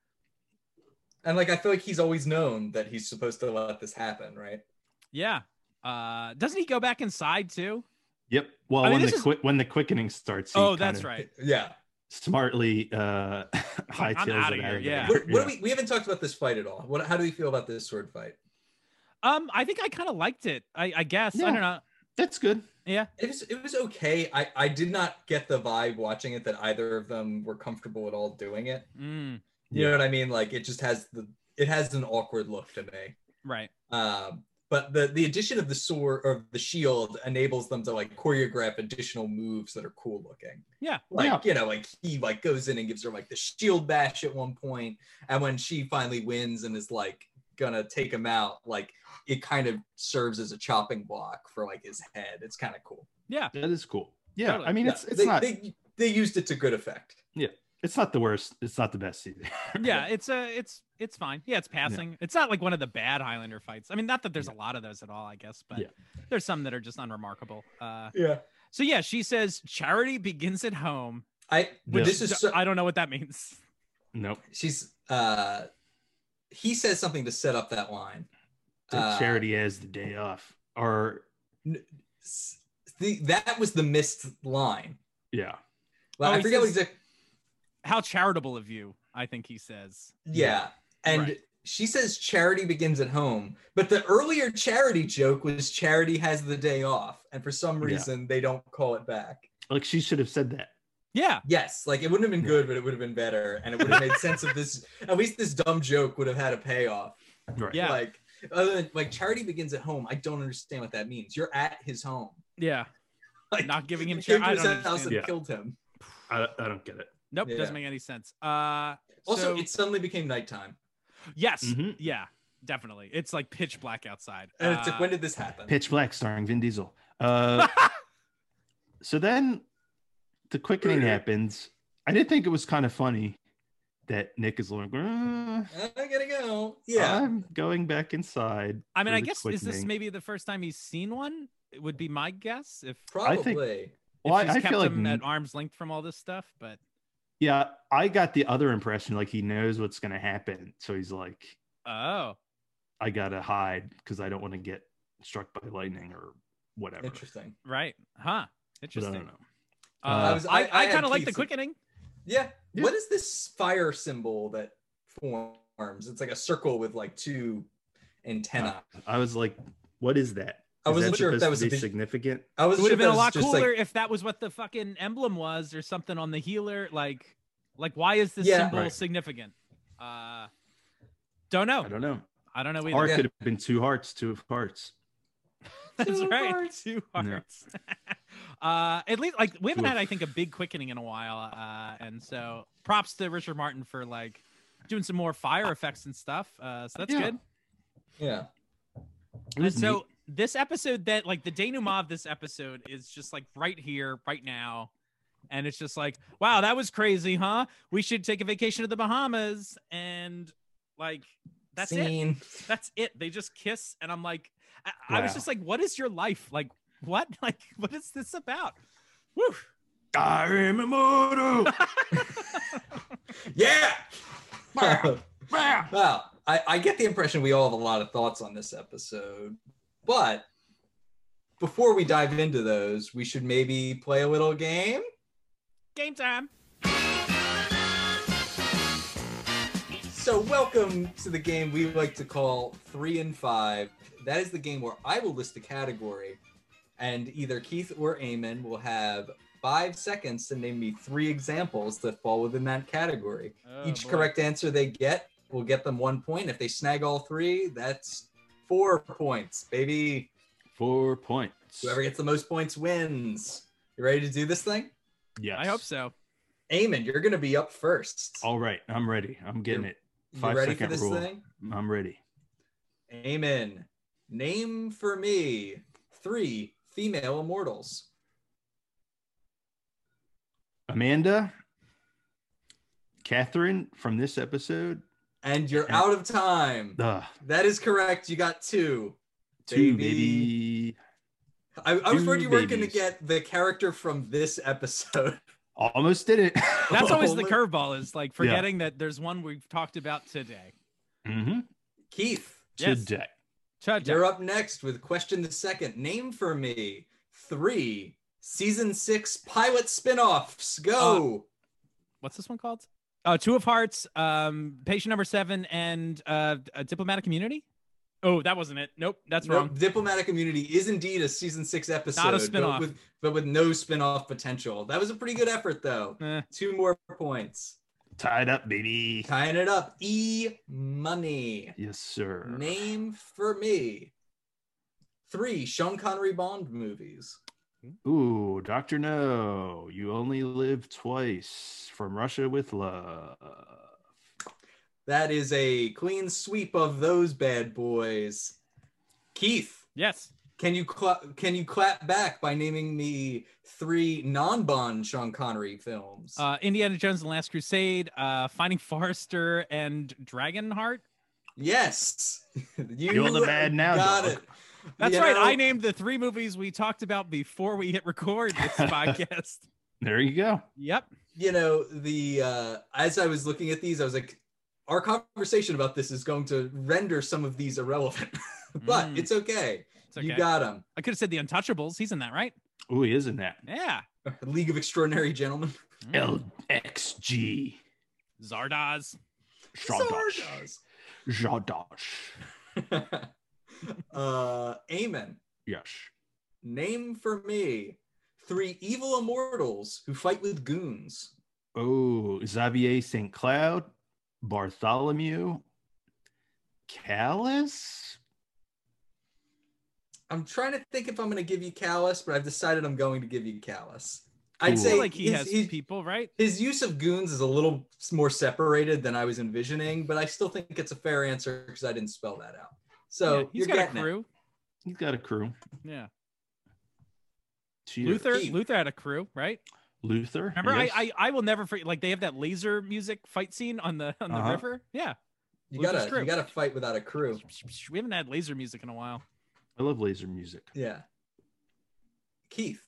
[SPEAKER 5] And like I feel like he's always known that he's supposed to let this happen, right?
[SPEAKER 3] Yeah. Uh, doesn't he go back inside too?
[SPEAKER 4] Yep. Well,
[SPEAKER 3] I mean,
[SPEAKER 4] when
[SPEAKER 3] this
[SPEAKER 4] the
[SPEAKER 3] is-
[SPEAKER 4] quick when the quickening starts. he
[SPEAKER 3] oh, that's
[SPEAKER 4] kinda-
[SPEAKER 3] right.
[SPEAKER 5] Yeah.
[SPEAKER 4] smartly uh,
[SPEAKER 3] like,
[SPEAKER 4] hightails
[SPEAKER 3] I'm
[SPEAKER 4] it out
[SPEAKER 3] outta here,
[SPEAKER 4] of
[SPEAKER 3] yeah.
[SPEAKER 4] there.
[SPEAKER 5] What, what do we? We haven't talked about this fight at all. What? How do we feel about this sword fight?
[SPEAKER 3] Um, I think I kind of liked it. I, I guess I
[SPEAKER 4] Yeah.
[SPEAKER 3] don't know.
[SPEAKER 4] That's good.
[SPEAKER 3] Yeah,
[SPEAKER 5] It was it was okay. I I did not get the vibe watching it that either of them were comfortable at all doing it.
[SPEAKER 3] mm,
[SPEAKER 5] You know what I mean? Like it just has the it has an awkward look to me.
[SPEAKER 3] right.
[SPEAKER 5] Um, but the the addition of the sword or the shield enables them to like choreograph additional moves that are cool looking.
[SPEAKER 3] Yeah.
[SPEAKER 5] Like
[SPEAKER 4] Yeah.
[SPEAKER 5] you know, like he like goes in and gives her like the shield bash at one point, and when she finally wins and is like gonna take him out, like it kind of serves as a chopping block for like his head. It's kind of cool.
[SPEAKER 3] Yeah,
[SPEAKER 4] That is cool. Yeah,
[SPEAKER 3] Totally.
[SPEAKER 4] I mean
[SPEAKER 5] Yeah,
[SPEAKER 4] it's it's
[SPEAKER 5] they,
[SPEAKER 4] not
[SPEAKER 5] they they used it to good effect.
[SPEAKER 4] it's not the worst. It's not the best either.
[SPEAKER 3] yeah. It's a it's it's fine. Yeah, it's passing. It's not like one of the bad Highlander fights. I mean, not that there's a lot of those at all. I guess, but
[SPEAKER 4] Yeah.
[SPEAKER 3] there's some that are just unremarkable. Uh,
[SPEAKER 5] Yeah.
[SPEAKER 3] so yeah, she says charity begins at home.
[SPEAKER 5] I but
[SPEAKER 4] Yeah.
[SPEAKER 5] this is
[SPEAKER 3] D-
[SPEAKER 5] so,
[SPEAKER 3] I don't know what that means.
[SPEAKER 4] nope.
[SPEAKER 5] she's uh he says something to set up that line.
[SPEAKER 4] Take
[SPEAKER 5] Uh,
[SPEAKER 4] charity as the day off. Or
[SPEAKER 5] s- the, that was the missed line.
[SPEAKER 4] yeah.
[SPEAKER 5] Well,
[SPEAKER 3] Oh,
[SPEAKER 5] I
[SPEAKER 3] he
[SPEAKER 5] forget what
[SPEAKER 3] says-
[SPEAKER 5] exact.
[SPEAKER 3] How charitable of you, I think he says.
[SPEAKER 5] Yeah, and
[SPEAKER 3] Right.
[SPEAKER 5] she says charity begins at home, but the earlier charity joke was charity has the day off, and for some
[SPEAKER 4] Yeah.
[SPEAKER 5] reason they don't call it back.
[SPEAKER 4] Like she should have said that.
[SPEAKER 3] Yeah,
[SPEAKER 5] Yes, like it wouldn't have been good, but it would have been better, and it would have made sense of this. At least this dumb joke would have had a payoff.
[SPEAKER 4] Right.
[SPEAKER 3] yeah,
[SPEAKER 5] Like other than like charity begins at home, I don't understand what that means. You're at his home.
[SPEAKER 3] yeah.
[SPEAKER 5] Like,
[SPEAKER 3] Not giving him
[SPEAKER 5] you
[SPEAKER 3] char-
[SPEAKER 5] came to
[SPEAKER 3] I
[SPEAKER 5] his
[SPEAKER 3] don't
[SPEAKER 5] house
[SPEAKER 3] understand.
[SPEAKER 5] and
[SPEAKER 4] Yeah.
[SPEAKER 5] killed him.
[SPEAKER 4] I, I don't get it.
[SPEAKER 3] Nope,
[SPEAKER 5] Yeah.
[SPEAKER 3] doesn't make any sense. Uh,
[SPEAKER 5] Also, Mm-hmm.
[SPEAKER 3] so-
[SPEAKER 5] it suddenly became nighttime,
[SPEAKER 3] yes,
[SPEAKER 4] Mhm.
[SPEAKER 3] yeah, definitely. It's like pitch black outside.
[SPEAKER 5] and it's like,
[SPEAKER 3] Uh,
[SPEAKER 5] when did this happen?
[SPEAKER 4] Pitch Black starring Vin Diesel. Uh, so then the quickening happens. I did think it was kind of funny that Nick is like, "Uh,
[SPEAKER 5] I gotta go. Yeah.
[SPEAKER 4] I'm going back inside.
[SPEAKER 3] I mean, I
[SPEAKER 4] for the
[SPEAKER 3] guess is this
[SPEAKER 4] quickening."
[SPEAKER 3] maybe the first time he's seen one? It would be my guess if, if
[SPEAKER 5] Probably.
[SPEAKER 4] think- Well, I,
[SPEAKER 3] she's
[SPEAKER 4] I
[SPEAKER 3] kept
[SPEAKER 4] feel like
[SPEAKER 3] him at arm's length from all this stuff. But
[SPEAKER 4] yeah, I got the other impression like he knows what's going to happen, so he's like,
[SPEAKER 3] oh,
[SPEAKER 4] I gotta hide because I don't want to get struck by lightning or whatever.
[SPEAKER 5] Interesting.
[SPEAKER 3] right, huh?
[SPEAKER 4] But I
[SPEAKER 3] Interesting.
[SPEAKER 4] don't know.
[SPEAKER 3] Uh,
[SPEAKER 4] I
[SPEAKER 5] was-
[SPEAKER 3] I,
[SPEAKER 5] I-
[SPEAKER 3] I,
[SPEAKER 5] I had
[SPEAKER 3] kind of like the
[SPEAKER 5] pizza.
[SPEAKER 3] quickening.
[SPEAKER 5] Yeah.
[SPEAKER 4] Yeah.
[SPEAKER 5] What is this fire symbol that forms? It's like a circle with like two antennae.
[SPEAKER 4] I was like, what is Uh, that?
[SPEAKER 5] I
[SPEAKER 4] Is
[SPEAKER 5] wasn't sure if
[SPEAKER 4] supposed
[SPEAKER 5] that
[SPEAKER 4] to
[SPEAKER 5] was a
[SPEAKER 4] be
[SPEAKER 5] vis-
[SPEAKER 4] significant.
[SPEAKER 5] I was
[SPEAKER 3] It would have been a lot
[SPEAKER 5] just like-
[SPEAKER 3] cooler if that was what the fucking emblem was or something on the healer. Like, like why is this
[SPEAKER 5] Yeah.
[SPEAKER 3] symbol
[SPEAKER 4] Right.
[SPEAKER 3] significant? Uh, don't know.
[SPEAKER 4] I don't know.
[SPEAKER 3] Oh, I don't know
[SPEAKER 4] Or
[SPEAKER 3] either.
[SPEAKER 4] it
[SPEAKER 5] Yeah.
[SPEAKER 4] could have been two hearts, two of hearts.
[SPEAKER 3] That's
[SPEAKER 1] Two
[SPEAKER 3] right.
[SPEAKER 1] hearts.
[SPEAKER 3] Two
[SPEAKER 4] Yeah.
[SPEAKER 3] hearts. uh, at least like we haven't
[SPEAKER 4] Two
[SPEAKER 3] had,
[SPEAKER 4] of-
[SPEAKER 3] I think, a big quickening in a while. Uh, and so props to Richard Martin for like doing some more fire effects and stuff. Uh, so that's
[SPEAKER 4] Yeah.
[SPEAKER 3] good.
[SPEAKER 5] Yeah.
[SPEAKER 4] It was
[SPEAKER 3] And so
[SPEAKER 4] neat.
[SPEAKER 3] this episode that like the denouement of this episode is just like right here, right now. And it's just like, wow, that was crazy, huh? We should take a vacation to the Bahamas. And like, that's it
[SPEAKER 5] Scene.
[SPEAKER 3] that's it. They just kiss, and I'm like, I, I was
[SPEAKER 4] Wow.
[SPEAKER 3] just like, what is your life? Like, what? Like, what is this about? Woo!
[SPEAKER 4] I am immortal.
[SPEAKER 5] Yeah.
[SPEAKER 4] Wow. Wow.
[SPEAKER 5] wow. I, I get the impression we all have a lot of thoughts on this episode, but before we dive into those, we should maybe play a little game.
[SPEAKER 3] Game time.
[SPEAKER 5] So, welcome to the game we like to call Three and Five. That is the game where I will list a category, and either Keith or Eamon will have five seconds to name me three examples that fall within that category. Each correct answer they get will get them one point. If they snag all three, that's four points, baby.
[SPEAKER 4] Four points.
[SPEAKER 5] Whoever gets the most points wins. You ready to do this thing?
[SPEAKER 4] Yes.
[SPEAKER 3] I hope so.
[SPEAKER 5] Eamon, you're going to be up first.
[SPEAKER 4] All right. I'm ready. I'm getting
[SPEAKER 5] You're-
[SPEAKER 4] it.
[SPEAKER 5] You
[SPEAKER 4] five
[SPEAKER 5] ready for
[SPEAKER 4] second
[SPEAKER 5] this
[SPEAKER 4] rule.
[SPEAKER 5] thing?
[SPEAKER 4] I'm ready.
[SPEAKER 5] Amen. Name for me three female immortals.
[SPEAKER 4] Amanda, Catherine from this episode.
[SPEAKER 5] And you're out of time.
[SPEAKER 4] Ugh,
[SPEAKER 5] That is correct. You got two.
[SPEAKER 4] two,
[SPEAKER 5] Baby.
[SPEAKER 4] baby.
[SPEAKER 5] I, I was
[SPEAKER 4] Two
[SPEAKER 5] worried you weren't going to
[SPEAKER 4] babies.
[SPEAKER 5] get the character from this episode.
[SPEAKER 4] Almost did it.
[SPEAKER 3] That's always the
[SPEAKER 5] Holy-
[SPEAKER 3] curveball is like
[SPEAKER 4] Yeah.
[SPEAKER 3] forgetting that there's one we've talked about today.
[SPEAKER 4] hmm
[SPEAKER 5] Keith,
[SPEAKER 3] Yes.
[SPEAKER 4] Today.
[SPEAKER 3] Today.
[SPEAKER 5] you're up next with question the second. Name for
[SPEAKER 3] Uh,
[SPEAKER 5] me three season six pilot spin offs. Go.
[SPEAKER 3] what's this one called? Oh, Two of Hearts, um, Patient Number Seven, and uh, a Diplomatic Immunity. Oh, that wasn't it. Nope, that's
[SPEAKER 5] Nope,
[SPEAKER 3] wrong.
[SPEAKER 5] Diplomatic Immunity is indeed a season six episode,
[SPEAKER 3] spin-off.
[SPEAKER 5] But, with, but with no spin-off potential. That was a pretty good effort, though.
[SPEAKER 3] Eh.
[SPEAKER 5] Two more points,
[SPEAKER 4] Tied up, baby.
[SPEAKER 5] tying it up. E money
[SPEAKER 4] Yes, sir.
[SPEAKER 5] name for me. Three Sean Connery Bond movies.
[SPEAKER 4] Ooh, Doctor No, you only live twice. From Russia with love.
[SPEAKER 5] That is a clean sweep of those bad boys. Keith,
[SPEAKER 3] Yes.
[SPEAKER 5] can you cla- can you clap back by naming me three non-Bond Sean Connery films?
[SPEAKER 3] Uh, Indiana Jones and the Last Crusade, uh, Finding Forrester, and Dragonheart.
[SPEAKER 5] Yes, you
[SPEAKER 4] You're the man now,
[SPEAKER 5] Got
[SPEAKER 4] dog.
[SPEAKER 5] it.
[SPEAKER 3] That's
[SPEAKER 5] You
[SPEAKER 3] right.
[SPEAKER 5] know,
[SPEAKER 3] I named the three movies we talked about before we hit record this podcast.
[SPEAKER 4] There you go.
[SPEAKER 3] Yep.
[SPEAKER 5] You know the uh, as I was looking at these, I was like, our conversation about this is going to render some of these irrelevant, but
[SPEAKER 3] Mm.
[SPEAKER 5] it's okay.
[SPEAKER 3] It's okay.
[SPEAKER 5] You got them.
[SPEAKER 3] I could have said The Untouchables. He's in that, right?
[SPEAKER 4] Ooh, he is in that.
[SPEAKER 3] Yeah. Hmm.
[SPEAKER 5] League of Extraordinary Gentlemen.
[SPEAKER 3] Mm-hmm.
[SPEAKER 4] LXG.
[SPEAKER 3] Zardoz.
[SPEAKER 4] Zardosh.
[SPEAKER 5] Zardoz.
[SPEAKER 4] Zardosh.
[SPEAKER 5] uh, Amen.
[SPEAKER 4] Yes.
[SPEAKER 5] Name for me three evil immortals who fight with goons.
[SPEAKER 4] Oh, Xavier St. Cloud, Bartholomew, Callus.
[SPEAKER 5] I'm trying to think if I'm going to give you Callus, but I've decided I'm going to give you Callus. I'd
[SPEAKER 4] Cool.
[SPEAKER 3] I
[SPEAKER 5] say
[SPEAKER 3] feel like he
[SPEAKER 5] his,
[SPEAKER 3] has
[SPEAKER 5] his,
[SPEAKER 3] people, right?
[SPEAKER 5] his use of goons is a little more separated than I was envisioning, but I still think it's a fair answer because I didn't spell that out. So
[SPEAKER 3] yeah, he's
[SPEAKER 5] you're
[SPEAKER 3] got a
[SPEAKER 5] getting it.
[SPEAKER 3] crew.
[SPEAKER 4] He's got a crew.
[SPEAKER 3] Yeah.
[SPEAKER 4] Cheer.
[SPEAKER 3] Luther.
[SPEAKER 5] Keith.
[SPEAKER 3] Luther had a crew, right?
[SPEAKER 4] Luther.
[SPEAKER 3] Remember,
[SPEAKER 4] yes.
[SPEAKER 3] I, I I will never forget. Like they have that laser music fight scene on the on the
[SPEAKER 4] Uh-huh.
[SPEAKER 3] river. Yeah.
[SPEAKER 5] You
[SPEAKER 3] Luther's
[SPEAKER 5] gotta
[SPEAKER 3] crew.
[SPEAKER 5] you gotta fight without a crew.
[SPEAKER 3] We haven't had laser music in a while.
[SPEAKER 4] I love laser music.
[SPEAKER 5] Yeah. Keith,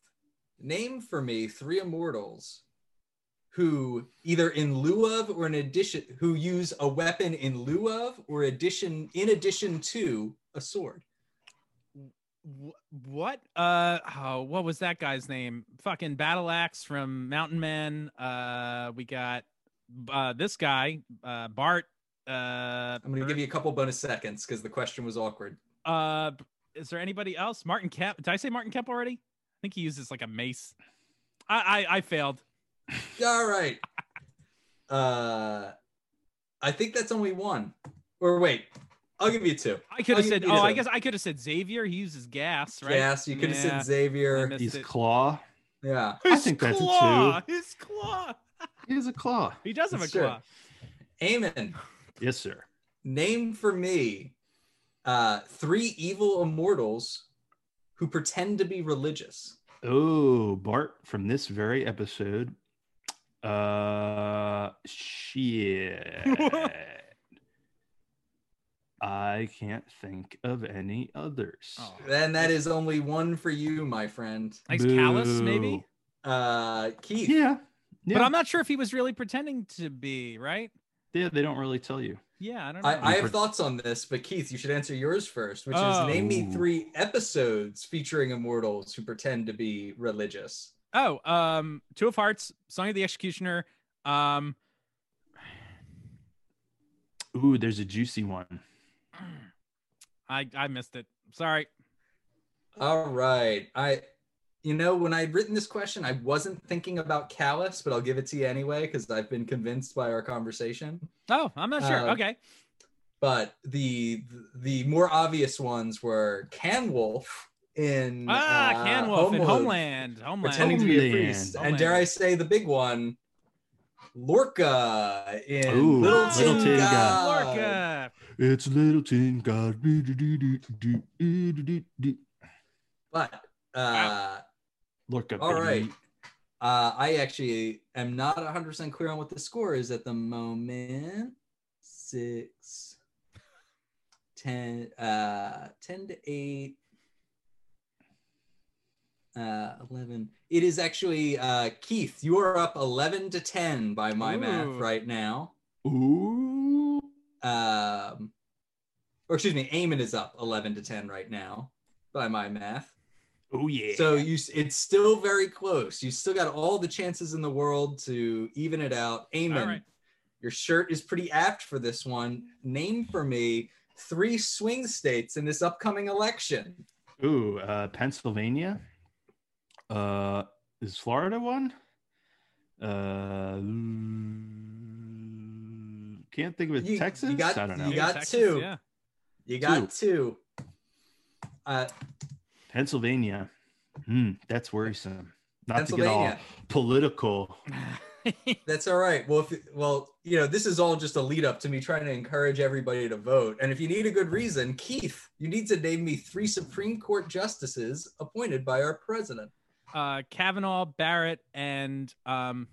[SPEAKER 5] name for me three immortals who either in lieu of or in addition who use a weapon in lieu of or addition in addition to a sword.
[SPEAKER 3] Wh- what uh oh, what was that guy's name fucking battle axe from mountain men uh we got uh this guy uh bart uh
[SPEAKER 5] I'm gonna give you a couple bonus seconds because the question was awkward.
[SPEAKER 3] uh is there anybody else martin kemp did i say martin kemp already i think he uses like a mace i i, I failed
[SPEAKER 5] All right. Uh I think that's only one. Or wait, I'll give you two.
[SPEAKER 3] i could
[SPEAKER 5] Oh,
[SPEAKER 3] have
[SPEAKER 5] you-
[SPEAKER 3] said
[SPEAKER 5] you
[SPEAKER 3] oh i
[SPEAKER 5] did.
[SPEAKER 3] guess i could have said xavier he uses gas right
[SPEAKER 5] Yes, you could have
[SPEAKER 3] Yeah,
[SPEAKER 5] said
[SPEAKER 3] I
[SPEAKER 5] Xavier.
[SPEAKER 3] missed
[SPEAKER 4] He's
[SPEAKER 3] it.
[SPEAKER 4] claw.
[SPEAKER 5] Yeah.
[SPEAKER 4] I think that's a
[SPEAKER 3] claw his claw
[SPEAKER 4] He has a claw.
[SPEAKER 3] he does have a
[SPEAKER 5] That's true.
[SPEAKER 3] claw
[SPEAKER 5] Amen.
[SPEAKER 4] Yes, sir.
[SPEAKER 5] name for me uh three evil immortals who pretend to be religious
[SPEAKER 4] Oh, Bart from this very episode. Uh, shit. I can't think of any others.
[SPEAKER 3] oh.
[SPEAKER 5] then that is only one for you my friend
[SPEAKER 3] Nice callus, maybe?
[SPEAKER 4] Boo.
[SPEAKER 5] uh keith
[SPEAKER 4] Yeah. Yeah.
[SPEAKER 3] but i'm not sure if he was really pretending to be right
[SPEAKER 4] yeah, they don't really tell you.
[SPEAKER 3] yeah i don't know
[SPEAKER 5] I, I
[SPEAKER 4] Pre-
[SPEAKER 5] have thoughts on this but keith you should answer yours first which
[SPEAKER 3] Oh.
[SPEAKER 5] is name me
[SPEAKER 4] Ooh.
[SPEAKER 5] three episodes featuring immortals who pretend to be religious
[SPEAKER 3] Oh, um, Two of Hearts, Song of the Executioner. Um,
[SPEAKER 4] Ooh, there's a juicy one.
[SPEAKER 3] I I missed it. Sorry.
[SPEAKER 5] all right i you know when i'd written this question i wasn't thinking about callus but i'll give it to you anyway because i've been convinced by our conversation
[SPEAKER 3] Oh, I'm not sure.
[SPEAKER 5] Uh,
[SPEAKER 3] okay.
[SPEAKER 5] but the the more obvious ones were Canwolf in
[SPEAKER 3] Ah,
[SPEAKER 5] uh,
[SPEAKER 3] Canwolf and Homeland. Homeland.
[SPEAKER 5] pretending to be a
[SPEAKER 4] Homeland.
[SPEAKER 5] priest,
[SPEAKER 3] Homeland.
[SPEAKER 5] and dare I say the big one, Lorca in
[SPEAKER 4] Ooh,
[SPEAKER 5] Little
[SPEAKER 3] Ah,
[SPEAKER 5] Tin
[SPEAKER 4] Tin God.
[SPEAKER 5] God.
[SPEAKER 3] Lorca.
[SPEAKER 4] It's little tin god. Do, do, do, do, do, do, do, do, do.
[SPEAKER 5] But uh,
[SPEAKER 4] Look up.
[SPEAKER 5] all right,
[SPEAKER 4] baby.
[SPEAKER 5] uh, I actually am not 100 percent clear on what the score is at the moment. Six. 10 uh 10 to 8 uh 11 it is actually uh keith you are up 11 to 10 by my math
[SPEAKER 3] Ooh.
[SPEAKER 5] right now
[SPEAKER 4] Ooh.
[SPEAKER 5] um or excuse me Eamon is up 11 to 10 right now by my math
[SPEAKER 4] Oh yeah.
[SPEAKER 5] So you, s- it's still very close. You still got all the chances in the world to even it out. Amen.
[SPEAKER 3] All right.
[SPEAKER 5] Your shirt is pretty apt for this one. Name for me three swing states in this upcoming election.
[SPEAKER 4] Ooh, uh, Pennsylvania. Uh, is Florida one? Uh, mm, can't think of it.
[SPEAKER 5] You- you
[SPEAKER 4] Texas.
[SPEAKER 5] got-
[SPEAKER 4] I don't know.
[SPEAKER 5] you got
[SPEAKER 3] Texas,
[SPEAKER 5] two.
[SPEAKER 3] Yeah.
[SPEAKER 5] You got two. Uh,
[SPEAKER 4] Pennsylvania. Hmm, that's worrisome. Not to get all
[SPEAKER 5] Pennsylvania.
[SPEAKER 4] political.
[SPEAKER 5] that's all right. Well, if, well, you know, this is all just a lead up to me trying to encourage everybody to vote. And if you need a good reason, Keith, you need to name me three Supreme Court justices appointed by our president.
[SPEAKER 3] Uh, Kavanaugh, Barrett, and um,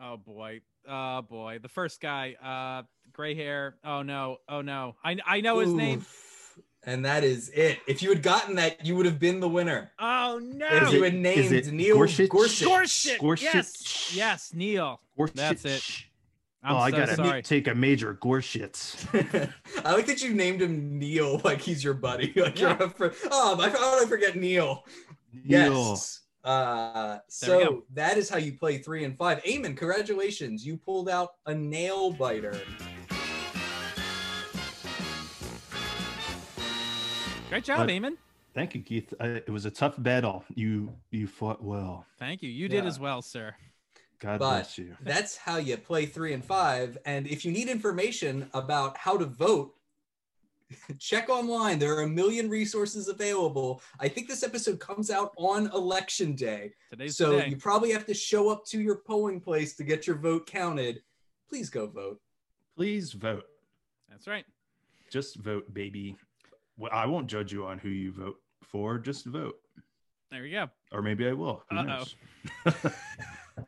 [SPEAKER 3] oh boy, oh boy, the first guy, uh, gray hair. Oh no, oh no, I I know his name.
[SPEAKER 5] Oof. And that is it. If you had gotten that, you would have been the winner.
[SPEAKER 3] Oh
[SPEAKER 5] If
[SPEAKER 4] Is
[SPEAKER 5] you
[SPEAKER 3] no,
[SPEAKER 4] it-
[SPEAKER 5] had
[SPEAKER 4] is
[SPEAKER 5] named
[SPEAKER 4] it
[SPEAKER 5] Neil
[SPEAKER 4] Gorsuch?
[SPEAKER 5] Gorsuch.
[SPEAKER 3] Gorsuch.
[SPEAKER 4] Gorsuch.
[SPEAKER 3] Yes, yes, Neil.
[SPEAKER 4] Gorshit.
[SPEAKER 3] That's it. I'm
[SPEAKER 4] oh, I
[SPEAKER 3] so
[SPEAKER 4] gotta
[SPEAKER 3] sorry.
[SPEAKER 4] take a major Gorshits.
[SPEAKER 5] I like that you named him Neil, like he's your buddy. Like you're a friend. Oh, I, how did I forget Neil? Yes. Uh,
[SPEAKER 3] There we
[SPEAKER 5] so that is how you play three and five. Eamon, congratulations. You pulled out a nail biter.
[SPEAKER 3] Great job,
[SPEAKER 4] But-
[SPEAKER 3] Eamon.
[SPEAKER 4] Thank you, Keith. Uh, it was a tough battle. You you fought well.
[SPEAKER 3] Thank you. You did
[SPEAKER 5] Yeah.
[SPEAKER 3] as well, sir.
[SPEAKER 4] God
[SPEAKER 5] But-
[SPEAKER 4] bless you.
[SPEAKER 5] That's how you play three and five. And if you need information about how to vote, check online. There are a million resources available. I think this episode comes out on election day.
[SPEAKER 3] Today's
[SPEAKER 5] so
[SPEAKER 3] the day.
[SPEAKER 5] you probably have to show up to your polling place to get your vote counted. Please go vote.
[SPEAKER 4] Please vote.
[SPEAKER 3] That's right.
[SPEAKER 4] Just vote, baby. Well, I won't judge you on who you vote for. Just vote,
[SPEAKER 3] There we go.
[SPEAKER 4] or maybe I will. Who
[SPEAKER 3] Uh-oh.
[SPEAKER 4] knows?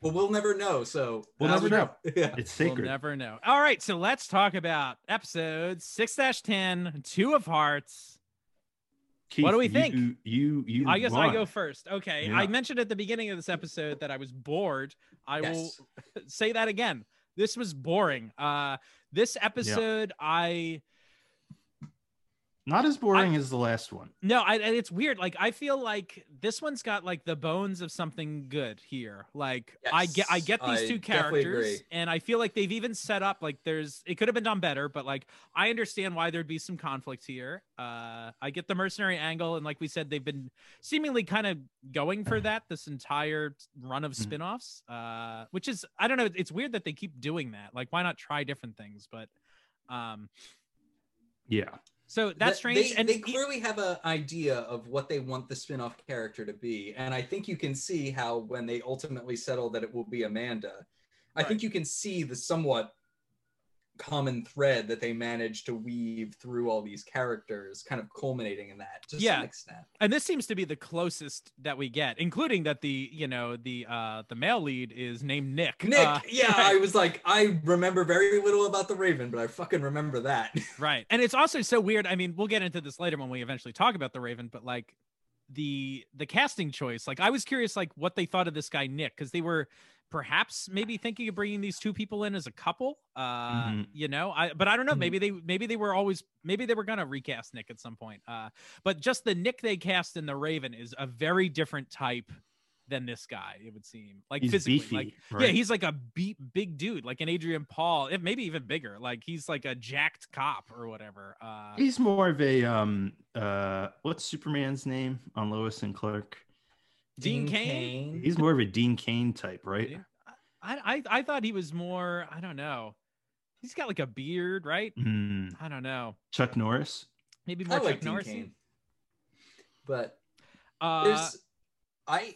[SPEAKER 5] Well, we'll never know. So um,
[SPEAKER 4] We'll never know.
[SPEAKER 5] Yeah.
[SPEAKER 4] It's
[SPEAKER 3] We'll
[SPEAKER 4] sacred.
[SPEAKER 3] never know. All right, so let's talk about episode 6-10, 2 of hearts.
[SPEAKER 4] Keith,
[SPEAKER 3] What do we
[SPEAKER 4] you-
[SPEAKER 3] think?
[SPEAKER 4] You you, you
[SPEAKER 3] I guess I
[SPEAKER 4] won.
[SPEAKER 3] go first. Okay.
[SPEAKER 4] Yeah.
[SPEAKER 3] I mentioned at the beginning of this episode that I was bored. I will
[SPEAKER 5] Yes.
[SPEAKER 3] say that again. This was boring. Uh this episode I
[SPEAKER 4] Not as boring as the last one.
[SPEAKER 3] no, I and it's weird. Like I feel like this one's got like the bones of something good here. Like I get I
[SPEAKER 5] Yes,
[SPEAKER 3] get these
[SPEAKER 5] I
[SPEAKER 3] two
[SPEAKER 5] definitely
[SPEAKER 3] characters
[SPEAKER 5] agree.
[SPEAKER 3] and I feel like they've even set up like there's it could have been done better, but like I understand why there'd be some conflict here. Uh I get the mercenary angle and like we said they've been seemingly kind of going for that this entire run of
[SPEAKER 5] Mm-hmm.
[SPEAKER 4] Mhm.
[SPEAKER 3] spin-offs. Uh which is I don't know, it's weird that they keep doing that. Like why not try different things, but um
[SPEAKER 4] Yeah.
[SPEAKER 3] so that's
[SPEAKER 5] Th-
[SPEAKER 3] strange
[SPEAKER 5] They,
[SPEAKER 3] and
[SPEAKER 5] they
[SPEAKER 3] e-
[SPEAKER 5] clearly have an idea of what they want the spin-off character to be, and I think you can see how when they ultimately settle that it will be Amanda, I think you can see the somewhat common thread that they managed to weave through all these characters, kind of culminating in that to
[SPEAKER 3] Yeah.
[SPEAKER 5] some extent.
[SPEAKER 3] and this seems to be the closest that we get including that the you know the uh the male lead is named nick
[SPEAKER 5] Nick,
[SPEAKER 3] Uh,
[SPEAKER 5] yeah, I was like, I remember very little about the Raven, but I fucking remember that.
[SPEAKER 3] right and it's also so weird i mean we'll get into this later when we eventually talk about the raven but like the the casting choice like i was curious like what they thought of this guy nick because they were perhaps maybe thinking of bringing these two people in as a couple uh
[SPEAKER 4] Mhm.
[SPEAKER 3] you know i but i don't know
[SPEAKER 5] Mhm.
[SPEAKER 4] Mm-hmm.
[SPEAKER 3] maybe they maybe they were always maybe they were gonna recast nick at some point uh but just the nick they cast in the raven is a very different type than this guy it would seem like
[SPEAKER 4] He's
[SPEAKER 3] physically
[SPEAKER 4] beefy.
[SPEAKER 3] like
[SPEAKER 4] right?
[SPEAKER 3] yeah, he's like a beat big dude, like an Adrian Paul, if maybe even bigger. Like he's like a jacked cop or whatever. Uh,
[SPEAKER 4] He's more of a um uh what's Superman's name on Lois and Clark?
[SPEAKER 3] Dean Cain?
[SPEAKER 4] He's more of a Dean Kane type, right?
[SPEAKER 3] Yeah. I, I I thought he was more. I don't know. He's got like a beard, right?
[SPEAKER 4] Mm,
[SPEAKER 3] I don't know.
[SPEAKER 4] Chuck Norris.
[SPEAKER 3] Maybe
[SPEAKER 5] I
[SPEAKER 3] more
[SPEAKER 5] like
[SPEAKER 3] Chuck
[SPEAKER 5] Dean
[SPEAKER 3] Norris.
[SPEAKER 5] Cain, but
[SPEAKER 3] Uh,
[SPEAKER 5] there's i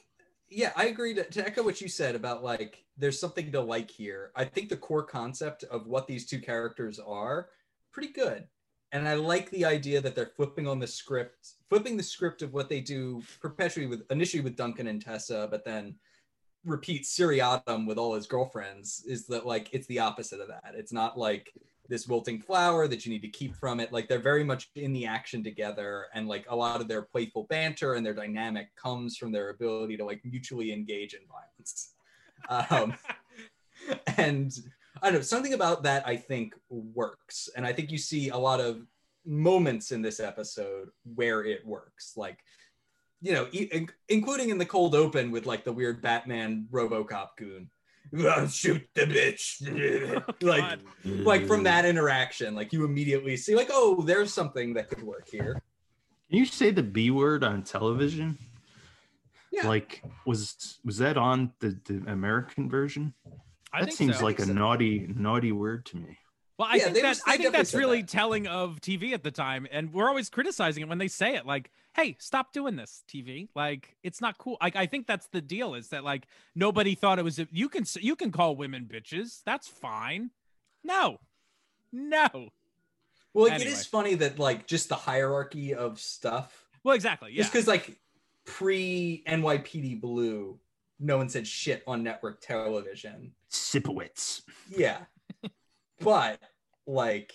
[SPEAKER 5] yeah i agree to, to echo what you said about like there's something to like here i think the core concept of what these two characters are pretty good and i like the idea that they're flipping on the script flipping the script of what they do perpetually with initially with duncan and tessa but then repeat seriatim with all his girlfriends is that like it's the opposite of that it's not like this wilting flower that you need to keep from it. Like they're very much in the action together, and like a lot of their playful banter and their dynamic comes from their ability to like mutually engage in violence. Um, and I don't know, something about that I think works. And I think you see a lot of moments in this episode where it works. Like you know, e- in- including in the cold open with like the weird Batman RoboCop goon. "Ah, Shoot the bitch! like,
[SPEAKER 3] God.
[SPEAKER 5] like
[SPEAKER 3] Mm.
[SPEAKER 5] from that interaction, like you immediately see, like, oh, there's something that could work here.
[SPEAKER 4] Can you say the B word on television?
[SPEAKER 5] Yeah.
[SPEAKER 4] Like was was that on the, the American version?
[SPEAKER 3] I
[SPEAKER 4] that
[SPEAKER 3] think
[SPEAKER 4] seems
[SPEAKER 3] so.
[SPEAKER 4] like a
[SPEAKER 5] So-
[SPEAKER 4] naughty naughty word to me.
[SPEAKER 3] Well, I
[SPEAKER 5] Yeah,
[SPEAKER 3] think
[SPEAKER 5] they
[SPEAKER 3] that
[SPEAKER 5] was-
[SPEAKER 3] I
[SPEAKER 5] they
[SPEAKER 3] think that's
[SPEAKER 5] definitely said
[SPEAKER 3] really
[SPEAKER 5] that.
[SPEAKER 3] telling of TV at the time, and we're always criticizing it when they say it. Like, "Hey, stop doing this, TV. Like, it's not cool." Like, I think that's the deal is that like nobody thought it was. You can s- you can call women bitches. That's fine. No, no.
[SPEAKER 5] Well, like,
[SPEAKER 3] Anyway.
[SPEAKER 5] it is funny that like just the hierarchy of stuff.
[SPEAKER 3] Well, exactly. Yeah.
[SPEAKER 5] Just because like pre NYPD Blue, no one said shit on network television.
[SPEAKER 4] Sipowitz.
[SPEAKER 5] Yeah, but like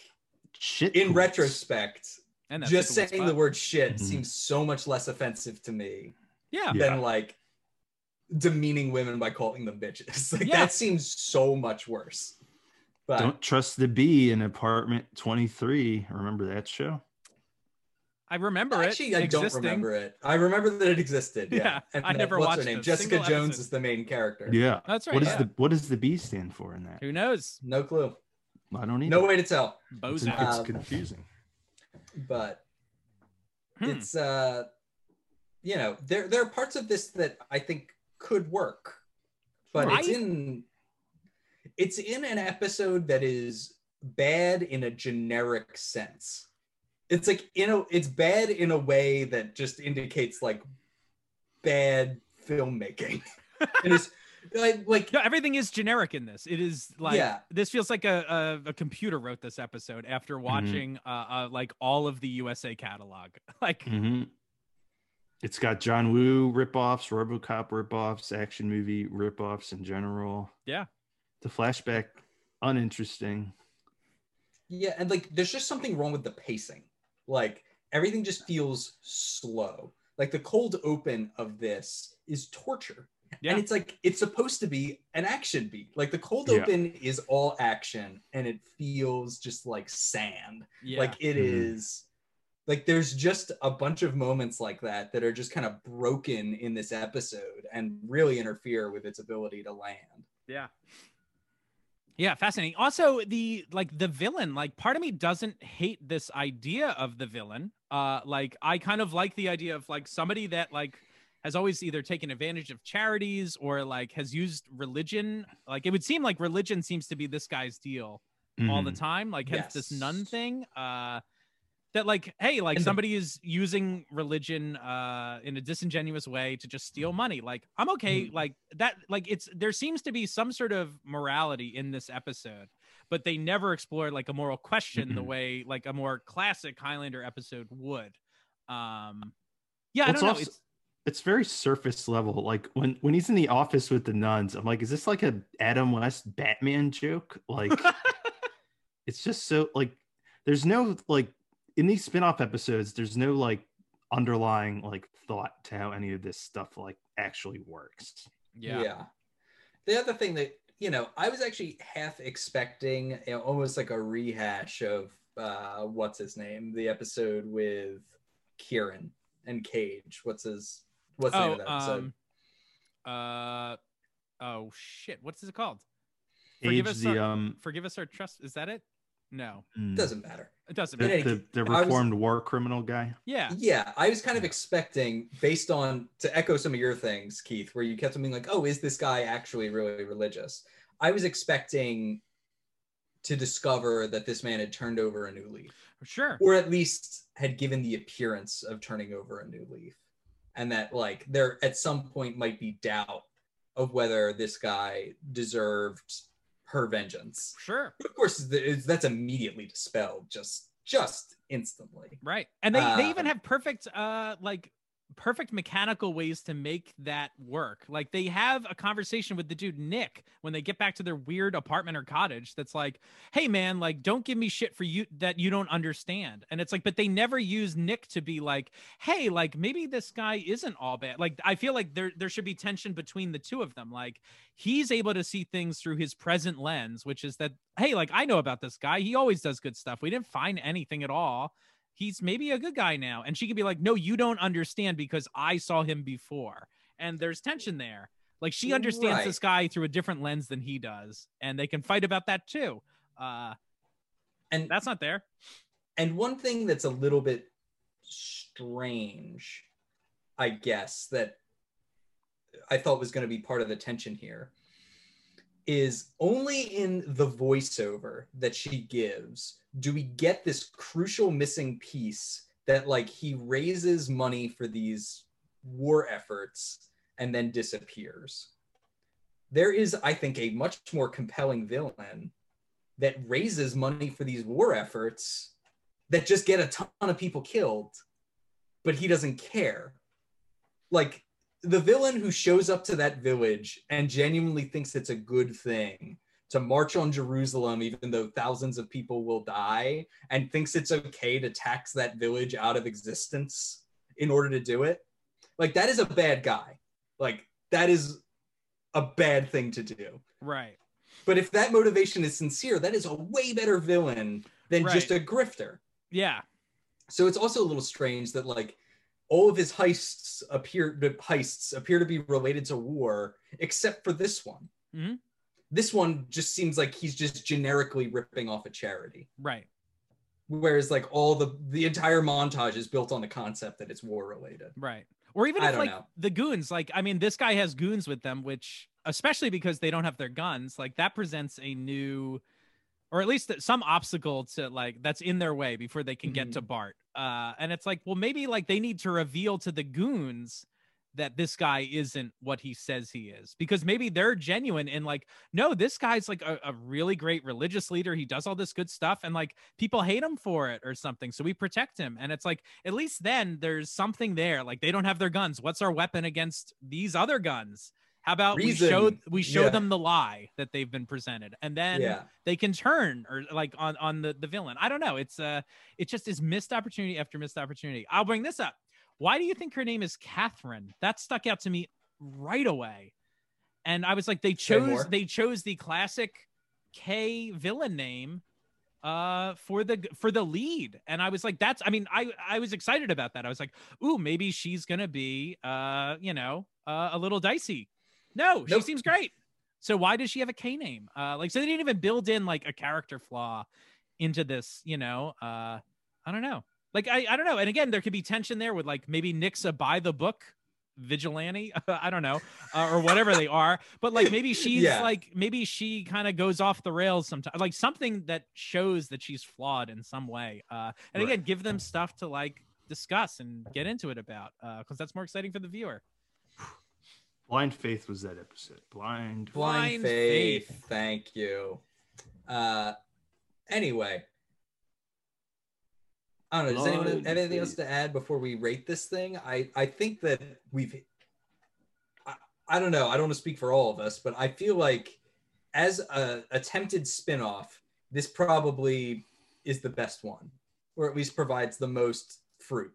[SPEAKER 4] Shit.
[SPEAKER 5] in retrospect,
[SPEAKER 3] and that's
[SPEAKER 5] just
[SPEAKER 3] just a weak
[SPEAKER 5] saying
[SPEAKER 3] spot.
[SPEAKER 5] the word shit
[SPEAKER 4] Mhm.
[SPEAKER 5] seems so much less offensive to me
[SPEAKER 3] Yeah.
[SPEAKER 4] Yeah.
[SPEAKER 5] than like demeaning women by calling them bitches. Like
[SPEAKER 3] Yeah.
[SPEAKER 5] that seems so much worse. But
[SPEAKER 4] Don't trust the bee in apartment 23. Remember that show?
[SPEAKER 3] I remember it.
[SPEAKER 5] actually, I
[SPEAKER 3] existing.
[SPEAKER 5] don't remember it. I remember that it existed. Yeah,
[SPEAKER 3] Yeah, I never
[SPEAKER 5] what's
[SPEAKER 3] watched
[SPEAKER 5] her name?
[SPEAKER 3] a
[SPEAKER 5] Jessica
[SPEAKER 3] single
[SPEAKER 5] Jones
[SPEAKER 3] episode.
[SPEAKER 5] is the main character.
[SPEAKER 4] Yeah.
[SPEAKER 3] That's right.
[SPEAKER 4] What does
[SPEAKER 3] yeah.
[SPEAKER 4] the what does the B stand for in that?
[SPEAKER 3] Who knows?
[SPEAKER 5] No clue.
[SPEAKER 4] I don't either.
[SPEAKER 5] No way to tell.
[SPEAKER 4] It's,
[SPEAKER 3] Bozak.
[SPEAKER 4] it's
[SPEAKER 5] Um,
[SPEAKER 4] confusing.
[SPEAKER 5] But
[SPEAKER 3] Hmm.
[SPEAKER 5] it's uh, you know, there there are parts of this that I think could work, but it's
[SPEAKER 3] Right.
[SPEAKER 5] in it's in an episode that is bad in a generic sense. It's like you know, it's bad in a way that just indicates like bad filmmaking. it is like like
[SPEAKER 3] No, everything is generic in this. It is like
[SPEAKER 5] Yeah.
[SPEAKER 3] this feels like a, a a computer wrote this episode after watching uh, uh like all of the USA catalog. like
[SPEAKER 4] hmm It's got John Woo ripoffs, RoboCop ripoffs, action movie ripoffs in general.
[SPEAKER 3] Yeah.
[SPEAKER 4] The flashback, uninteresting.
[SPEAKER 5] Yeah, and like there's just something wrong with the pacing. Like everything just feels slow. Like the cold open of this is torture.
[SPEAKER 3] Yeah.
[SPEAKER 5] And it's like it's supposed to be an action beat. Like the cold
[SPEAKER 4] Yeah.
[SPEAKER 5] open is all action and it feels just like sand.
[SPEAKER 3] yeah,
[SPEAKER 5] Like it
[SPEAKER 4] Mhm.
[SPEAKER 5] is. like there's just a bunch of moments like that that are just kind of broken in this episode and really interfere with its ability to land.
[SPEAKER 3] yeah. Yeah, fascinating. Also, the like the villain, like part of me doesn't hate this idea of the villain. Uh like I kind of like the idea of like somebody that like has always either taken advantage of charities or like has used religion. Like it would seem like religion seems to be this guy's deal. all the
[SPEAKER 4] Mhm.
[SPEAKER 3] time like hence this nun
[SPEAKER 5] Yes.
[SPEAKER 3] thing uh that like hey like
[SPEAKER 5] And the-
[SPEAKER 3] somebody is using religion uh in a disingenuous way to just steal money like i'm okay like that like it's there seems to be some sort of morality in this episode but they never explore like a moral question the
[SPEAKER 4] Mhm.
[SPEAKER 3] way like a more classic highlander episode would um yeah i
[SPEAKER 4] Well, it's
[SPEAKER 3] don't know
[SPEAKER 4] also-
[SPEAKER 3] it's
[SPEAKER 4] It's very surface level. Like when when he's in the office with the nuns, I'm like, is this like a Adam West Batman joke? Like it's just so like there's no like in these spin-off episodes, there's no like underlying like thought to how any of this stuff like actually works.
[SPEAKER 3] yeah,
[SPEAKER 5] The other thing that, you know, I was actually half expecting you know, almost like a rehash of uh, what's his name? The episode with Kieran and Cage. What's his, what's the name
[SPEAKER 3] oh
[SPEAKER 5] of that episode?
[SPEAKER 3] um uh oh shit what's it called
[SPEAKER 4] Age
[SPEAKER 3] Forgive us
[SPEAKER 4] the
[SPEAKER 3] our-
[SPEAKER 4] um
[SPEAKER 3] Forgive us our trust. Is that it? No,
[SPEAKER 4] mm,
[SPEAKER 5] Doesn't matter.
[SPEAKER 3] it doesn't
[SPEAKER 4] the,
[SPEAKER 3] matter.
[SPEAKER 5] It-
[SPEAKER 4] the, the
[SPEAKER 5] I was-
[SPEAKER 4] reformed war criminal guy.
[SPEAKER 3] Yeah.
[SPEAKER 5] Yeah. I was kind of expecting, based on, to echo some of your things, Keith, where you kept on being like, oh, is this guy actually really religious? I was expecting to discover that this man had turned over a new leaf.
[SPEAKER 3] Sure.
[SPEAKER 5] or at least had given the appearance of turning over a new leaf and that like there at some point might be doubt of whether this guy deserved her vengeance
[SPEAKER 3] Sure.
[SPEAKER 5] of course th- it's- that's immediately dispelled just just instantly
[SPEAKER 3] Right. And they, they even
[SPEAKER 5] Um,
[SPEAKER 3] have perfect uh like perfect mechanical ways to make that work. Like they have a conversation with the dude Nick when they get back to their weird apartment or cottage that's like, "Hey man, like don't give me shit for you that you don't understand." And it's like, but they never use Nick to be like, "Hey, like maybe this guy isn't all bad." Like I feel like there there should be tension between the two of them. Like he's able to see things through his present lens, which is that, "Hey, like I know about this guy. He always does good stuff. We didn't find anything at all." he's maybe a good guy now. And she could be like, no, you don't understand because I saw him before. And there's tension there. Like she understands
[SPEAKER 5] Right.
[SPEAKER 3] this guy through a different lens than he does. And they can fight about that too. Uh,
[SPEAKER 5] And
[SPEAKER 3] that's not there.
[SPEAKER 5] and one thing that's a little bit strange, I guess, that I thought was going to be part of the tension here is only in the voiceover that she gives do we get this crucial missing piece that like he raises money for these war efforts and then disappears. There is, I think, a much more compelling villain that raises money for these war efforts that just get a ton of people killed, but he doesn't care. Like the villain who shows up to that village and genuinely thinks it's a good thing to march on Jerusalem, even though thousands of people will die, and thinks it's okay to tax that village out of existence in order to do it. Like that is a bad guy. Like that is a bad thing to do.
[SPEAKER 3] Right.
[SPEAKER 5] But if that motivation is sincere, that is a way better villain than
[SPEAKER 3] Right.
[SPEAKER 5] just a grifter.
[SPEAKER 3] Yeah.
[SPEAKER 5] So it's also a little strange that like all of his heists appear the heists appear to be related to war, except for this one.
[SPEAKER 3] Mhm.
[SPEAKER 5] This one just seems like he's just generically ripping off a charity,
[SPEAKER 3] Right.
[SPEAKER 5] whereas like all the the entire montage is built on the concept that it's war related.
[SPEAKER 3] Right. Or even
[SPEAKER 5] I
[SPEAKER 3] if
[SPEAKER 5] don't
[SPEAKER 3] like
[SPEAKER 5] know.
[SPEAKER 3] the goons, like I mean, this guy has goons with them, which especially because they don't have their guns, like that presents a new, or at least that- some obstacle to like that's in their way before they can get
[SPEAKER 5] Mhm.
[SPEAKER 3] to Bart. Uh, and it's like, well, maybe like they need to reveal to the goons that this guy isn't what he says he is because maybe they're genuine and like no this guy's like a, a really great religious leader he does all this good stuff and like people hate him for it or something so we protect him and it's like at least then there's something there like they don't have their guns what's our weapon against these other guns how about
[SPEAKER 5] Reason.
[SPEAKER 3] we show we show
[SPEAKER 5] Yeah.
[SPEAKER 3] them the lie that they've been presented and then
[SPEAKER 5] yeah.
[SPEAKER 3] they can turn or like on on the the villain i don't know it's uh it just is missed opportunity after missed opportunity i'll bring this up why do you think her name is catherine that stuck out to me right away and i was like they
[SPEAKER 5] Say
[SPEAKER 3] chose
[SPEAKER 5] more.
[SPEAKER 3] they chose the classic k villain name uh for the for the lead and i was like that's i mean i i was excited about that i was like ooh maybe she's gonna be uh you know uh, a little dicey no she
[SPEAKER 5] Nope.
[SPEAKER 3] seems great so why does she have a k name uh like so they didn't even build in like a character flaw into this you know uh i don't know like i i don't know and again there could be tension there with like maybe nick's a by the book vigilante i don't know uh, or whatever they are but like maybe she's
[SPEAKER 5] Yeah.
[SPEAKER 3] like maybe she kind of goes off the rails sometimes like something that shows that she's flawed in some way uh and
[SPEAKER 4] Right.
[SPEAKER 3] again give them stuff to like discuss and get into it about uh because that's more exciting for the viewer
[SPEAKER 4] Blind Faith was that episode. Blind.
[SPEAKER 3] Blind
[SPEAKER 5] Blind faith.
[SPEAKER 3] faith.
[SPEAKER 5] Thank you. Uh anyway. I don't know. Does anyone
[SPEAKER 4] Blind
[SPEAKER 5] have anything else
[SPEAKER 4] faith.
[SPEAKER 5] to add before we rate this thing? I I think that we've I, I don't know. I don't want to speak for all of us, but I feel like as a attempted spin-off, this probably is the best one, or at least provides the most fruit.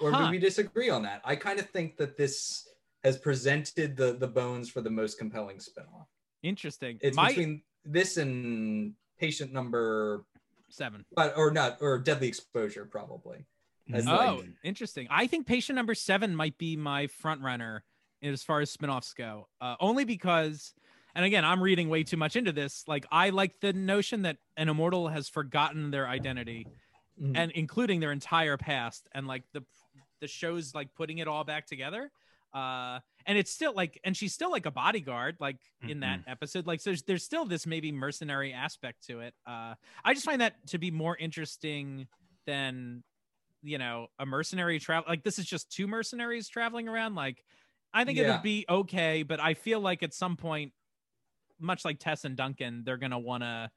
[SPEAKER 5] Or
[SPEAKER 3] Huh.
[SPEAKER 5] do we disagree on that? I kind of think that this has presented the the bones for the most compelling spinoff.
[SPEAKER 3] interesting
[SPEAKER 5] It's
[SPEAKER 3] my
[SPEAKER 5] between this and patient number,
[SPEAKER 3] seven.
[SPEAKER 5] but or not, or deadly exposure probably. As like-
[SPEAKER 3] Oh, interesting i think patient number seven might be my front runner as far as spin-offs go uh, only because and again i'm reading way too much into this like i like the notion that an immortal has forgotten their identity
[SPEAKER 5] Mhm.
[SPEAKER 3] and including their entire past and like the the show's like putting it all back together uh and it's still like and she's still like a bodyguard like in that episode like so there's, there's still this maybe mercenary aspect to it uh i just find that to be more interesting than you know a mercenary travel like this is just two mercenaries traveling around like i think it
[SPEAKER 5] Yeah.
[SPEAKER 3] would be okay but i feel like at some point much like tess and duncan they're gonna wanna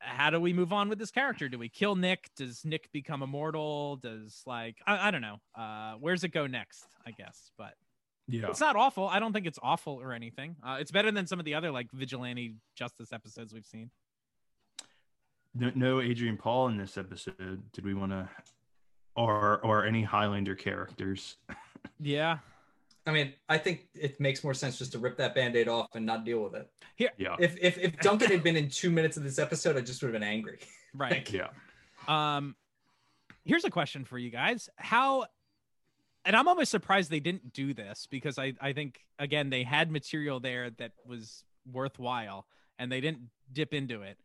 [SPEAKER 3] how do we move on with this character? Do we kill Nick? Does Nick become immortal? Does like I, I don't know. Uh, where's it go next? I guess, but
[SPEAKER 4] yeah.
[SPEAKER 3] it's not awful. I don't think it's awful or anything. Uh, it's better than some of the other like vigilante justice episodes we've seen.
[SPEAKER 4] No, no Adrian Paul in this episode. Did we want to, or or any Highlander characters?
[SPEAKER 3] Yeah.
[SPEAKER 5] I mean, I think it makes more sense just to rip that band-aid off and not deal with it.
[SPEAKER 4] Yeah.
[SPEAKER 5] If if, if Duncan had been in two minutes of this episode, I just would have been angry.
[SPEAKER 3] Right.
[SPEAKER 4] Yeah.
[SPEAKER 3] Um, here's a question for you guys how and i'm almost surprised they didn't do this because i i think again they had material there that was worthwhile and they didn't dip into it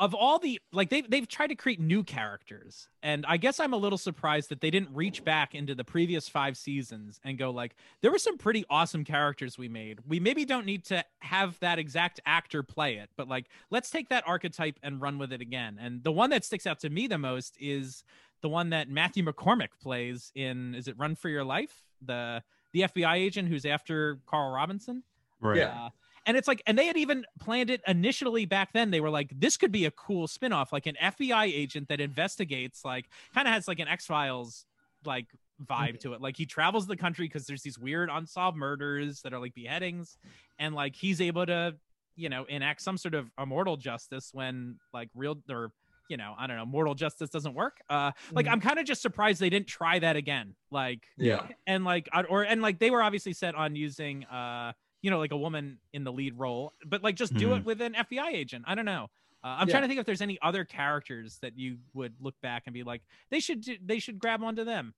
[SPEAKER 3] of all the like they've, they've tried to create new characters and i guess i'm a little surprised that they didn't reach back into the previous five seasons and go like there were some pretty awesome characters we made we maybe don't need to have that exact actor play it but like let's take that archetype and run with it again and the one that sticks out to me the most is the one that matthew mccormick plays in is it run for your life the the fbi agent who's after carl robinson
[SPEAKER 4] Right.
[SPEAKER 5] Yeah.
[SPEAKER 3] uh, and it's like, and they had even planned it initially back then. They were like, this could be a cool spinoff, like an FBI agent that investigates, like, kind of has like an X Files like vibe to it. Like he travels the country because there's these weird unsolved murders that are like beheadings, and like he's able to, you know, enact some sort of immortal justice when like real or you know, I don't know, mortal justice doesn't work. Uh, like I'm kind of just surprised they didn't try that again. Like
[SPEAKER 5] Yeah.
[SPEAKER 3] and like I- or and like they were obviously set on using uh you know like a woman in the lead role but like just do it with an fbi agent i don't know uh, i'm
[SPEAKER 5] Yeah.
[SPEAKER 3] trying to think if there's any other characters that you would look back and be like they should do, they should grab onto them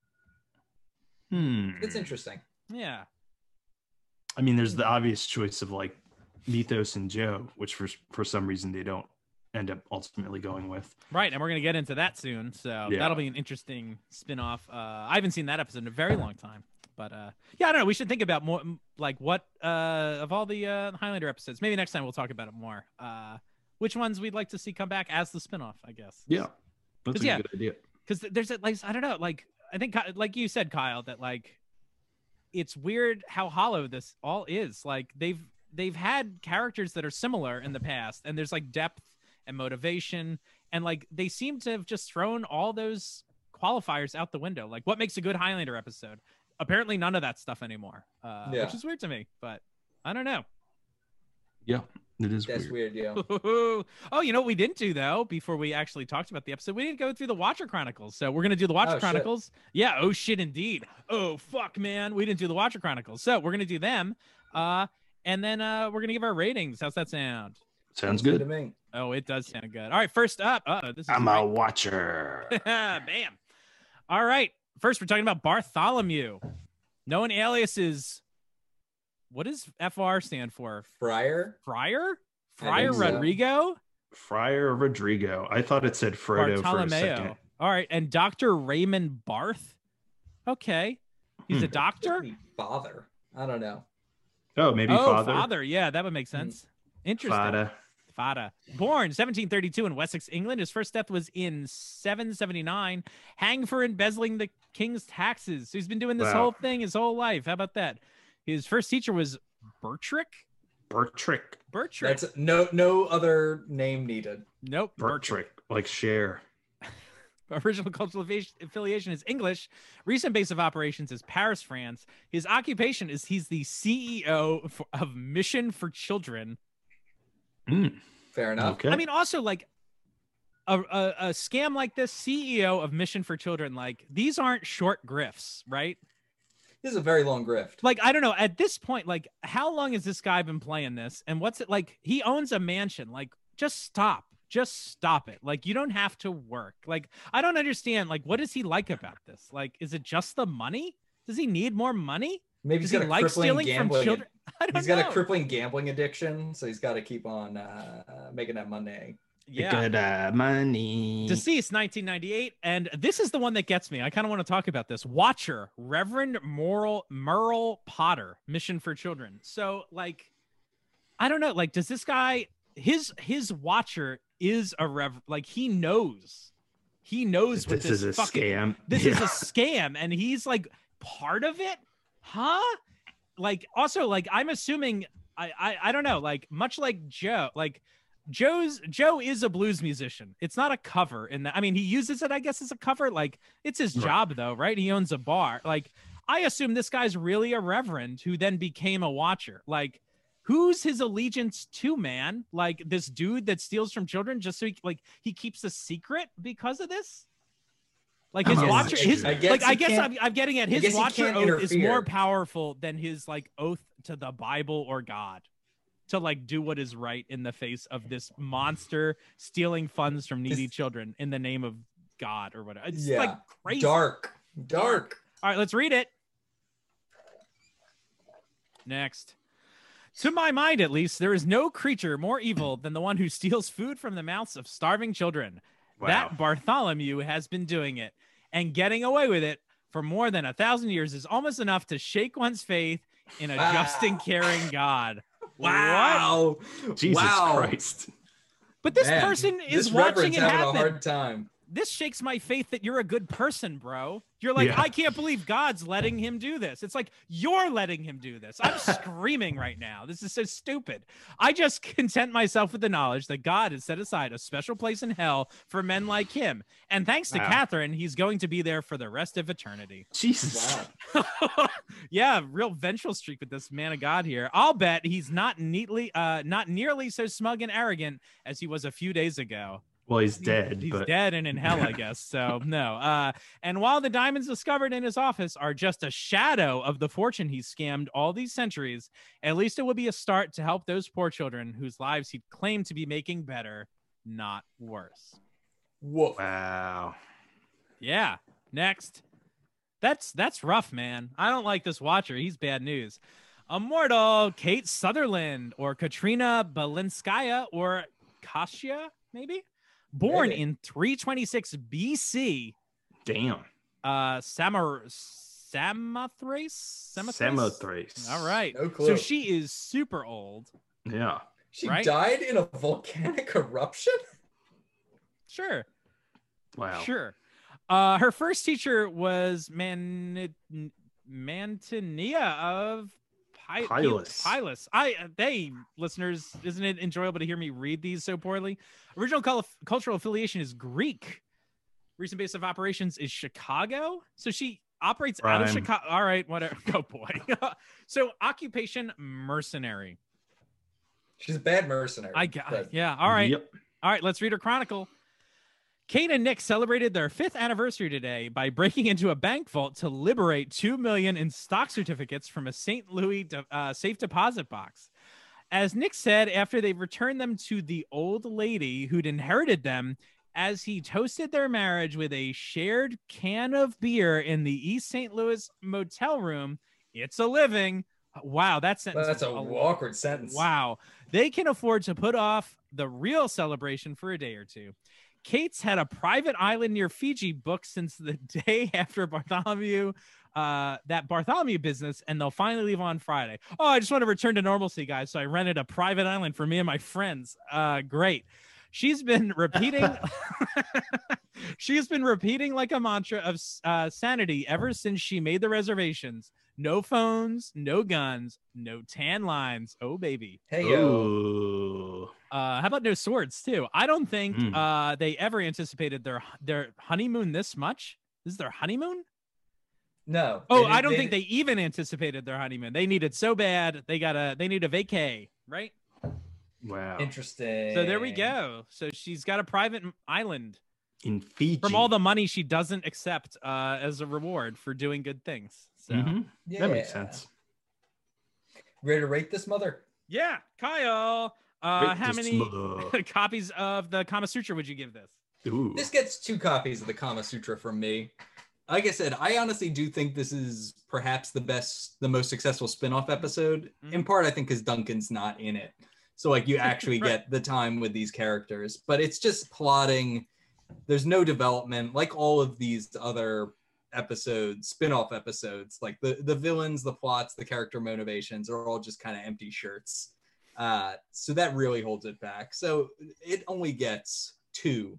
[SPEAKER 4] Hmm.
[SPEAKER 5] It's interesting.
[SPEAKER 3] yeah
[SPEAKER 4] I mean, there's the obvious choice of like Mythos and Joe, which for for some reason they don't end up ultimately going with.
[SPEAKER 3] right and we're gonna get into that soon so
[SPEAKER 4] Yeah.
[SPEAKER 3] that'll be an interesting spin-off uh i haven't seen that episode in a very long time but uh yeah i don't know we should think about more m- like what uh of all the uh highlander episodes maybe next time we'll talk about it more uh which ones we'd like to see come back as the spin-off i guess
[SPEAKER 4] that's
[SPEAKER 3] 'Cause, yeah.
[SPEAKER 4] a good idea.
[SPEAKER 3] because there's at least I don't know, like I think Ki- like you said, Kyle, that like it's weird how hollow this all is. Like they've they've had characters that are similar in the past, and there's like depth and motivation, and like they seem to have just thrown all those qualifiers out the window. Like what makes a good Highlander episode? Apparently, none of that stuff anymore, uh,
[SPEAKER 5] Yeah.
[SPEAKER 3] which is weird to me. But I don't know.
[SPEAKER 4] It is
[SPEAKER 5] That's
[SPEAKER 4] weird.
[SPEAKER 5] weird. yeah.
[SPEAKER 3] oh, you know what we didn't do though before we actually talked about the episode? We didn't go through the Watcher Chronicles. So we're gonna do the Watcher
[SPEAKER 5] Oh, shit.
[SPEAKER 3] Chronicles. Yeah, oh shit indeed. Oh fuck, man. We didn't do the Watcher Chronicles. So we're gonna do them. Uh and then uh we're gonna give our ratings. How's that sound?
[SPEAKER 4] Sounds
[SPEAKER 5] to
[SPEAKER 4] good.
[SPEAKER 5] me.
[SPEAKER 3] Oh, it does sound good. All right, first up. Uh this is
[SPEAKER 4] I'm
[SPEAKER 3] right-
[SPEAKER 4] a watcher.
[SPEAKER 3] Bam. All right. First, we're talking about Bartholomew. Known aliases. What does FR stand for?
[SPEAKER 5] Friar.
[SPEAKER 3] Friar?
[SPEAKER 5] I think
[SPEAKER 3] Friar
[SPEAKER 5] so.
[SPEAKER 3] Rodrigo?
[SPEAKER 4] Friar Rodrigo. I thought it said Frodo for a second.
[SPEAKER 3] Bartolomeo. All right, and Dr. Raymond Barth. Okay. He's a
[SPEAKER 4] Hmm.
[SPEAKER 3] doctor?
[SPEAKER 5] Maybe Father. I don't know.
[SPEAKER 4] Oh, maybe
[SPEAKER 3] oh,
[SPEAKER 4] father. Hmm.
[SPEAKER 3] Yeah, that would make sense. Interesting.
[SPEAKER 4] Fada.
[SPEAKER 3] Fada. Born 1732 in Wessex, England. His first death was in 779. Hanged for embezzling the king's taxes. So he's been doing this
[SPEAKER 4] Wow.
[SPEAKER 3] whole thing his whole life. How about that? His first teacher was Bertrick.
[SPEAKER 4] Bertrick.
[SPEAKER 3] Bertrick.
[SPEAKER 5] That's no no other name needed.
[SPEAKER 3] nope.
[SPEAKER 4] Bertrick. Like share.
[SPEAKER 3] original cultural affi- affiliation is English. Recent base of operations is Paris, France. His occupation is he's the CEO for, of Mission for Children.
[SPEAKER 4] Mm,
[SPEAKER 5] Fair enough.
[SPEAKER 4] okay.
[SPEAKER 3] I mean, also like a, a, a scam like this, CEO of Mission for Children, like these aren't short grifts, right?
[SPEAKER 5] This is a very long grift.
[SPEAKER 3] Like, I don't know. At this point, like, how long has this guy been playing this? And what's it like? He owns a mansion. Like, just stop. Just stop it. Like, you don't have to work. Like, I don't understand. Like, what is he like about this? Like, is it just the money? Does he need more money?
[SPEAKER 5] Maybe
[SPEAKER 3] Does
[SPEAKER 5] he's
[SPEAKER 3] he
[SPEAKER 5] got a
[SPEAKER 3] like
[SPEAKER 5] crippling
[SPEAKER 3] stealing from
[SPEAKER 5] gambling.
[SPEAKER 3] children? I don't
[SPEAKER 5] He's
[SPEAKER 3] know.
[SPEAKER 5] got a crippling gambling addiction, so he's got to keep on uh, making that money.
[SPEAKER 3] yeah.
[SPEAKER 4] Good uh, money.
[SPEAKER 3] Deceased 1998. And this is the one that gets me. I kind of want to talk about this. Watcher, Reverend Moral Merle Potter, Mission for Children. So, like, I don't know. Like, does this guy his his watcher is a rev like he knows. He knows what
[SPEAKER 4] this,
[SPEAKER 3] this,
[SPEAKER 4] is a
[SPEAKER 3] fucking
[SPEAKER 4] scam.
[SPEAKER 3] this is
[SPEAKER 4] Yeah.
[SPEAKER 3] a scam and he's like part of it huh like also like i'm assuming I, I i don't know like much like joe like joe's joe is a blues musician it's not a cover in that i mean he uses it i guess as a cover like it's his
[SPEAKER 4] Right.
[SPEAKER 3] job though right he owns a bar like i assume this guy's really a reverend who then became a watcher like who's his allegiance to man like this dude that steals from children just so he like he keeps a secret because of this like his
[SPEAKER 4] I'm a
[SPEAKER 3] watcher
[SPEAKER 4] watcher.
[SPEAKER 3] his
[SPEAKER 5] I guess
[SPEAKER 3] like i
[SPEAKER 5] he
[SPEAKER 3] guess
[SPEAKER 5] can't-
[SPEAKER 3] I'm, I'm getting at
[SPEAKER 5] I guess
[SPEAKER 3] his
[SPEAKER 5] he
[SPEAKER 3] watcher oath
[SPEAKER 5] can't
[SPEAKER 3] is
[SPEAKER 5] interfere.
[SPEAKER 3] more powerful than his like oath to the bible or god to like do what is right in the face of this monster stealing funds from needy
[SPEAKER 5] This-
[SPEAKER 3] children in the name of god or whatever. It's
[SPEAKER 5] Yeah.
[SPEAKER 3] like crazy.
[SPEAKER 5] Dark. Dark.
[SPEAKER 3] All right, let's read it. Next. To my mind, at least, there is no creature more evil than the one who steals food from the mouths of starving children. That Bartholomew has been doing it and getting away with it for more than a thousand years is almost enough to shake one's faith in a
[SPEAKER 5] Wow.
[SPEAKER 3] just and caring God.
[SPEAKER 5] Wow.
[SPEAKER 4] Jesus
[SPEAKER 5] wow.
[SPEAKER 4] Christ.
[SPEAKER 3] But this
[SPEAKER 5] Man,
[SPEAKER 3] person is
[SPEAKER 5] this
[SPEAKER 3] watching
[SPEAKER 5] reverend's
[SPEAKER 3] it
[SPEAKER 5] having
[SPEAKER 3] happen.
[SPEAKER 5] a hard time.
[SPEAKER 3] this shakes my faith that you're a good person, bro. You're like,
[SPEAKER 4] Yeah.
[SPEAKER 3] I can't believe God's letting him do this. It's like you're letting him do this. I'm screaming right now. This is so stupid. I just content myself with the knowledge that God has set aside a special place in hell for men like him. And thanks to
[SPEAKER 4] Wow.
[SPEAKER 3] Catherine, he's going to be there for the rest of eternity.
[SPEAKER 4] Jesus.
[SPEAKER 5] Wow.
[SPEAKER 3] yeah, real ventral streak with this man of God here. I'll bet he's not neatly, uh, not nearly so smug and arrogant as he was a few days ago.
[SPEAKER 4] Well, he's
[SPEAKER 3] He's-
[SPEAKER 4] dead,
[SPEAKER 3] He's
[SPEAKER 4] but
[SPEAKER 3] dead and in hell, I guess. So no. Uh, and while the diamonds discovered in his office are just a shadow of the fortune he scammed all these centuries, at least it will be a start to help those poor children whose lives he claimed to be making better, not worse.
[SPEAKER 5] Woof.
[SPEAKER 4] wow.
[SPEAKER 3] Yeah. Next. That's that's rough, man. I don't like this watcher. He's bad news. Immortal Kate Sutherland or Katrina Balinskaya or Kasia, maybe? Born
[SPEAKER 5] Maybe.
[SPEAKER 3] in 326 BC.
[SPEAKER 4] Damn.
[SPEAKER 3] Uh Samar Samothrace?
[SPEAKER 4] Samothrace.
[SPEAKER 3] All right.
[SPEAKER 5] No
[SPEAKER 3] So
[SPEAKER 5] clue.
[SPEAKER 3] she is super old.
[SPEAKER 4] Yeah.
[SPEAKER 5] She
[SPEAKER 3] right?
[SPEAKER 5] died in a volcanic eruption?
[SPEAKER 3] Sure.
[SPEAKER 4] Wow.
[SPEAKER 3] Sure. Uh, her first teacher was Man Mantinia of Pi-
[SPEAKER 4] Pylus.
[SPEAKER 3] Pylus. I uh, they listeners, isn't it enjoyable to hear me read these so poorly? Original cul- cultural affiliation is Greek. Recent base of operations is Chicago. So she operates out of
[SPEAKER 4] Rhyme.
[SPEAKER 3] Chicago. All right, whatever. Oh boy. so occupation mercenary.
[SPEAKER 5] She's a bad mercenary.
[SPEAKER 3] I got
[SPEAKER 5] But-
[SPEAKER 3] yeah. All right.
[SPEAKER 4] Yep.
[SPEAKER 3] All right, let's read her chronicle. Kate and Nick celebrated their fifth anniversary today by breaking into a bank vault to liberate two million in stock certificates from a St. Louis de- uh, safe deposit box. As Nick said, after they returned them to the old lady who'd inherited them, as he toasted their marriage with a shared can of beer in the East St. Louis motel room, it's a living. Wow, that sentence.
[SPEAKER 5] That's
[SPEAKER 3] is
[SPEAKER 5] a awkward sentence.
[SPEAKER 3] Wow. They can afford to put off the real celebration for a day or two. Kate's had a private island near Fiji booked since the day after Bartholomew, uh, that Bartholomew business, and they'll finally leave on Friday. Oh, I just want to return to normalcy, guys. So I rented a private island for me and my friends. Uh, great. She's been repeating. she's been repeating like a mantra of uh, sanity ever since she made the reservations. No phones, no guns, no tan lines. Oh baby.
[SPEAKER 5] Hey yo.
[SPEAKER 4] Ooh.
[SPEAKER 3] Uh, how about no swords too? I don't think
[SPEAKER 4] Mm.
[SPEAKER 3] uh, they ever anticipated their their honeymoon this much. This is their honeymoon.
[SPEAKER 5] No.
[SPEAKER 3] Oh,
[SPEAKER 5] didn't-
[SPEAKER 3] I don't think they even anticipated their honeymoon. They needed so bad. They got a they need a vacay, right?
[SPEAKER 4] Wow.
[SPEAKER 5] didn't- Interesting.
[SPEAKER 3] So there we go. So she's got a private island
[SPEAKER 4] In Fiji.
[SPEAKER 3] from all the money she doesn't accept uh, as a reward for doing good things. So
[SPEAKER 4] Mhm.
[SPEAKER 5] Yeah.
[SPEAKER 4] That makes sense.
[SPEAKER 5] Ready to rate this mother?
[SPEAKER 3] yeah, Kyle, uh,
[SPEAKER 4] Rate
[SPEAKER 3] how
[SPEAKER 4] this
[SPEAKER 3] many
[SPEAKER 4] mother.
[SPEAKER 3] copies of the Kama Sutra would you give this?
[SPEAKER 4] Ooh.
[SPEAKER 5] This gets two copies of the Kama Sutra from me. Like I said, I honestly do think this is perhaps the best, the most successful spin-off episode. In
[SPEAKER 3] Mhm.
[SPEAKER 5] part, I think because Duncan's not in it, so like you actually
[SPEAKER 3] Right.
[SPEAKER 5] get the time with these characters. But it's just plotting. There's no development, like all of these other episodes, spin-off episodes. Like the the villains, the plots, the character motivations are all just kind of empty shirts. Uh, so that really holds it back. So it only gets two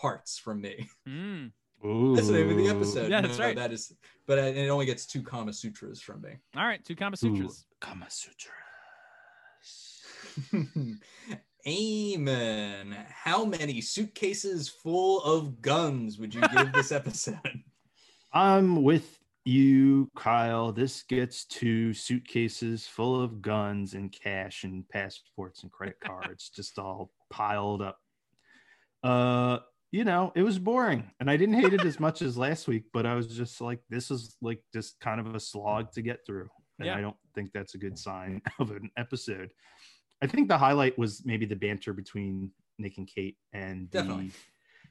[SPEAKER 5] parts from me.
[SPEAKER 3] Mm.
[SPEAKER 4] Ooh.
[SPEAKER 5] That's the name of the episode.
[SPEAKER 3] Yeah, that's
[SPEAKER 5] No,
[SPEAKER 3] right.
[SPEAKER 5] That is, but I, it only gets two Kama Sutras from
[SPEAKER 3] All right, two Kama Sutras.
[SPEAKER 4] Kama Sutra.
[SPEAKER 5] me. Amen. How many suitcases full of guns would you give this episode?
[SPEAKER 4] I'm with you, Kyle. This gets two suitcases full of guns and cash and passports and credit cards just all piled up. Uh, you know, it was boring and I didn't hate it as much as last week, but I was just like, this is like just kind of a slog to get through. And
[SPEAKER 3] Yeah.
[SPEAKER 4] I don't think that's a good sign of an episode. I think the highlight was maybe the banter between Nick and Kate and
[SPEAKER 5] Definitely.
[SPEAKER 4] the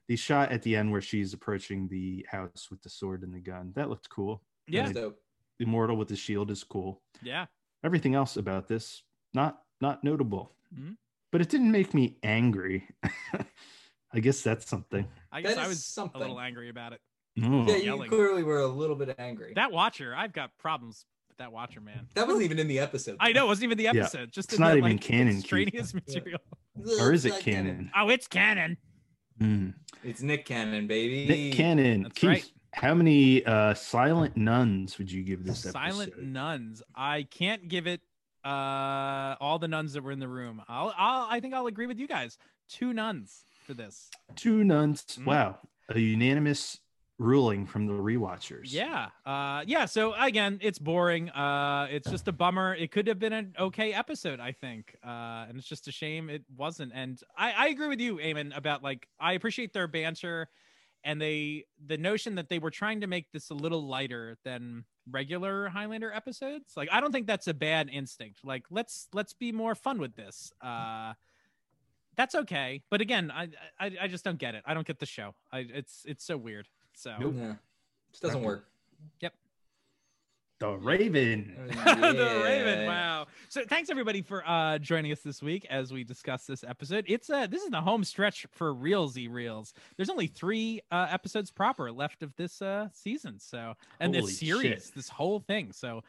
[SPEAKER 4] the shot at the end where she's approaching the house with the sword and the gun that looked cool.
[SPEAKER 3] Yeah.
[SPEAKER 4] Like,
[SPEAKER 5] So
[SPEAKER 4] immortal with the shield is cool.
[SPEAKER 3] Yeah.
[SPEAKER 4] Everything else about this not not notable,
[SPEAKER 3] Mhm.
[SPEAKER 4] but it didn't make me angry. I guess that's something.
[SPEAKER 3] I
[SPEAKER 5] That
[SPEAKER 3] guess I
[SPEAKER 5] is
[SPEAKER 3] was a little
[SPEAKER 5] something.
[SPEAKER 3] angry about it.
[SPEAKER 4] Oh.
[SPEAKER 5] yeah, you
[SPEAKER 3] yelling.
[SPEAKER 5] clearly were a little bit angry. That,
[SPEAKER 3] That watcher, I've got problems with that watcher, man.
[SPEAKER 5] wasn't even in the episode.
[SPEAKER 3] I know it wasn't even the
[SPEAKER 4] Yeah.
[SPEAKER 3] episode. Just
[SPEAKER 4] It's
[SPEAKER 3] in
[SPEAKER 4] not
[SPEAKER 3] that,
[SPEAKER 4] even
[SPEAKER 3] like,
[SPEAKER 4] canon, Keith.
[SPEAKER 3] extraneous material.
[SPEAKER 5] though.
[SPEAKER 4] or is it
[SPEAKER 5] Like,
[SPEAKER 4] canon?
[SPEAKER 3] Oh, it's canon.
[SPEAKER 4] Mm.
[SPEAKER 5] It's Nick Cannon, baby.
[SPEAKER 4] Nick Cannon,
[SPEAKER 3] That's
[SPEAKER 4] Hmm. Keith.
[SPEAKER 3] right.
[SPEAKER 4] How many uh, silent nuns would you give this episode?
[SPEAKER 3] Silent nuns. I can't give it uh all the nuns that were in the room. I'll, I'll I think I'll agree with you guys. Two nuns for this.
[SPEAKER 4] Two nuns.
[SPEAKER 3] Mm.
[SPEAKER 4] Wow, a unanimous ruling from the rewatchers.
[SPEAKER 3] Yeah. Uh yeah, so again, it's boring. Uh it's just a bummer. It could have been an okay episode, I think. Uh and it's just a shame it wasn't. And I I agree with you, Eamon, about like I appreciate their banter and they the notion that they were trying to make this a little lighter than regular Highlander episodes. Like I don't think that's a bad instinct. Like let's let's be more fun with this. Uh that's okay, but again, I, I I just don't get it. I don't get the show. I it's it's so weird. So
[SPEAKER 5] Nope. No, just doesn't work.
[SPEAKER 4] The Raven.
[SPEAKER 3] the Raven.
[SPEAKER 5] Yeah.
[SPEAKER 3] Wow. So thanks everybody for uh joining us this week as we discuss this episode. It's uh this is the home stretch for Reelsy Reels. There's only three uh episodes proper left of this uh season. So and
[SPEAKER 4] Holy
[SPEAKER 3] this series,
[SPEAKER 4] shit.
[SPEAKER 3] this whole thing. So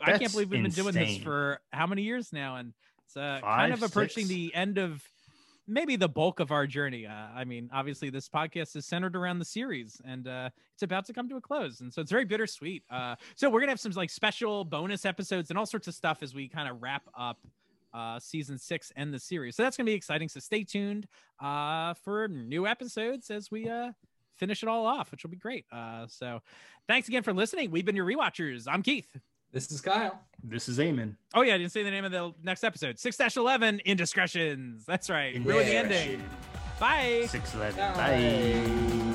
[SPEAKER 3] I can't
[SPEAKER 4] That's
[SPEAKER 3] believe we've been doing this
[SPEAKER 4] insane.
[SPEAKER 3] for how many years now? And it's uh, kind
[SPEAKER 4] Five,
[SPEAKER 3] of approaching
[SPEAKER 4] six?
[SPEAKER 3] the end of maybe the bulk of our journey. Uh, I mean, obviously, this podcast is centered around the series, and uh, it's about to come to a close, and so it's very bittersweet. Uh, so we're gonna have some like special bonus episodes and all sorts of stuff as we kind of wrap up uh, season six and the series. So that's gonna be exciting. So stay tuned uh, for new episodes as we uh, finish it all off, which will be great. Uh, so thanks again for listening. We've been your rewatchers. I'm Keith.
[SPEAKER 5] This is Kyle.
[SPEAKER 4] This is Amen.
[SPEAKER 3] Oh yeah, I didn't say the name of the next episode. Six eleven indiscretions. That's right. Really the ending. Bye.
[SPEAKER 4] Six eleven.
[SPEAKER 5] Bye.